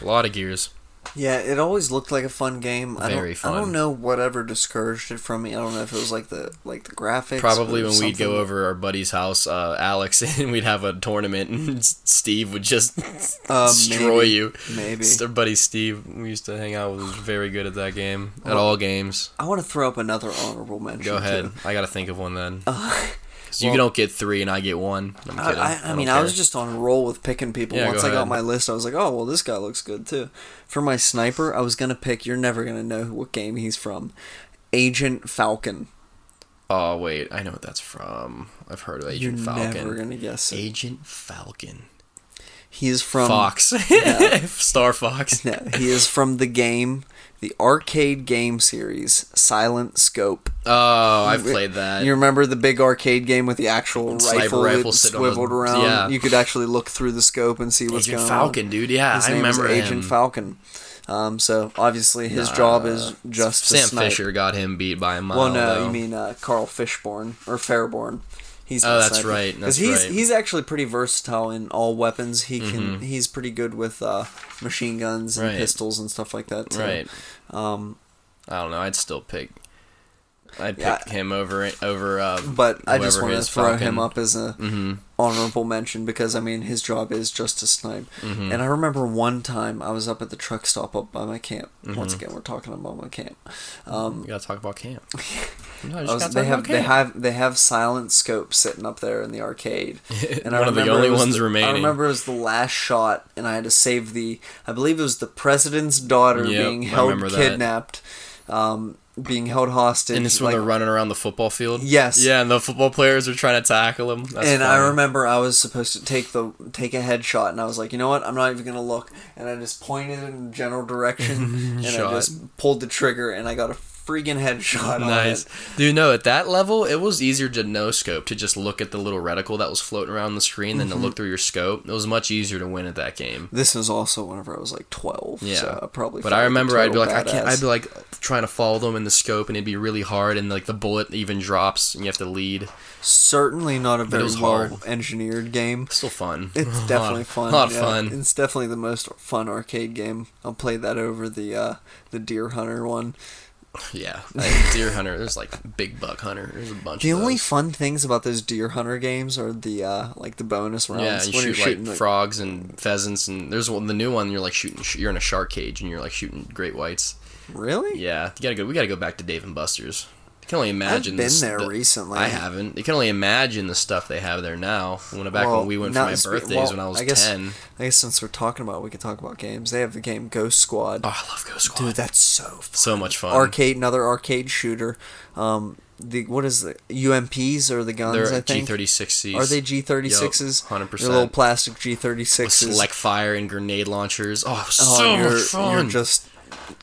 [SPEAKER 2] a lot of gears
[SPEAKER 1] Yeah, it always looked like a fun game. I
[SPEAKER 2] Very
[SPEAKER 1] don't, I
[SPEAKER 2] fun.
[SPEAKER 1] don't know whatever discouraged it from me. I don't know if it was like the like the graphics.
[SPEAKER 2] Probably
[SPEAKER 1] or
[SPEAKER 2] when we'd
[SPEAKER 1] something.
[SPEAKER 2] go over our buddy's house, uh, Alex, and we'd have a tournament, and Steve would just
[SPEAKER 1] Uh,
[SPEAKER 2] destroy
[SPEAKER 1] maybe.
[SPEAKER 2] you.
[SPEAKER 1] Maybe
[SPEAKER 2] It's Our buddy Steve, we used to hang out with, was very good at that game, at all games.
[SPEAKER 1] I want to throw up another honorable mention.
[SPEAKER 2] Go ahead.
[SPEAKER 1] too.
[SPEAKER 2] I gotta think of one then. 'Cause
[SPEAKER 1] well-
[SPEAKER 2] you don't get three, and I get one. I'm
[SPEAKER 1] I,
[SPEAKER 2] kidding.
[SPEAKER 1] I, I
[SPEAKER 2] don't
[SPEAKER 1] mean, I was
[SPEAKER 2] care.
[SPEAKER 1] just on a roll with picking people.
[SPEAKER 2] Yeah,
[SPEAKER 1] Once
[SPEAKER 2] go
[SPEAKER 1] I got
[SPEAKER 2] ahead.
[SPEAKER 1] my list, I was like, oh, well, this guy looks good too. For my sniper, I was going to pick, you're never going to know what game he's from Agent Falcon.
[SPEAKER 2] Oh wait, I know what that's from. I've heard of Agent
[SPEAKER 1] you're
[SPEAKER 2] Falcon.
[SPEAKER 1] never going to guess it.
[SPEAKER 2] Agent Falcon.
[SPEAKER 1] He is from.
[SPEAKER 2] Fox. Star Fox.
[SPEAKER 1] No, he is from the game, the arcade game series, Silent Scope.
[SPEAKER 2] Oh, I've played that.
[SPEAKER 1] You remember the big arcade game with the actual
[SPEAKER 2] Sniper
[SPEAKER 1] rifle,
[SPEAKER 2] rifle
[SPEAKER 1] that
[SPEAKER 2] sitting on the-
[SPEAKER 1] swiveled around?
[SPEAKER 2] yeah.
[SPEAKER 1] You could actually look through the scope and see what's
[SPEAKER 2] Agent
[SPEAKER 1] going on.
[SPEAKER 2] Falcon, dude. Yeah,
[SPEAKER 1] His
[SPEAKER 2] I
[SPEAKER 1] name is
[SPEAKER 2] remember
[SPEAKER 1] Agent
[SPEAKER 2] him.
[SPEAKER 1] Falcon. Um, so obviously his job is just to
[SPEAKER 2] Sam
[SPEAKER 1] snipe.
[SPEAKER 2] Fisher Oh, got him beat by a mile.
[SPEAKER 1] Well, no,
[SPEAKER 2] though.
[SPEAKER 1] you mean uh, Carl Fishborn or Fairborn. He's
[SPEAKER 2] Oh,
[SPEAKER 1] the
[SPEAKER 2] that's
[SPEAKER 1] sniper.
[SPEAKER 2] right,
[SPEAKER 1] 'Cause
[SPEAKER 2] that's
[SPEAKER 1] he's
[SPEAKER 2] right. Mm-hmm.
[SPEAKER 1] he's actually pretty versatile in all weapons. He can he's pretty good with uh, machine guns and
[SPEAKER 2] Right.
[SPEAKER 1] pistols and stuff like that. Too.
[SPEAKER 2] right?
[SPEAKER 1] Um,
[SPEAKER 2] I don't know. I'd still pick. I'd pick
[SPEAKER 1] Yeah.
[SPEAKER 2] him over over. Uh,
[SPEAKER 1] but I just
[SPEAKER 2] whoever
[SPEAKER 1] want to
[SPEAKER 2] his
[SPEAKER 1] throw him
[SPEAKER 2] Falcon- Mm-hmm.
[SPEAKER 1] up as a honorable mention because I mean his job is just to snipe.
[SPEAKER 2] Mm-hmm.
[SPEAKER 1] And I remember one time I was up at the truck stop up by my camp.
[SPEAKER 2] Mm-hmm.
[SPEAKER 1] Once again, we're talking about my camp. Um,
[SPEAKER 2] You gotta talk about camp. No,
[SPEAKER 1] I was- they have they have they have silent scope sitting up there in the arcade, and I
[SPEAKER 2] One of
[SPEAKER 1] remember
[SPEAKER 2] the
[SPEAKER 1] it
[SPEAKER 2] only
[SPEAKER 1] was
[SPEAKER 2] ones
[SPEAKER 1] the- I
[SPEAKER 2] remaining.
[SPEAKER 1] remember it was the last shot, and I had to save the I believe it was the president's daughter
[SPEAKER 2] Yep,
[SPEAKER 1] being
[SPEAKER 2] I
[SPEAKER 1] held
[SPEAKER 2] remember that.
[SPEAKER 1] kidnapped, um, being held hostage.
[SPEAKER 2] and it's when
[SPEAKER 1] like-
[SPEAKER 2] they're running around the football field.
[SPEAKER 1] Yes.
[SPEAKER 2] Yeah, and the football players are trying to tackle him. That's
[SPEAKER 1] and I
[SPEAKER 2] funny.
[SPEAKER 1] remember I was supposed to take the take a headshot, and I was like, you know what, I'm not even gonna look, and I just pointed in a general direction, and I
[SPEAKER 2] Shot.
[SPEAKER 1] just pulled the trigger, and I got a freaking headshot.
[SPEAKER 2] Nice, dude. No, at that level, it was easier to no scope to just look at the little reticle that was floating around the screen than to
[SPEAKER 1] Mm-hmm.
[SPEAKER 2] look through your scope. It was much easier to win at that game.
[SPEAKER 1] This was also whenever I was like twelve.
[SPEAKER 2] Yeah,
[SPEAKER 1] so I probably.
[SPEAKER 2] But
[SPEAKER 1] felt
[SPEAKER 2] I
[SPEAKER 1] a
[SPEAKER 2] remember I'd be
[SPEAKER 1] total
[SPEAKER 2] like, I can't.
[SPEAKER 1] badass.
[SPEAKER 2] I'd be like trying to follow them in the scope, and it'd be really hard. And like the bullet even drops, and you have to lead.
[SPEAKER 1] certainly not a very
[SPEAKER 2] was hard.
[SPEAKER 1] well engineered game.
[SPEAKER 2] Still fun. A
[SPEAKER 1] It's
[SPEAKER 2] lot
[SPEAKER 1] definitely
[SPEAKER 2] of-
[SPEAKER 1] fun.
[SPEAKER 2] A lot of
[SPEAKER 1] yeah.
[SPEAKER 2] fun.
[SPEAKER 1] It's definitely the most fun arcade game. I'll play that over the uh, the Deer Hunter one.
[SPEAKER 2] Yeah. Like, deer hunter. There's like big buck hunter. There's a bunch.
[SPEAKER 1] The
[SPEAKER 2] of
[SPEAKER 1] only
[SPEAKER 2] those.
[SPEAKER 1] fun things about those Deer Hunter games are the uh, like the bonus rounds.
[SPEAKER 2] yeah, you
[SPEAKER 1] when you're
[SPEAKER 2] shoot
[SPEAKER 1] shooting,
[SPEAKER 2] like, frogs and pheasants, and there's one the new one. You're like shooting. sh- You're in a shark cage, and you're like shooting great whites.
[SPEAKER 1] Really?
[SPEAKER 2] Yeah, you gotta go. We gotta go back to Dave and Buster's. You can only imagine.
[SPEAKER 1] I've been
[SPEAKER 2] this-
[SPEAKER 1] there
[SPEAKER 2] the-
[SPEAKER 1] recently.
[SPEAKER 2] I haven't. You can only imagine the stuff they have there now. When back
[SPEAKER 1] Well,
[SPEAKER 2] when we went
[SPEAKER 1] not
[SPEAKER 2] for my
[SPEAKER 1] spe-
[SPEAKER 2] birthdays
[SPEAKER 1] well,
[SPEAKER 2] when I was
[SPEAKER 1] I guess-
[SPEAKER 2] ten.
[SPEAKER 1] I guess since we're talking about, it, we could talk about games. They have the game Ghost Squad.
[SPEAKER 2] Oh, I love Ghost Squad.
[SPEAKER 1] Dude, that's so fun.
[SPEAKER 2] so much fun.
[SPEAKER 1] Arcade, another arcade shooter. Um, the what is the UMPs or the guns? I
[SPEAKER 2] They're G
[SPEAKER 1] think
[SPEAKER 2] thirty six Cs.
[SPEAKER 1] Are they G thirty sixes?
[SPEAKER 2] Yup, 100%.
[SPEAKER 1] They're little plastic G thirty sixes.
[SPEAKER 2] select fire and grenade launchers? Oh, it was
[SPEAKER 1] Oh,
[SPEAKER 2] so
[SPEAKER 1] you're,
[SPEAKER 2] much fun. Mm-hmm.
[SPEAKER 1] you're just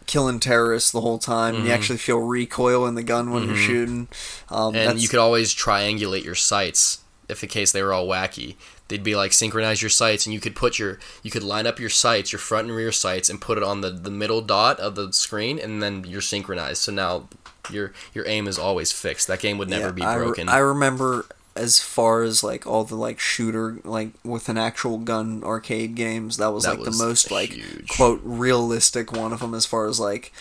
[SPEAKER 1] killing terrorists the whole time. and You actually feel recoil in the gun when you're shooting. Um,
[SPEAKER 2] and
[SPEAKER 1] that's,
[SPEAKER 2] you could always triangulate your sights if in case they were all wacky they'd be like synchronize your sights and you could put your you could line up your sights your front and rear sights and put it on the the middle dot of the screen and then you're synchronized so now your your aim is always fixed that game would never
[SPEAKER 1] yeah,
[SPEAKER 2] be
[SPEAKER 1] I re-
[SPEAKER 2] broken
[SPEAKER 1] I, remember as far as like all the like shooter like with an actual gun arcade games that was
[SPEAKER 2] That
[SPEAKER 1] like
[SPEAKER 2] was
[SPEAKER 1] the most like
[SPEAKER 2] huge.
[SPEAKER 1] quote realistic one of them as far as like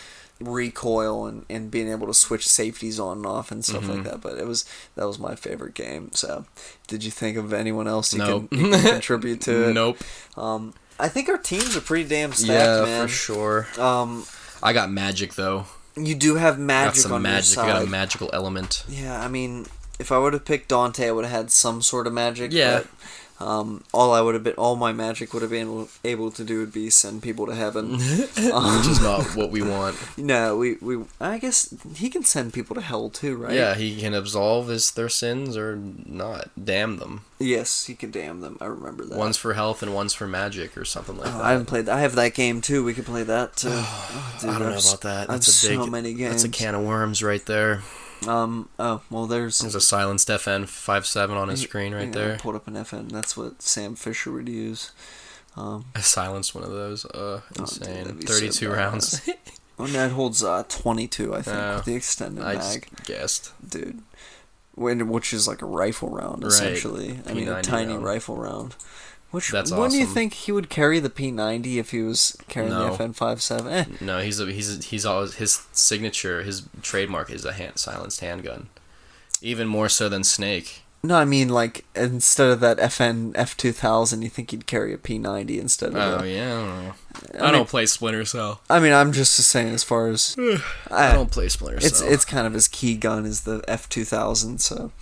[SPEAKER 1] recoil and, and being able to switch safeties on and off and stuff
[SPEAKER 2] Mm-hmm.
[SPEAKER 1] like that but it was that was my favorite game so did you think of anyone else you,
[SPEAKER 2] Nope.
[SPEAKER 1] can, you can contribute to it
[SPEAKER 2] nope
[SPEAKER 1] um i think our teams are pretty damn stacked
[SPEAKER 2] yeah
[SPEAKER 1] man
[SPEAKER 2] for sure
[SPEAKER 1] um
[SPEAKER 2] i got magic though
[SPEAKER 1] you do have
[SPEAKER 2] got
[SPEAKER 1] magic
[SPEAKER 2] some
[SPEAKER 1] on
[SPEAKER 2] magic
[SPEAKER 1] your
[SPEAKER 2] i
[SPEAKER 1] side
[SPEAKER 2] got a magical element
[SPEAKER 1] yeah, I mean, if I would have picked Dante, I would have had some sort of magic.
[SPEAKER 2] Yeah.
[SPEAKER 1] But, um, all I would have been, all my magic would have been able, able to do would be send people to heaven.
[SPEAKER 2] which is not what we want
[SPEAKER 1] no, we, we, I guess he can send people to hell too, right?
[SPEAKER 2] yeah he can absolve his their sins or not damn them
[SPEAKER 1] Yes, he can damn them. I remember that.
[SPEAKER 2] one's for health and one's for magic or something like
[SPEAKER 1] Uh, Oh,
[SPEAKER 2] that
[SPEAKER 1] I haven't played. I have that game too. We could play that too. Oh, dude,
[SPEAKER 2] I don't know
[SPEAKER 1] I've s-
[SPEAKER 2] about that.
[SPEAKER 1] I have
[SPEAKER 2] That's a big.
[SPEAKER 1] so many games.
[SPEAKER 2] That's a can of worms right there.
[SPEAKER 1] Um. Oh well, there's
[SPEAKER 2] There's a silenced FN 57 on his screen
[SPEAKER 1] yeah,
[SPEAKER 2] right
[SPEAKER 1] I
[SPEAKER 2] there.
[SPEAKER 1] Pulled up an FN. That's what Sam Fisher would use. Um,
[SPEAKER 2] I silenced one of those. Uh, insane.
[SPEAKER 1] Oh, that'd be so
[SPEAKER 2] 32 rounds.
[SPEAKER 1] Oh, no, it holds uh, 22, I think,
[SPEAKER 2] Oh.
[SPEAKER 1] with the extended
[SPEAKER 2] I just
[SPEAKER 1] mag,
[SPEAKER 2] guessed.
[SPEAKER 1] dude. When, which is like a rifle round,
[SPEAKER 2] Right.
[SPEAKER 1] essentially. I mean, a
[SPEAKER 2] P90
[SPEAKER 1] tiny
[SPEAKER 2] round.
[SPEAKER 1] rifle round. Which
[SPEAKER 2] That's
[SPEAKER 1] when do you
[SPEAKER 2] awesome.
[SPEAKER 1] think he would carry the P90 if he was carrying
[SPEAKER 2] No.
[SPEAKER 1] the FN57? Eh,
[SPEAKER 2] No, he's a, he's a, he's always his signature, his trademark is a hand, silenced handgun, even more so than Snake.
[SPEAKER 1] no, I mean like instead of that FN F2000, you think he'd carry a P90 instead of
[SPEAKER 2] Oh
[SPEAKER 1] a-
[SPEAKER 2] yeah, I don't know. I,
[SPEAKER 1] mean-
[SPEAKER 2] don't play Splinter Cell.
[SPEAKER 1] I mean, I'm just saying as far as
[SPEAKER 2] I
[SPEAKER 1] eh,
[SPEAKER 2] don't play Splinter
[SPEAKER 1] it's
[SPEAKER 2] Cell.
[SPEAKER 1] it's kind of his key gun is the F2000, so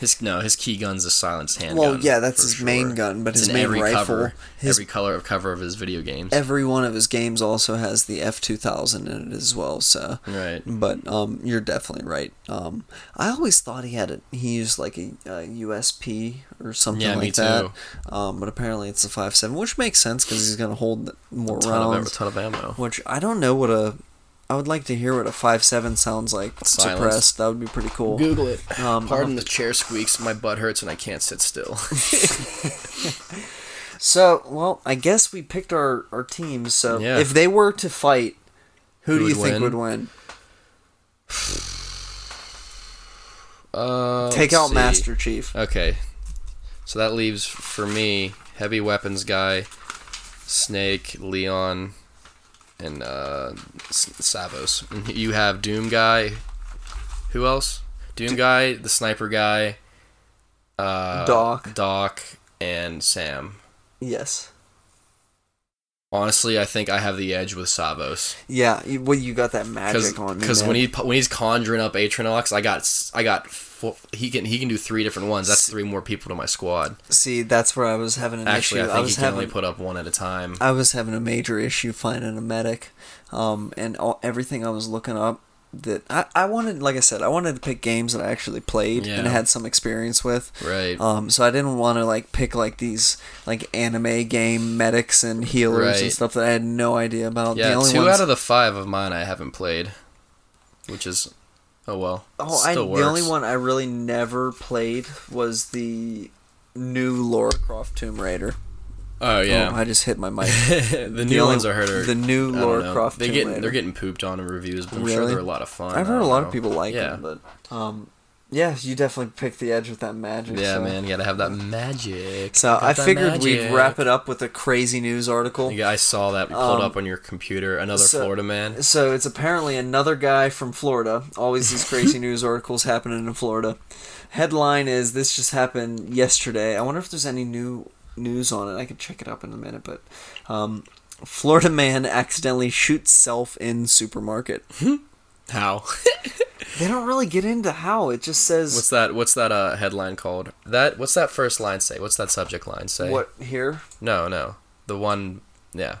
[SPEAKER 2] his no, his key gun's a silenced handgun.
[SPEAKER 1] Well, yeah, that's
[SPEAKER 2] for
[SPEAKER 1] his main gun, but his
[SPEAKER 2] in
[SPEAKER 1] main
[SPEAKER 2] every
[SPEAKER 1] rifle,
[SPEAKER 2] cover,
[SPEAKER 1] his- Uh,
[SPEAKER 2] every color of cover of his video games.
[SPEAKER 1] every one of his games also has the F2000 in it as well, so
[SPEAKER 2] right.
[SPEAKER 1] But um, you're definitely right. Um, I always thought he had a he used like a, a USP or something
[SPEAKER 2] Yeah, me
[SPEAKER 1] like that. Um, but apparently it's a five seven, which makes sense because he's gonna hold more
[SPEAKER 2] Ton of,
[SPEAKER 1] rounds.
[SPEAKER 2] ton of ammo.
[SPEAKER 1] Which I don't know what a. I would like to hear what a five seven sounds like
[SPEAKER 2] Silenced.
[SPEAKER 1] suppressed. That would be pretty cool.
[SPEAKER 2] Google it.
[SPEAKER 1] Um,
[SPEAKER 2] Pardon the chair squeaks. My butt hurts and I can't sit still.
[SPEAKER 1] So well, I guess we picked our our teams. So
[SPEAKER 2] Yeah.
[SPEAKER 1] if they were to fight, who,
[SPEAKER 2] Who
[SPEAKER 1] do you
[SPEAKER 2] would
[SPEAKER 1] think
[SPEAKER 2] win?
[SPEAKER 1] would win?
[SPEAKER 2] Uh,
[SPEAKER 1] Take
[SPEAKER 2] let's
[SPEAKER 1] out
[SPEAKER 2] see.
[SPEAKER 1] Master Chief.
[SPEAKER 2] Okay, so that leaves for me heavy weapons guy, Snake, Leon, and uh, S- Savos. And you have Doom guy. Who else? Doom guy, the sniper guy, uh,
[SPEAKER 1] Doc.
[SPEAKER 2] Doc, and Sam.
[SPEAKER 1] Yes.
[SPEAKER 2] Honestly, I think I have the edge with Savos.
[SPEAKER 1] Yeah. you- Well, you got that magic on me.
[SPEAKER 2] because
[SPEAKER 1] man.
[SPEAKER 2] when he when he's conjuring up Atronox, I got s- I got four, he can he can do three different ones. That's three more people to my squad.
[SPEAKER 1] See, that's where I was having an
[SPEAKER 2] Actually,
[SPEAKER 1] issue.
[SPEAKER 2] I
[SPEAKER 1] I,
[SPEAKER 2] think he
[SPEAKER 1] was
[SPEAKER 2] can only
[SPEAKER 1] having
[SPEAKER 2] put up one at a time.
[SPEAKER 1] I was having a major issue finding a medic, um, and all, everything I was looking up that I, I wanted. Like I said, I wanted to pick games that I actually played and
[SPEAKER 2] Yeah.
[SPEAKER 1] had some experience with.
[SPEAKER 2] Right.
[SPEAKER 1] Um, so I didn't want to like pick like these like anime game medics and healers and
[SPEAKER 2] Right.
[SPEAKER 1] stuff that I had no idea about.
[SPEAKER 2] yeah,
[SPEAKER 1] the only
[SPEAKER 2] two
[SPEAKER 1] ones,
[SPEAKER 2] out of the five of mine I haven't played, which is oh well.
[SPEAKER 1] oh, I,
[SPEAKER 2] still works.
[SPEAKER 1] the only one I really never played was the new Lara Croft Tomb Raider.
[SPEAKER 2] Oh yeah.
[SPEAKER 1] Oh, I just hit my mic.
[SPEAKER 2] the new
[SPEAKER 1] only-
[SPEAKER 2] ones I heard are
[SPEAKER 1] the new
[SPEAKER 2] I don't
[SPEAKER 1] Lara
[SPEAKER 2] know.
[SPEAKER 1] Croft
[SPEAKER 2] They
[SPEAKER 1] Tomb
[SPEAKER 2] get
[SPEAKER 1] Raider.
[SPEAKER 2] they're getting pooped on in reviews, but I'm sure
[SPEAKER 1] Really?
[SPEAKER 2] they're a lot of fun.
[SPEAKER 1] I've
[SPEAKER 2] I
[SPEAKER 1] heard a
[SPEAKER 2] don't
[SPEAKER 1] lot of
[SPEAKER 2] know.
[SPEAKER 1] people like
[SPEAKER 2] yeah.
[SPEAKER 1] it, but um, yeah, you definitely picked the edge with that magic.
[SPEAKER 2] Yeah,
[SPEAKER 1] so.
[SPEAKER 2] man, you gotta have that magic.
[SPEAKER 1] So I
[SPEAKER 2] Got that
[SPEAKER 1] figured we'd
[SPEAKER 2] magic.
[SPEAKER 1] wrap it up with a crazy news article.
[SPEAKER 2] Yeah, I saw that pulled
[SPEAKER 1] Um,
[SPEAKER 2] up on your computer. Another
[SPEAKER 1] so-
[SPEAKER 2] Florida man.
[SPEAKER 1] So it's apparently another guy from Florida. Always these crazy news articles happening in Florida. Headline is this just happened yesterday. I wonder if there's any new news on it. I could check it up in a minute, but um, Florida man accidentally shoots self in supermarket.
[SPEAKER 2] How?
[SPEAKER 1] They don't really get into how. It just says
[SPEAKER 2] what's that? What's that uh, headline called? That what's that first line say? What's that subject line say?
[SPEAKER 1] what here.
[SPEAKER 2] No, no, the one. Yeah,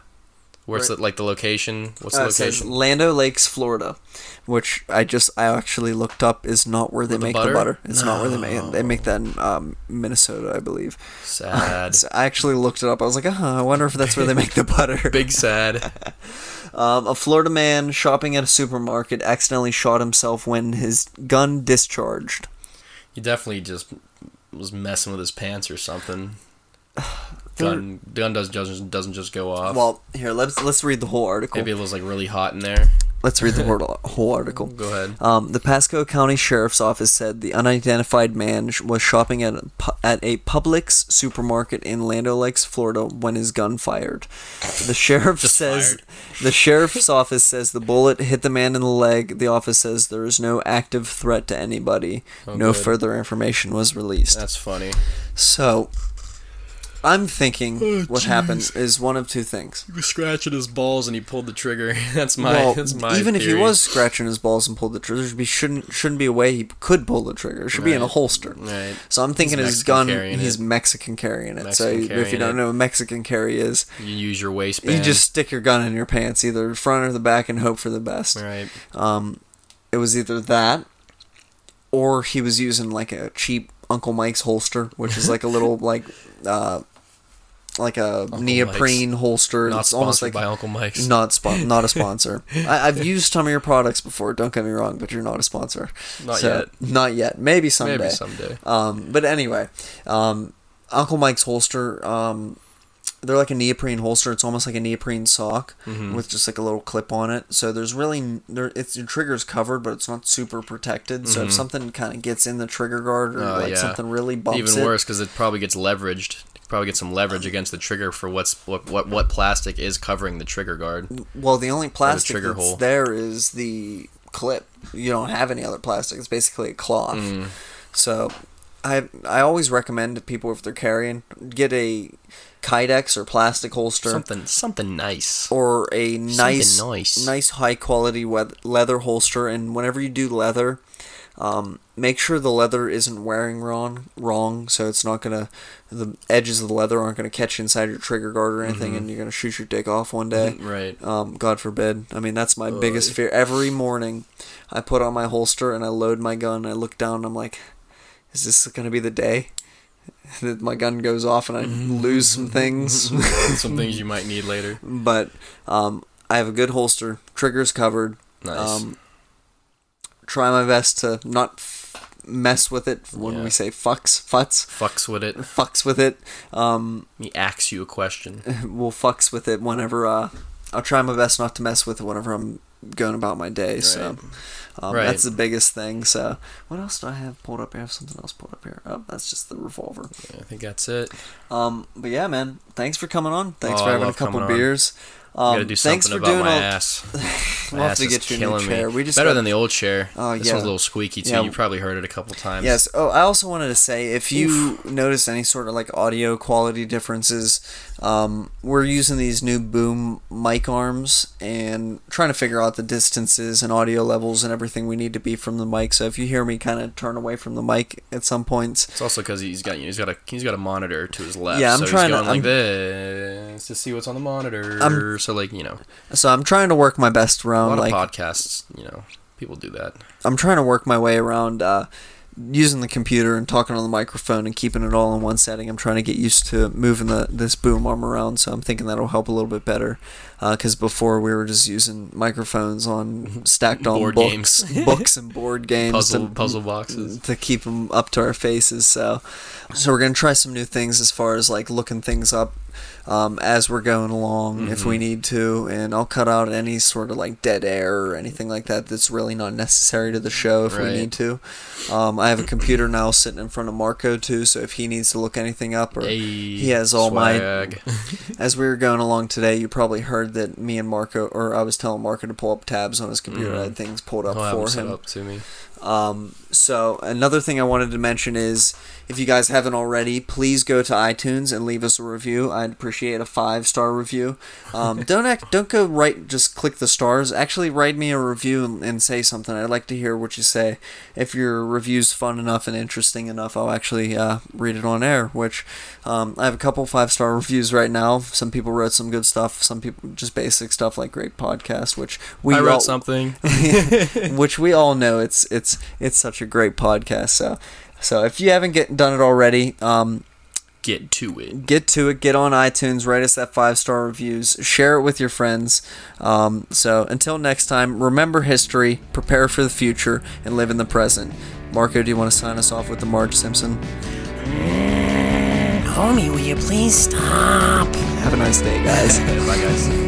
[SPEAKER 2] where it's
[SPEAKER 1] Right.
[SPEAKER 2] the, like the location. What's
[SPEAKER 1] Uh,
[SPEAKER 2] the
[SPEAKER 1] it says
[SPEAKER 2] location?
[SPEAKER 1] Lando Lakes, Florida, which I just I actually looked up is not where they
[SPEAKER 2] the
[SPEAKER 1] make the
[SPEAKER 2] butter?
[SPEAKER 1] butter. It's not where they make it. They make that in um, Minnesota, I believe.
[SPEAKER 2] Sad.
[SPEAKER 1] So I actually looked it up. I was like, oh, I wonder if that's where they make the butter.
[SPEAKER 2] Big sad.
[SPEAKER 1] Um, a Florida man shopping at a supermarket accidentally shot himself when his gun discharged.
[SPEAKER 2] He definitely just was messing with his pants or something.
[SPEAKER 1] There-
[SPEAKER 2] Gun gun does doesn't doesn't just go off.
[SPEAKER 1] Well, here let's let's read the whole article.
[SPEAKER 2] Maybe it was like really hot in there.
[SPEAKER 1] Let's read the whole whole article.
[SPEAKER 2] Go ahead.
[SPEAKER 1] Um, the Pasco County Sheriff's Office said the unidentified man sh- was shopping at a, pu- at a Publix supermarket in Land O'Lakes, Florida, when his gun fired. The sheriff says
[SPEAKER 2] fired.
[SPEAKER 1] the sheriff's office says the bullet hit the man in the leg. The office says there is no active threat to anybody. no
[SPEAKER 2] Oh, good.
[SPEAKER 1] further information was released.
[SPEAKER 2] That's funny.
[SPEAKER 1] So, I'm thinking
[SPEAKER 2] Hmm.
[SPEAKER 1] what happened is one of two things.
[SPEAKER 2] He was scratching his balls and he pulled the trigger. That's my.
[SPEAKER 1] well,
[SPEAKER 2] that's my.
[SPEAKER 1] even if he
[SPEAKER 2] theory.
[SPEAKER 1] was scratching his balls and pulled the trigger, there should be, shouldn't shouldn't be a way he could pull the trigger. It should be in a
[SPEAKER 2] Right.
[SPEAKER 1] holster.
[SPEAKER 2] Right.
[SPEAKER 1] So I'm thinking his
[SPEAKER 2] Mexican
[SPEAKER 1] gun.
[SPEAKER 2] carrying
[SPEAKER 1] He's
[SPEAKER 2] it.
[SPEAKER 1] Mexican carrying it. so if
[SPEAKER 2] Mexican
[SPEAKER 1] you
[SPEAKER 2] carrying
[SPEAKER 1] don't
[SPEAKER 2] it.
[SPEAKER 1] know what Mexican carry is,
[SPEAKER 2] you use your waistband.
[SPEAKER 1] you just stick your gun in your pants, either front or the back, and hope for the best.
[SPEAKER 2] right.
[SPEAKER 1] Um, it was either that, or he was using like a cheap Uncle Mike's holster, which is like a little like uh, like a neoprene holster.
[SPEAKER 2] Not
[SPEAKER 1] It's
[SPEAKER 2] sponsored
[SPEAKER 1] almost like
[SPEAKER 2] by Uncle Mike's.
[SPEAKER 1] not spon- not a sponsor. I- I've used some of your products before. Don't get me wrong, but you're not a sponsor.
[SPEAKER 2] Not yet.
[SPEAKER 1] Not yet. Maybe someday.
[SPEAKER 2] Maybe someday.
[SPEAKER 1] Um, but anyway, um, Uncle Mike's holster. Um, they're like a neoprene holster. It's almost like a neoprene sock
[SPEAKER 2] Mm-hmm.
[SPEAKER 1] with just like a little clip on it. So there's really n- there. It's your trigger's covered, but it's not super protected. So if something kind of gets in the trigger guard or
[SPEAKER 2] Mm-hmm. Oh,
[SPEAKER 1] like
[SPEAKER 2] yeah.
[SPEAKER 1] something really bumps
[SPEAKER 2] Even
[SPEAKER 1] it,
[SPEAKER 2] worse because it probably gets leveraged probably get some leverage against the trigger for what's what what, what plastic is covering the trigger guard.
[SPEAKER 1] Well, the only plastic
[SPEAKER 2] trigger
[SPEAKER 1] that's
[SPEAKER 2] hole.
[SPEAKER 1] there is the clip. You don't have any other plastic. It's basically a cloth.
[SPEAKER 2] Hmm.
[SPEAKER 1] So, I I always recommend to people if they're carrying get a Kydex or plastic holster
[SPEAKER 2] Something something nice.
[SPEAKER 1] or a nice
[SPEAKER 2] nice.
[SPEAKER 1] nice high quality weath- leather holster. And whenever you do leather, um, make sure the leather isn't wearing wrong wrong. So it's not gonna the edges of the leather aren't gonna catch inside your trigger guard or anything,
[SPEAKER 2] Mm-hmm.
[SPEAKER 1] and you're gonna shoot your dick off one day.
[SPEAKER 2] Right.
[SPEAKER 1] Um, God forbid. I mean, that's my biggest fear. Every morning, I put on my holster and I load my gun. And I look down. And I'm like, is this gonna be the day that my gun goes off and I lose some things?
[SPEAKER 2] some things you might need later.
[SPEAKER 1] but um, I have a good holster. Trigger's covered.
[SPEAKER 2] Nice.
[SPEAKER 1] Um, try my best to not f- mess with it when
[SPEAKER 2] Yeah.
[SPEAKER 1] we say fucks, futs,
[SPEAKER 2] Fucks with it. Let
[SPEAKER 1] fucks with it. Um,
[SPEAKER 2] me ask you a question.
[SPEAKER 1] will fucks with it whenever uh, I'll try my best not to mess with it whenever I'm going about my day. So um,
[SPEAKER 2] Right.
[SPEAKER 1] that's the biggest thing. So what else do I have pulled up here? I have something else pulled up here. Oh, that's just the revolver.
[SPEAKER 2] I think that's it.
[SPEAKER 1] Um, but yeah, man, thanks for coming on. Thanks
[SPEAKER 2] Oh,
[SPEAKER 1] for
[SPEAKER 2] I
[SPEAKER 1] having a
[SPEAKER 2] love
[SPEAKER 1] couple
[SPEAKER 2] coming on.
[SPEAKER 1] beers.
[SPEAKER 2] I
[SPEAKER 1] Um,
[SPEAKER 2] gotta do
[SPEAKER 1] thanks
[SPEAKER 2] something
[SPEAKER 1] for
[SPEAKER 2] about
[SPEAKER 1] doing
[SPEAKER 2] my
[SPEAKER 1] all.
[SPEAKER 2] ass.
[SPEAKER 1] We'll
[SPEAKER 2] My
[SPEAKER 1] have
[SPEAKER 2] ass
[SPEAKER 1] to
[SPEAKER 2] is
[SPEAKER 1] get you a new
[SPEAKER 2] killing me.
[SPEAKER 1] chair. We just
[SPEAKER 2] better
[SPEAKER 1] got-
[SPEAKER 2] than the old chair.
[SPEAKER 1] Oh,
[SPEAKER 2] this
[SPEAKER 1] yeah.
[SPEAKER 2] one's a little squeaky too.
[SPEAKER 1] Yeah.
[SPEAKER 2] You probably heard it a couple times.
[SPEAKER 1] Yes. Oh, I also wanted to say if you notice any sort of like audio quality differences, um, we're using these new boom mic arms and trying to figure out the distances and audio levels and everything we need to be from the mic. So if you hear me kind of turn away from the mic at some points,
[SPEAKER 2] It's also because he's got he's got a he's got a monitor to his left.
[SPEAKER 1] Yeah, I'm
[SPEAKER 2] so
[SPEAKER 1] trying to-
[SPEAKER 2] he's going
[SPEAKER 1] I'm-
[SPEAKER 2] like this to see what's on the monitor.
[SPEAKER 1] I'm-
[SPEAKER 2] so like you know,
[SPEAKER 1] so I'm trying to work my best
[SPEAKER 2] a
[SPEAKER 1] around
[SPEAKER 2] lot
[SPEAKER 1] like
[SPEAKER 2] of podcasts. You know, people do that.
[SPEAKER 1] I'm trying to work my way around uh, using the computer and talking on the microphone and keeping it all in one setting. I'm trying to get used to moving the this boom arm around, so I'm thinking that'll help a little bit better. Because before we were just using microphones on stacked on
[SPEAKER 2] Board
[SPEAKER 1] books,
[SPEAKER 2] games.
[SPEAKER 1] books and board games,
[SPEAKER 2] Puzzle
[SPEAKER 1] to,
[SPEAKER 2] puzzle boxes.
[SPEAKER 1] to keep them up to our faces. So, so we're gonna try some new things as far as like looking things up. Um, as we're going along, if
[SPEAKER 2] Mm-hmm.
[SPEAKER 1] we need to, and I'll cut out any sort of like dead air or anything like that that's really not necessary to the show if we
[SPEAKER 2] Right.
[SPEAKER 1] need to. Um, I have a computer now sitting in front of Marco too, so if he needs to look anything up or
[SPEAKER 2] Hey,
[SPEAKER 1] he has all
[SPEAKER 2] swag.
[SPEAKER 1] my. As we were going along today, you probably heard that me and Marco, or I was telling Marco to pull up tabs on his computer. I had things pulled up
[SPEAKER 2] I'll Mm-hmm. Oh, have him
[SPEAKER 1] for
[SPEAKER 2] set
[SPEAKER 1] him.
[SPEAKER 2] up to me.
[SPEAKER 1] Um, so another thing I wanted to mention is if you guys haven't already, please go to iTunes and leave us a review. I'd appreciate a five star review. Um, don't act, don't go right. Just click the stars. Actually, write me a review and, and say something. I'd like to hear what you say. If your review's fun enough and interesting enough, I'll actually uh, read it on air. Which um, I have a couple five star reviews right now. Some people wrote some good stuff. Some people just basic stuff like great podcast, which we
[SPEAKER 2] I wrote
[SPEAKER 1] all-
[SPEAKER 2] something.
[SPEAKER 1] which we all know it's it's it's such a great podcast. So so if you haven't get, done it already, um,
[SPEAKER 2] Get to it.
[SPEAKER 1] get to it. Get on iTunes, write us that five star reviews, share it with your friends. Um, so until next time, remember history, prepare for the future, and live in the present. Marco, do you want to sign us off with the Marge Simpson?
[SPEAKER 3] Homie, will you please stop?
[SPEAKER 1] Have a nice day, guys.
[SPEAKER 2] Bye guys.